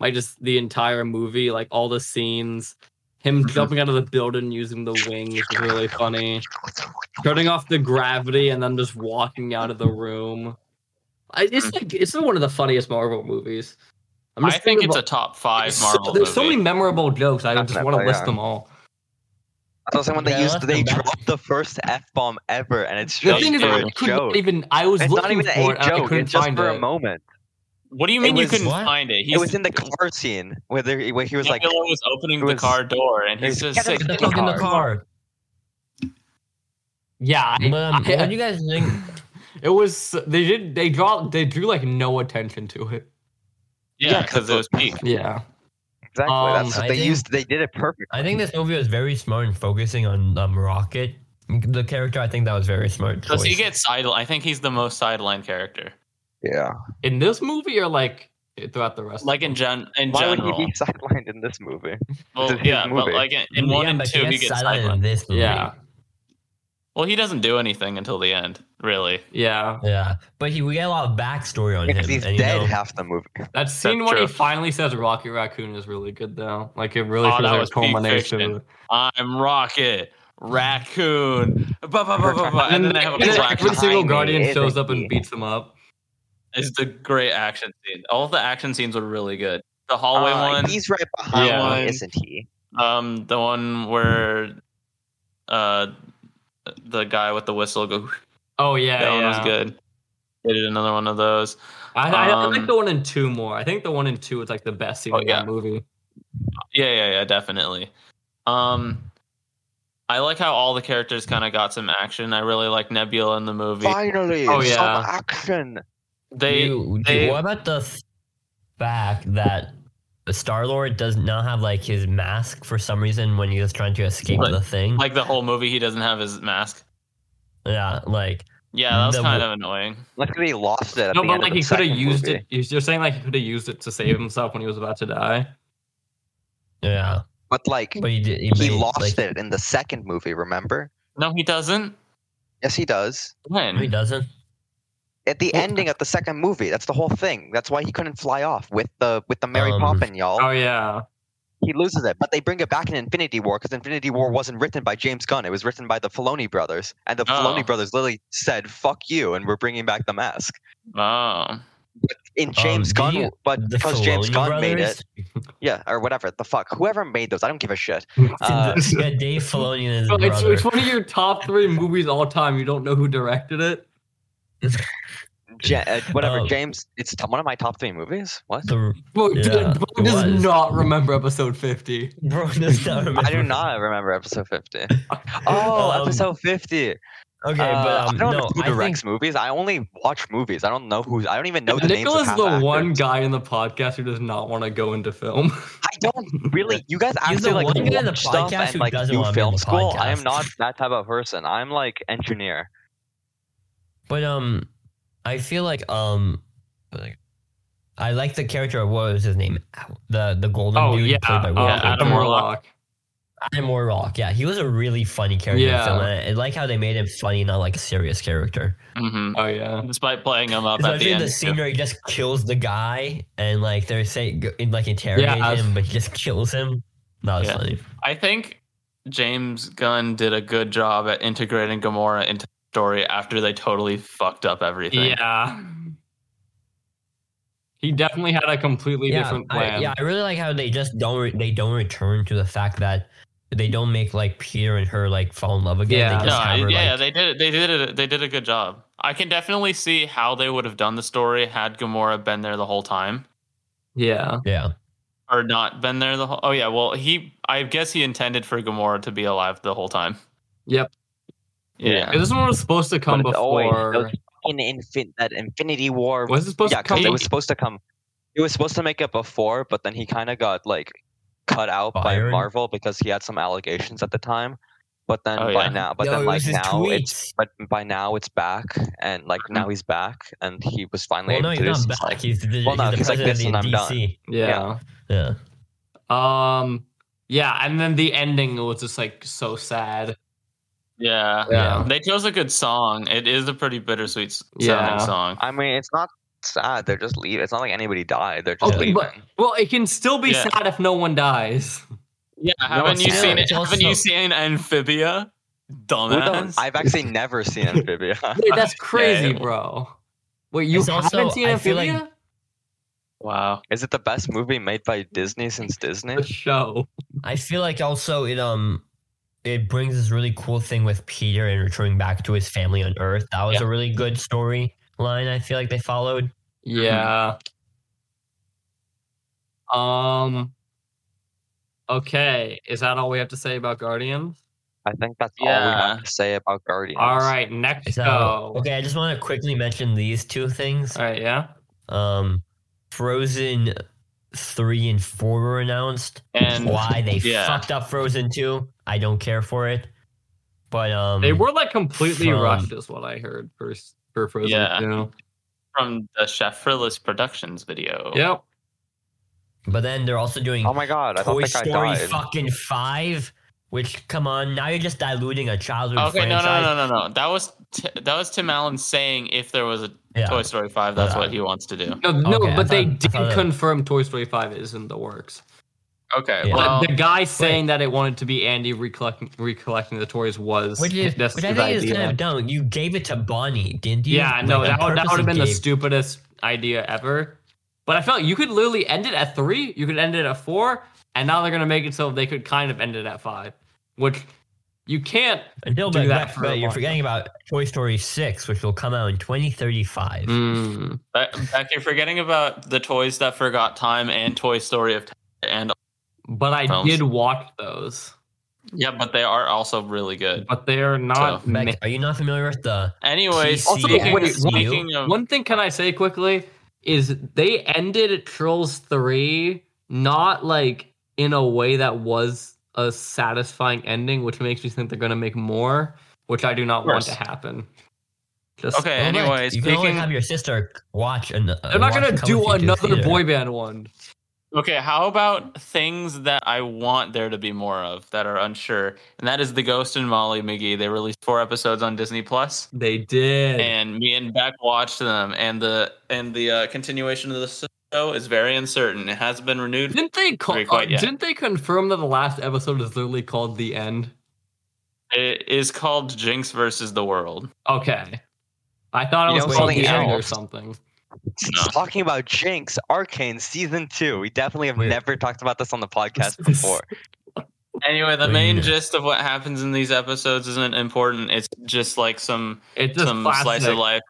like just the entire movie, like all the scenes, him
Mm-hmm.
jumping out of the building using the wings is really funny. shutting off the gravity and then just walking out of the room. I,
Mm.
it's like it's one of the funniest Marvel movies. I'm
I think
thinking
it's a
about-
top five
it's so-
Marvel
there's so
movie.
many memorable jokes. I just want to
Definitely,
list
yeah.
them all.
<laughs> I was saying when they
Yeah,
used
that's the
they
best.
dropped the first f bomb ever, and it's
The
just
thing is,
for
I
a
could not
joke.
even. I was
it's not
looking for
even a
it. and I
joke.
couldn't
It's just
find
for
it.
a moment.
What do you
It
mean you
was-
couldn't
What?
find it? He's,
It was in the car scene where, they, where he was like,
Nebula was opening
it
the
was-
car door, and he's
it was-
just
Get
like,
Get the
It's
fuck in the
hard.
car.
Yeah, I,
But, um,
I-
what do you guys think?
it was. They did. They draw. They drew like no attention to it.
yeah, because it was peak.
Yeah.
exactly. that's
Um,
what
I
they
think-
used. They did it perfect.
I think this movie was very smart in focusing on um, Rocket, the character. I think that was very smart.
Does he
choice.
get sidelined? I think he's the most sidelined character.
Yeah.
In this movie, or like throughout the rest.
Like
of
in gen in
Why would
general.
he be sidelined in this movie?
well,
in his
yeah, but
movie?
like in, in one
Yeah,
and
but
two, he gets
sidelined in
sidelined.
this movie.
Yeah.
Well, he doesn't do anything until the end, really.
Yeah.
yeah. But he, we get a lot of backstory on
Because
him.
he's
and, you
dead
know-
half the movie.
That scene
That's
when he
true.
finally says Rocky Raccoon is really good though. Like it really
Oh,
feels
that
like
was
a
peak
culmination.
fiction.
of it.
I'm Rocket, Raccoon, blah, blah, blah, blah, blah. and then they have a
and then
black
every single
tiny,
Guardian
isn't
shows up
he?
and beats him up.
It's the great action scene. All of the action scenes are really good. The hallway
Uh,
one,
He's right behind
Yeah.
me, isn't he?
um, the one where, uh, the guy with the whistle go.
Oh yeah,
That one
yeah.
was good. They did another one of those.
I, I, I
Um,
like the one in two more. I think the one in two is like the best scene
Oh,
in
yeah.
that movie.
Yeah, yeah, yeah, definitely. Um, I like how all the characters kind of got some action. I really like Nebula in the movie.
Finally,
Oh,
some
yeah.
action.
They
you, dude,
they-
what about the th- fact that Star Lord does not have like his mask for some reason when he was trying to escape
Like-
the thing?
like the whole movie. He doesn't have his mask.
yeah, like
Yeah, that was
The-
kind of annoying.
Luckily, he lost it. At
No,
the
but
end
like
of the
he could have
second
used
movie.
it. You're you're saying like he could have used it to save himself when he was about to die.
yeah,
But like
but he did. He,
he
made,
lost
like,
it in the second movie. Remember?
No, he doesn't.
Yes, he does.
When
no, He doesn't.
At the
Well-
ending of the second movie, that's the whole thing. That's why he couldn't fly off with the with the Mary
Um,
Poppin, y'all.
Oh
<laughs>
yeah. <laughs>
He loses it, but they bring it back in Infinity War because Infinity War wasn't written by James Gunn. It was written by the Filoni brothers, and the
Oh.
Filoni brothers literally said "fuck you" and we're bringing back the mask.
Oh,
In James
did
Gunn,
you-
but
The
because James
Filoni
Gunn made
brothers?
it, yeah, or whatever the fuck, whoever made those, I don't give a shit. Uh,
It's- yeah, Dave Filoni and his
So it's,
brother.
it's one of your top three movies all time. You don't know who directed it.
Ja- uh, whatever,
Um,
James. It's t- one of my top three movies.
<laughs>
What?
The-
Bro, dude,
Yeah,
bro
it
does
was.
not remember episode fifty.
bro does not remember.
I do not remember
<laughs>
episode fifty. Oh,
Um,
episode fifty.
Okay,
Uh,
but um,
I don't
no,
know who
I think
directs movies. I only watch movies. I don't know who's. I don't even know the names.
Nickel
of
is
half
the
actors.
one guy in the podcast who does not want to go into
<laughs>
film.
I don't really. You guys
He's the
actually like
one guy in the
watch stuff
podcast who
and like
doesn't
do
wanna be on
film
the
school. I am
podcast.
not that type of person. I'm like engineer.
But um, I feel like um, like, I like the character of what was his name, Ow. the the golden
oh
dude
yeah,
played by
um,
Will
Adam
Adam
Goldberg.
Warlock.
Adam Warlock. Yeah, he was a really funny character.
Yeah.
Yeah. Film. and I, I like how they made him funny, not like a serious character.
hmm
Oh yeah.
despite playing him up at
Especially
the
the,
end.
scene
too.
where he just kills the guy and like they're saying go- in, like interrogate
Yeah.
him, but he just kills him. That was
Yeah.
funny.
I think James Gunn did a good job at integrating Gamora into the story after they totally fucked up everything.
Yeah. He definitely had a completely
Yeah,
different
I,
plan.
yeah. I really like how they just don't re- they don't return to the fact that they don't make like Peter and her like fall in love again.
Yeah.
they
No,
just
I-
have her,
yeah,
like,
they did it. They did it. They did a good job. I can definitely see how they would have done the story had Gamora been there the whole time,
yeah.
yeah.
or not been there the whole. Oh yeah, well he. I guess he intended for Gamora to be alive the whole time.
Yep.
Yeah.
This one was supposed to come
But it's always-
before.
those In infin- that Infinity War.
was it supposed
yeah,
to come?
because it was supposed to come. It was supposed to make it before, but then he kind of got like cut out by
Fired?
Marvel because he had some allegations at the time. But then
Oh,
by
yeah.
now, but
No,
then
it
like
was his
now it's
tweets.
but by now it's back and like now he's back and he was finally
Well, no,
able
he's
to do
not
some
back.
stuff.
he's the,
Well, no,
he's
he's
the
like,
president
"Listen,
of
I'm
DC.
yeah.
Yeah.
Um. Yeah, and then the ending was just like so sad.
yeah,
Yeah.
They chose a good song. It is a pretty bittersweet s-
Yeah.
sounding song.
I mean, it's not sad. They're just leaving. It's not like anybody died. They're just
Okay,
leaving.
but- Well, it can still be
Yeah.
sad if no one
<laughs>
dies.
Yeah,
No,
haven't
it's
you
not.
seen it?
It's also-
Haven't you seen Amphibia?
Who knows?
Dumbass.
I've actually never seen Amphibia. <laughs>
Wait, that's crazy,
Yeah.
bro. Wait, you
It's
haven't
also-
seen
I feel like-
Amphibia?
wow.
Is it the best movie made by Disney since Disney?
the show.
I feel like also it um it brings this really cool thing with Peter and returning back to his family on Earth. That was a really good story line I feel like they followed.
Yeah. Um. Okay, is that all we have to say about Guardians?
I think that's all we
Yeah.
have to say about Guardians.
All right, next
So
show.
okay, I just want to quickly mention these two things.
All right, yeah.
Um Frozen three and four were announced.
And-
why they
<laughs> yeah.
fucked up Frozen two. I don't care for it. But um
They were like completely
From-
rushed, is what I heard for for Frozen
Yeah.
2.
from the Chefrillis Productions video.
Yep.
but then they're also doing
Oh my god, I don't
Toy
think I
Story
died.
fucking five. Which come on, now you're just diluting a childhood
Okay, no,
franchise.
no, no, no, no. That was t- that was Tim Allen saying if there was a
Yeah.
Toy Story five, that's
Yeah.
what he wants to do.
No, no,
Okay, I
but they
thought- I
did
thought that-
confirm Toy Story 5 is in the works.
Okay,
Yeah.
well,
the, the guy saying that it wanted to be Andy recollecting recollecting the toys was
Which is,
that's
which I
his
think is
idea.
kind of dumb. You gave it to Bonnie, didn't you?
yeah, no,
Like,
that
on
would, that
purpose
would have
you
been the
gave-
stupidest idea ever. But I felt you could literally end it at three, you could end it at four, and now they're gonna make it so they could kind of end it at five, which you can't.
Until
Do
but,
that
but-
for
but
a
you're
while.
forgetting about Toy Story 6, which will come out in 2035.
Mm,
Beck, Beck, you're forgetting about the toys that forgot time and Toy Story of Time. And
But I
Films.
did watch those,
yeah, but they are also really good.
but they are not.
So,
ma-
Beck, are you not familiar with the?
Anyway,
TCU. Also,
speaking,
wait, one-
speaking of
One thing can I say quickly is they ended Trolls three not like in a way that was a satisfying ending, which makes me think they're gonna make more, which I do not
Of
want
course.
to happen. Just
Okay,
Oh, Mike,
anyway,
you can only
speaking-
have your sister watch an. uh,
They're not
watch
gonna
Come
do
With Me to the
another
theater.
boy band one.
Okay, how about things that I want there to be more of that are unsure? And that is The Ghost and Molly McGee. They released four episodes on Disney Plus,
They did.
and me and Beck watched them. And the and the uh, continuation of the show is very uncertain. It hasn't been renewed.
didn't they call,
Very quiet, yeah.
didn't they confirm that the last episode is literally called the end?
It is called Jinx versus the World.
Okay. I thought it
You
was
know
called the
something
end or
else?
something.
No.
Talking about Jinx, Arcane season two. We definitely have
Wait.
never talked about this on the podcast before.
Anyway, the
Wait a
main
minute.
gist of what happens in these episodes isn't important. It's just like some
It's just
some
classic.
slice of life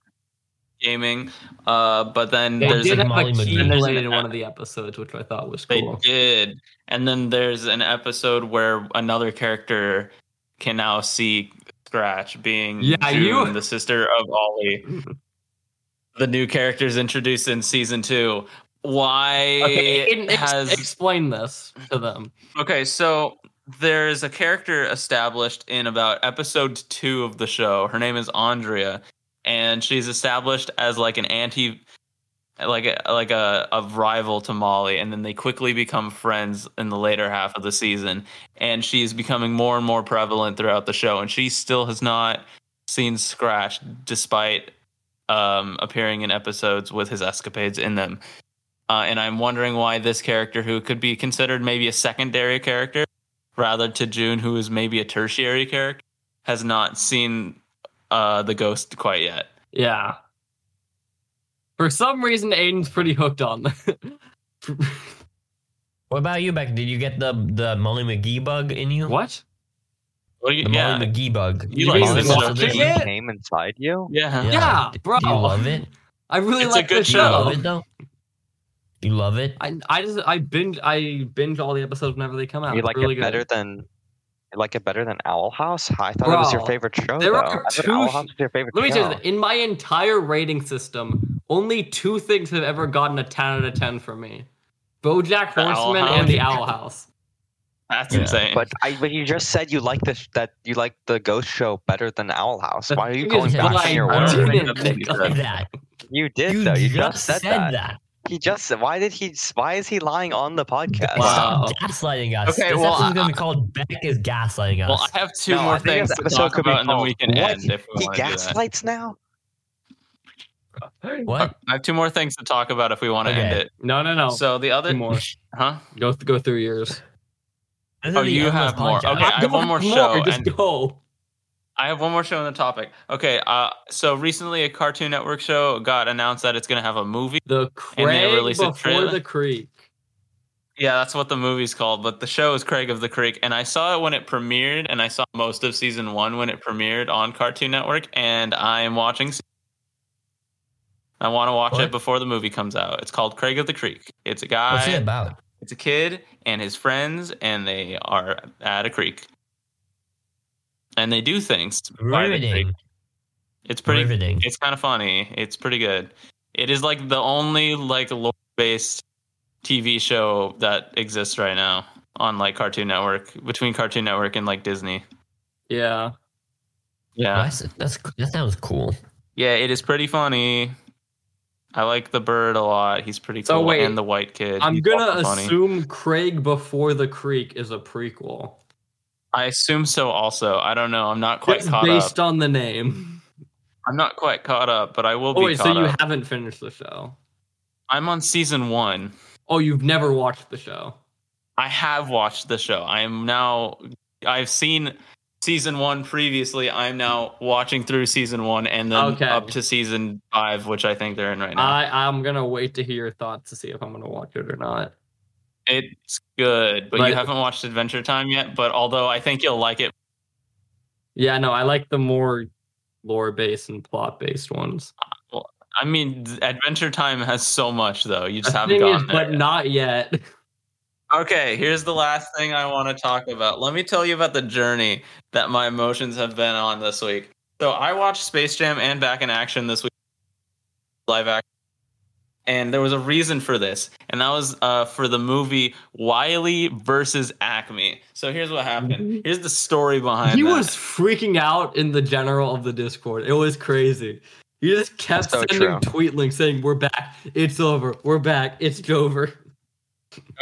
gaming. Uh, but then
They
there's
did
a
have
Molly
a
McGee.
key
And there's an
related in
app.
one of the episodes, which I thought was
They
cool.
did. And then there's an episode where another character can now see Scratch being
Yeah,
June,
you-
the sister of Ollie. the new characters introduced in season two. Why
Okay, Aiden, ex-
has
explain this to them.
Okay, so there's a character established in about episode two of the show. Her name is Andrea, and she's established as like an anti, like a, like a, a rival to Molly, and then they quickly become friends in the later half of the season. And she's becoming more and more prevalent throughout the show, and she still has not seen Scratch, despite um, appearing in episodes with his escapades in them uh, and I'm wondering why this character, who could be considered maybe a secondary character, rather to June, who is maybe a tertiary character, has not seen uh, the ghost quite yet.
Yeah. For some reason, Aiden's pretty hooked on
<laughs>
that.
What about you, Beck? Did you get the the Molly McGee bug in you?
what?
What do
The
you, yeah,
Molly McGee bug. Did
You
you
like this
listen to
watching
this?
it? Yeah.
Came inside you.
yeah,
Yeah,
D-
bro.
Do you love it?
I really
It's a
like
good
this
Do you
show.
love
show.
it though? You love it?
I, I just I binge I binge all the episodes whenever they come out.
you
It's
like
really
it better
good.
than you like it better than Owl House? I thought it was your
Bro,
favorite show.
there
though.
are
I thought
two
Owl
sh-
House was your favorite
Let me
show.
tell you, this, in my entire rating system, only two things have ever gotten a ten out of ten from me: BoJack
The Owl
Horseman
House.
and The Owl House.
that's
Yeah.
insane.
But I, but you just said you like this that you like the ghost show better than Owl House.
The
Why are you
thing
going
is,
back
what
on your
I
word?
don't
didn't,
think <laughs> that's
Nicola.
good.
That.
You did though. You just said, that.
that.
He just said. Why did he? Why is he lying on the podcast?
Wow.
Stop gaslighting us.
Okay,
this
well,
episode's
I-
gonna be called Beck is gaslighting us.
well, I have two
No, I
more
think this
things to
episode
talk
could be
about, and then we
called
can
What?
end if we
He
want to do that.
gaslights now.
what?
I have two more things to talk about if we want to
Okay.
end it.
No, no, no.
So the other,
Oh, Two more.
huh?
Go go through yours.
This is
Oh,
the
you
endless
have more.
podcast.
Okay, I have <laughs> one more show,
Just
and-
go.
I have one more show on the topic. Okay, uh, so recently a Cartoon Network show got announced that it's going to have a movie.
The Craig
release a
before
trailer?
the Creek.
Yeah, that's what the movie's called, but the show is Craig of the Creek, and I saw it when it premiered, and I saw most of season one when it premiered on Cartoon Network, and I'm watching. se- I want to watch
What?
it before the movie comes out. It's called Craig of the Creek. It's
What's
a
it
guy,
about?
it's a kid, and his friends, and they are at a creek, and they do things. by the creek.
Riveting.
It's pretty
Riveting.
it's kind of funny. It's pretty good. It is like the only like lore based TV show that exists right now on like Cartoon Network between Cartoon Network and like Disney.
Yeah.
Yeah,
That's, that's that sounds cool.
yeah, it is pretty funny. I like the bird a lot. He's pretty
So
cool,
wait,
and the white kid.
I'm
He's
gonna
also funny.
assume Craig before the Creek is a prequel.
I assume so. Also, I don't know. I'm not quite
Just
caught up.
based on the name.
I'm not quite caught up, but I will
Oh
be
wait, so
caught
you
up.
haven't finished the show?
I'm on season one.
Oh, you've never watched the show.
I have watched the show. I am now. I've seen season one previously. I'm now watching through season one and then
Okay. Uh,
up to season five, which I think they're in right now.
I I'm gonna wait to hear your thoughts to see if I'm gonna watch it or not.
it's good, but,
But-
you haven't watched Adventure Time yet. But although I think you'll like it,
Yeah, no, I like the more lore based and plot based ones.
I mean, Adventure Time has so much though. You just
The
haven't
thing is,
gotten there.
but
yet.
not yet. <laughs>
Okay, here's the last thing I want to talk about. Let me tell you about the journey that my emotions have been on this week. So I watched Space Jam and Back in Action this week, live action, and there was a reason for this, and that was uh, for the movie Wiley versus Acme. So here's what happened. Here's the story behind.
he
that.
was freaking out in the general of the Discord. It was crazy. He just kept
So
sending
true.
tweet links saying, "We're back. It's over. We're back. It's over." <laughs>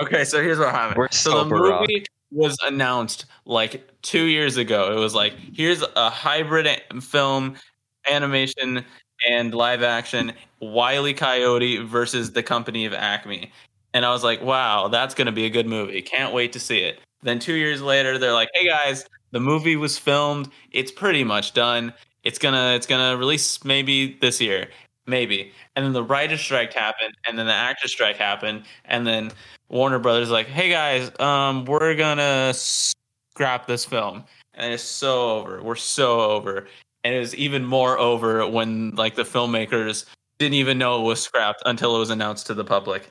Okay, so here's what happened.
We're
so the
sober, Rob.
movie was announced like two years ago. It was like here's a hybrid a- film, animation and live action, Wiley Coyote versus the company of Acme. And I was like, wow, that's gonna be a good movie. Can't wait to see it. Then two years later, they're like, hey guys, the movie was filmed. It's pretty much done. It's gonna it's gonna release maybe this year. Maybe. And then the writer's strike happened, and then the actor's strike happened, and then Warner Brothers like, hey guys, um, we're gonna scrap this film, and it's so over. We're so over, and it was even more over when like the filmmakers didn't even know it was scrapped until it was announced to the public.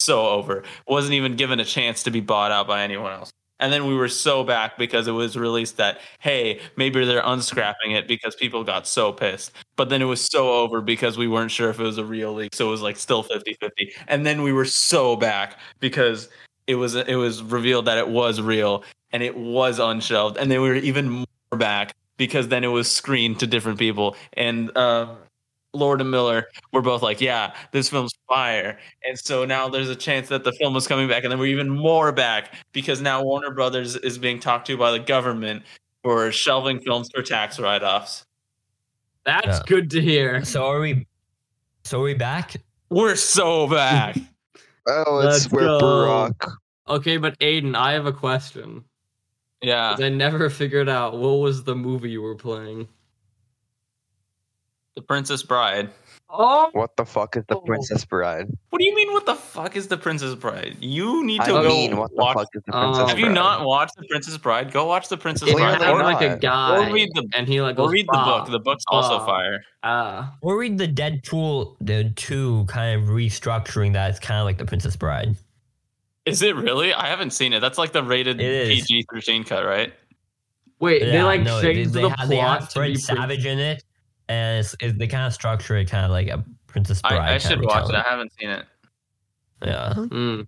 So over, wasn't even given a chance to be bought out by anyone else. And then we were so back because it was released that hey, maybe they're unscrapping it because people got so pissed. But then it was so over because we weren't sure if it was a real leak, so it was like still 50-50. And then we were so back because it was it was revealed that it was real and it was unshelved and then we were even more back because then it was screened to different people and uh Lord and Miller were both like, "Yeah, this film's fire," and so now there's a chance that the film is coming back, and then we're even more back because now Warner Brothers is being talked to by the government for shelving films for tax write-offs.
That's
Yeah.
good to hear.
So are we? So are we back?
We're
<laughs>
so back.
Oh, it's
it's- Let's
where
we're go. Barack.
Barack.
Okay, but Aiden, I have a question.
yeah,
'Cause I never figured out what was the movie you were playing.
The Princess Bride.
Oh,
What the fuck is the Princess Bride?
What do you mean? What the fuck is The Princess Bride? You need
I
to go
mean, what the
watch
fuck is the
Oh.
Princess Bride?
Have you not watched The Princess Bride? Go watch The Princess
it's
Clearly
Bride.
not
Or,
like a
not.
guy,
Or read the-
and he like
or
goes,
read the
"Bah,
book. The book's also
Fuck.
fire.
ah."
Or read the Deadpool the two kind of restructuring that. It's kind of like the Princess Bride.
Is it really? I haven't seen it. That's like the rated
It is.
PG 13 cut, right?
Wait, they
Yeah,
like
no,
changed
they
the
have- they have
plot to
Fred
be pre-
Savage in it, and it's, it, they kind of structure it kind of like a Princess Bride.
I, I
kinda
should watch it. I
retelling.
haven't seen it.
Yeah.
Mm.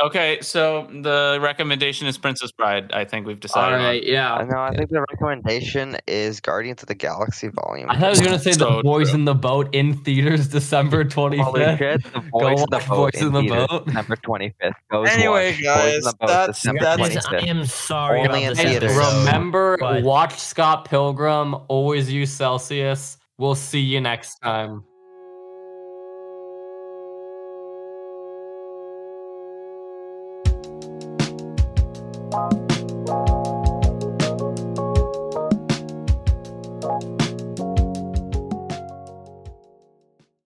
Okay, so the recommendation is Princess Bride. I think we've
All
decided. on.
right, yeah.
Uh, No, I think the recommendation is Guardians of the Galaxy Volume.
I thought I was gonna say
So
the Boys
true.
in the Boat in theaters December twenty
Holy
fifth.
shit! The voice of the
watch
boat
Voice
in
of the
theaters,
Boat.
December twenty fifth.
Anyway, guys, that's- that's-
Guys, I am sorry
Only in
about this
theaters.
episode.
Remember,
But-
watch Scott Pilgrim. Always use Celsius. We'll see you next time.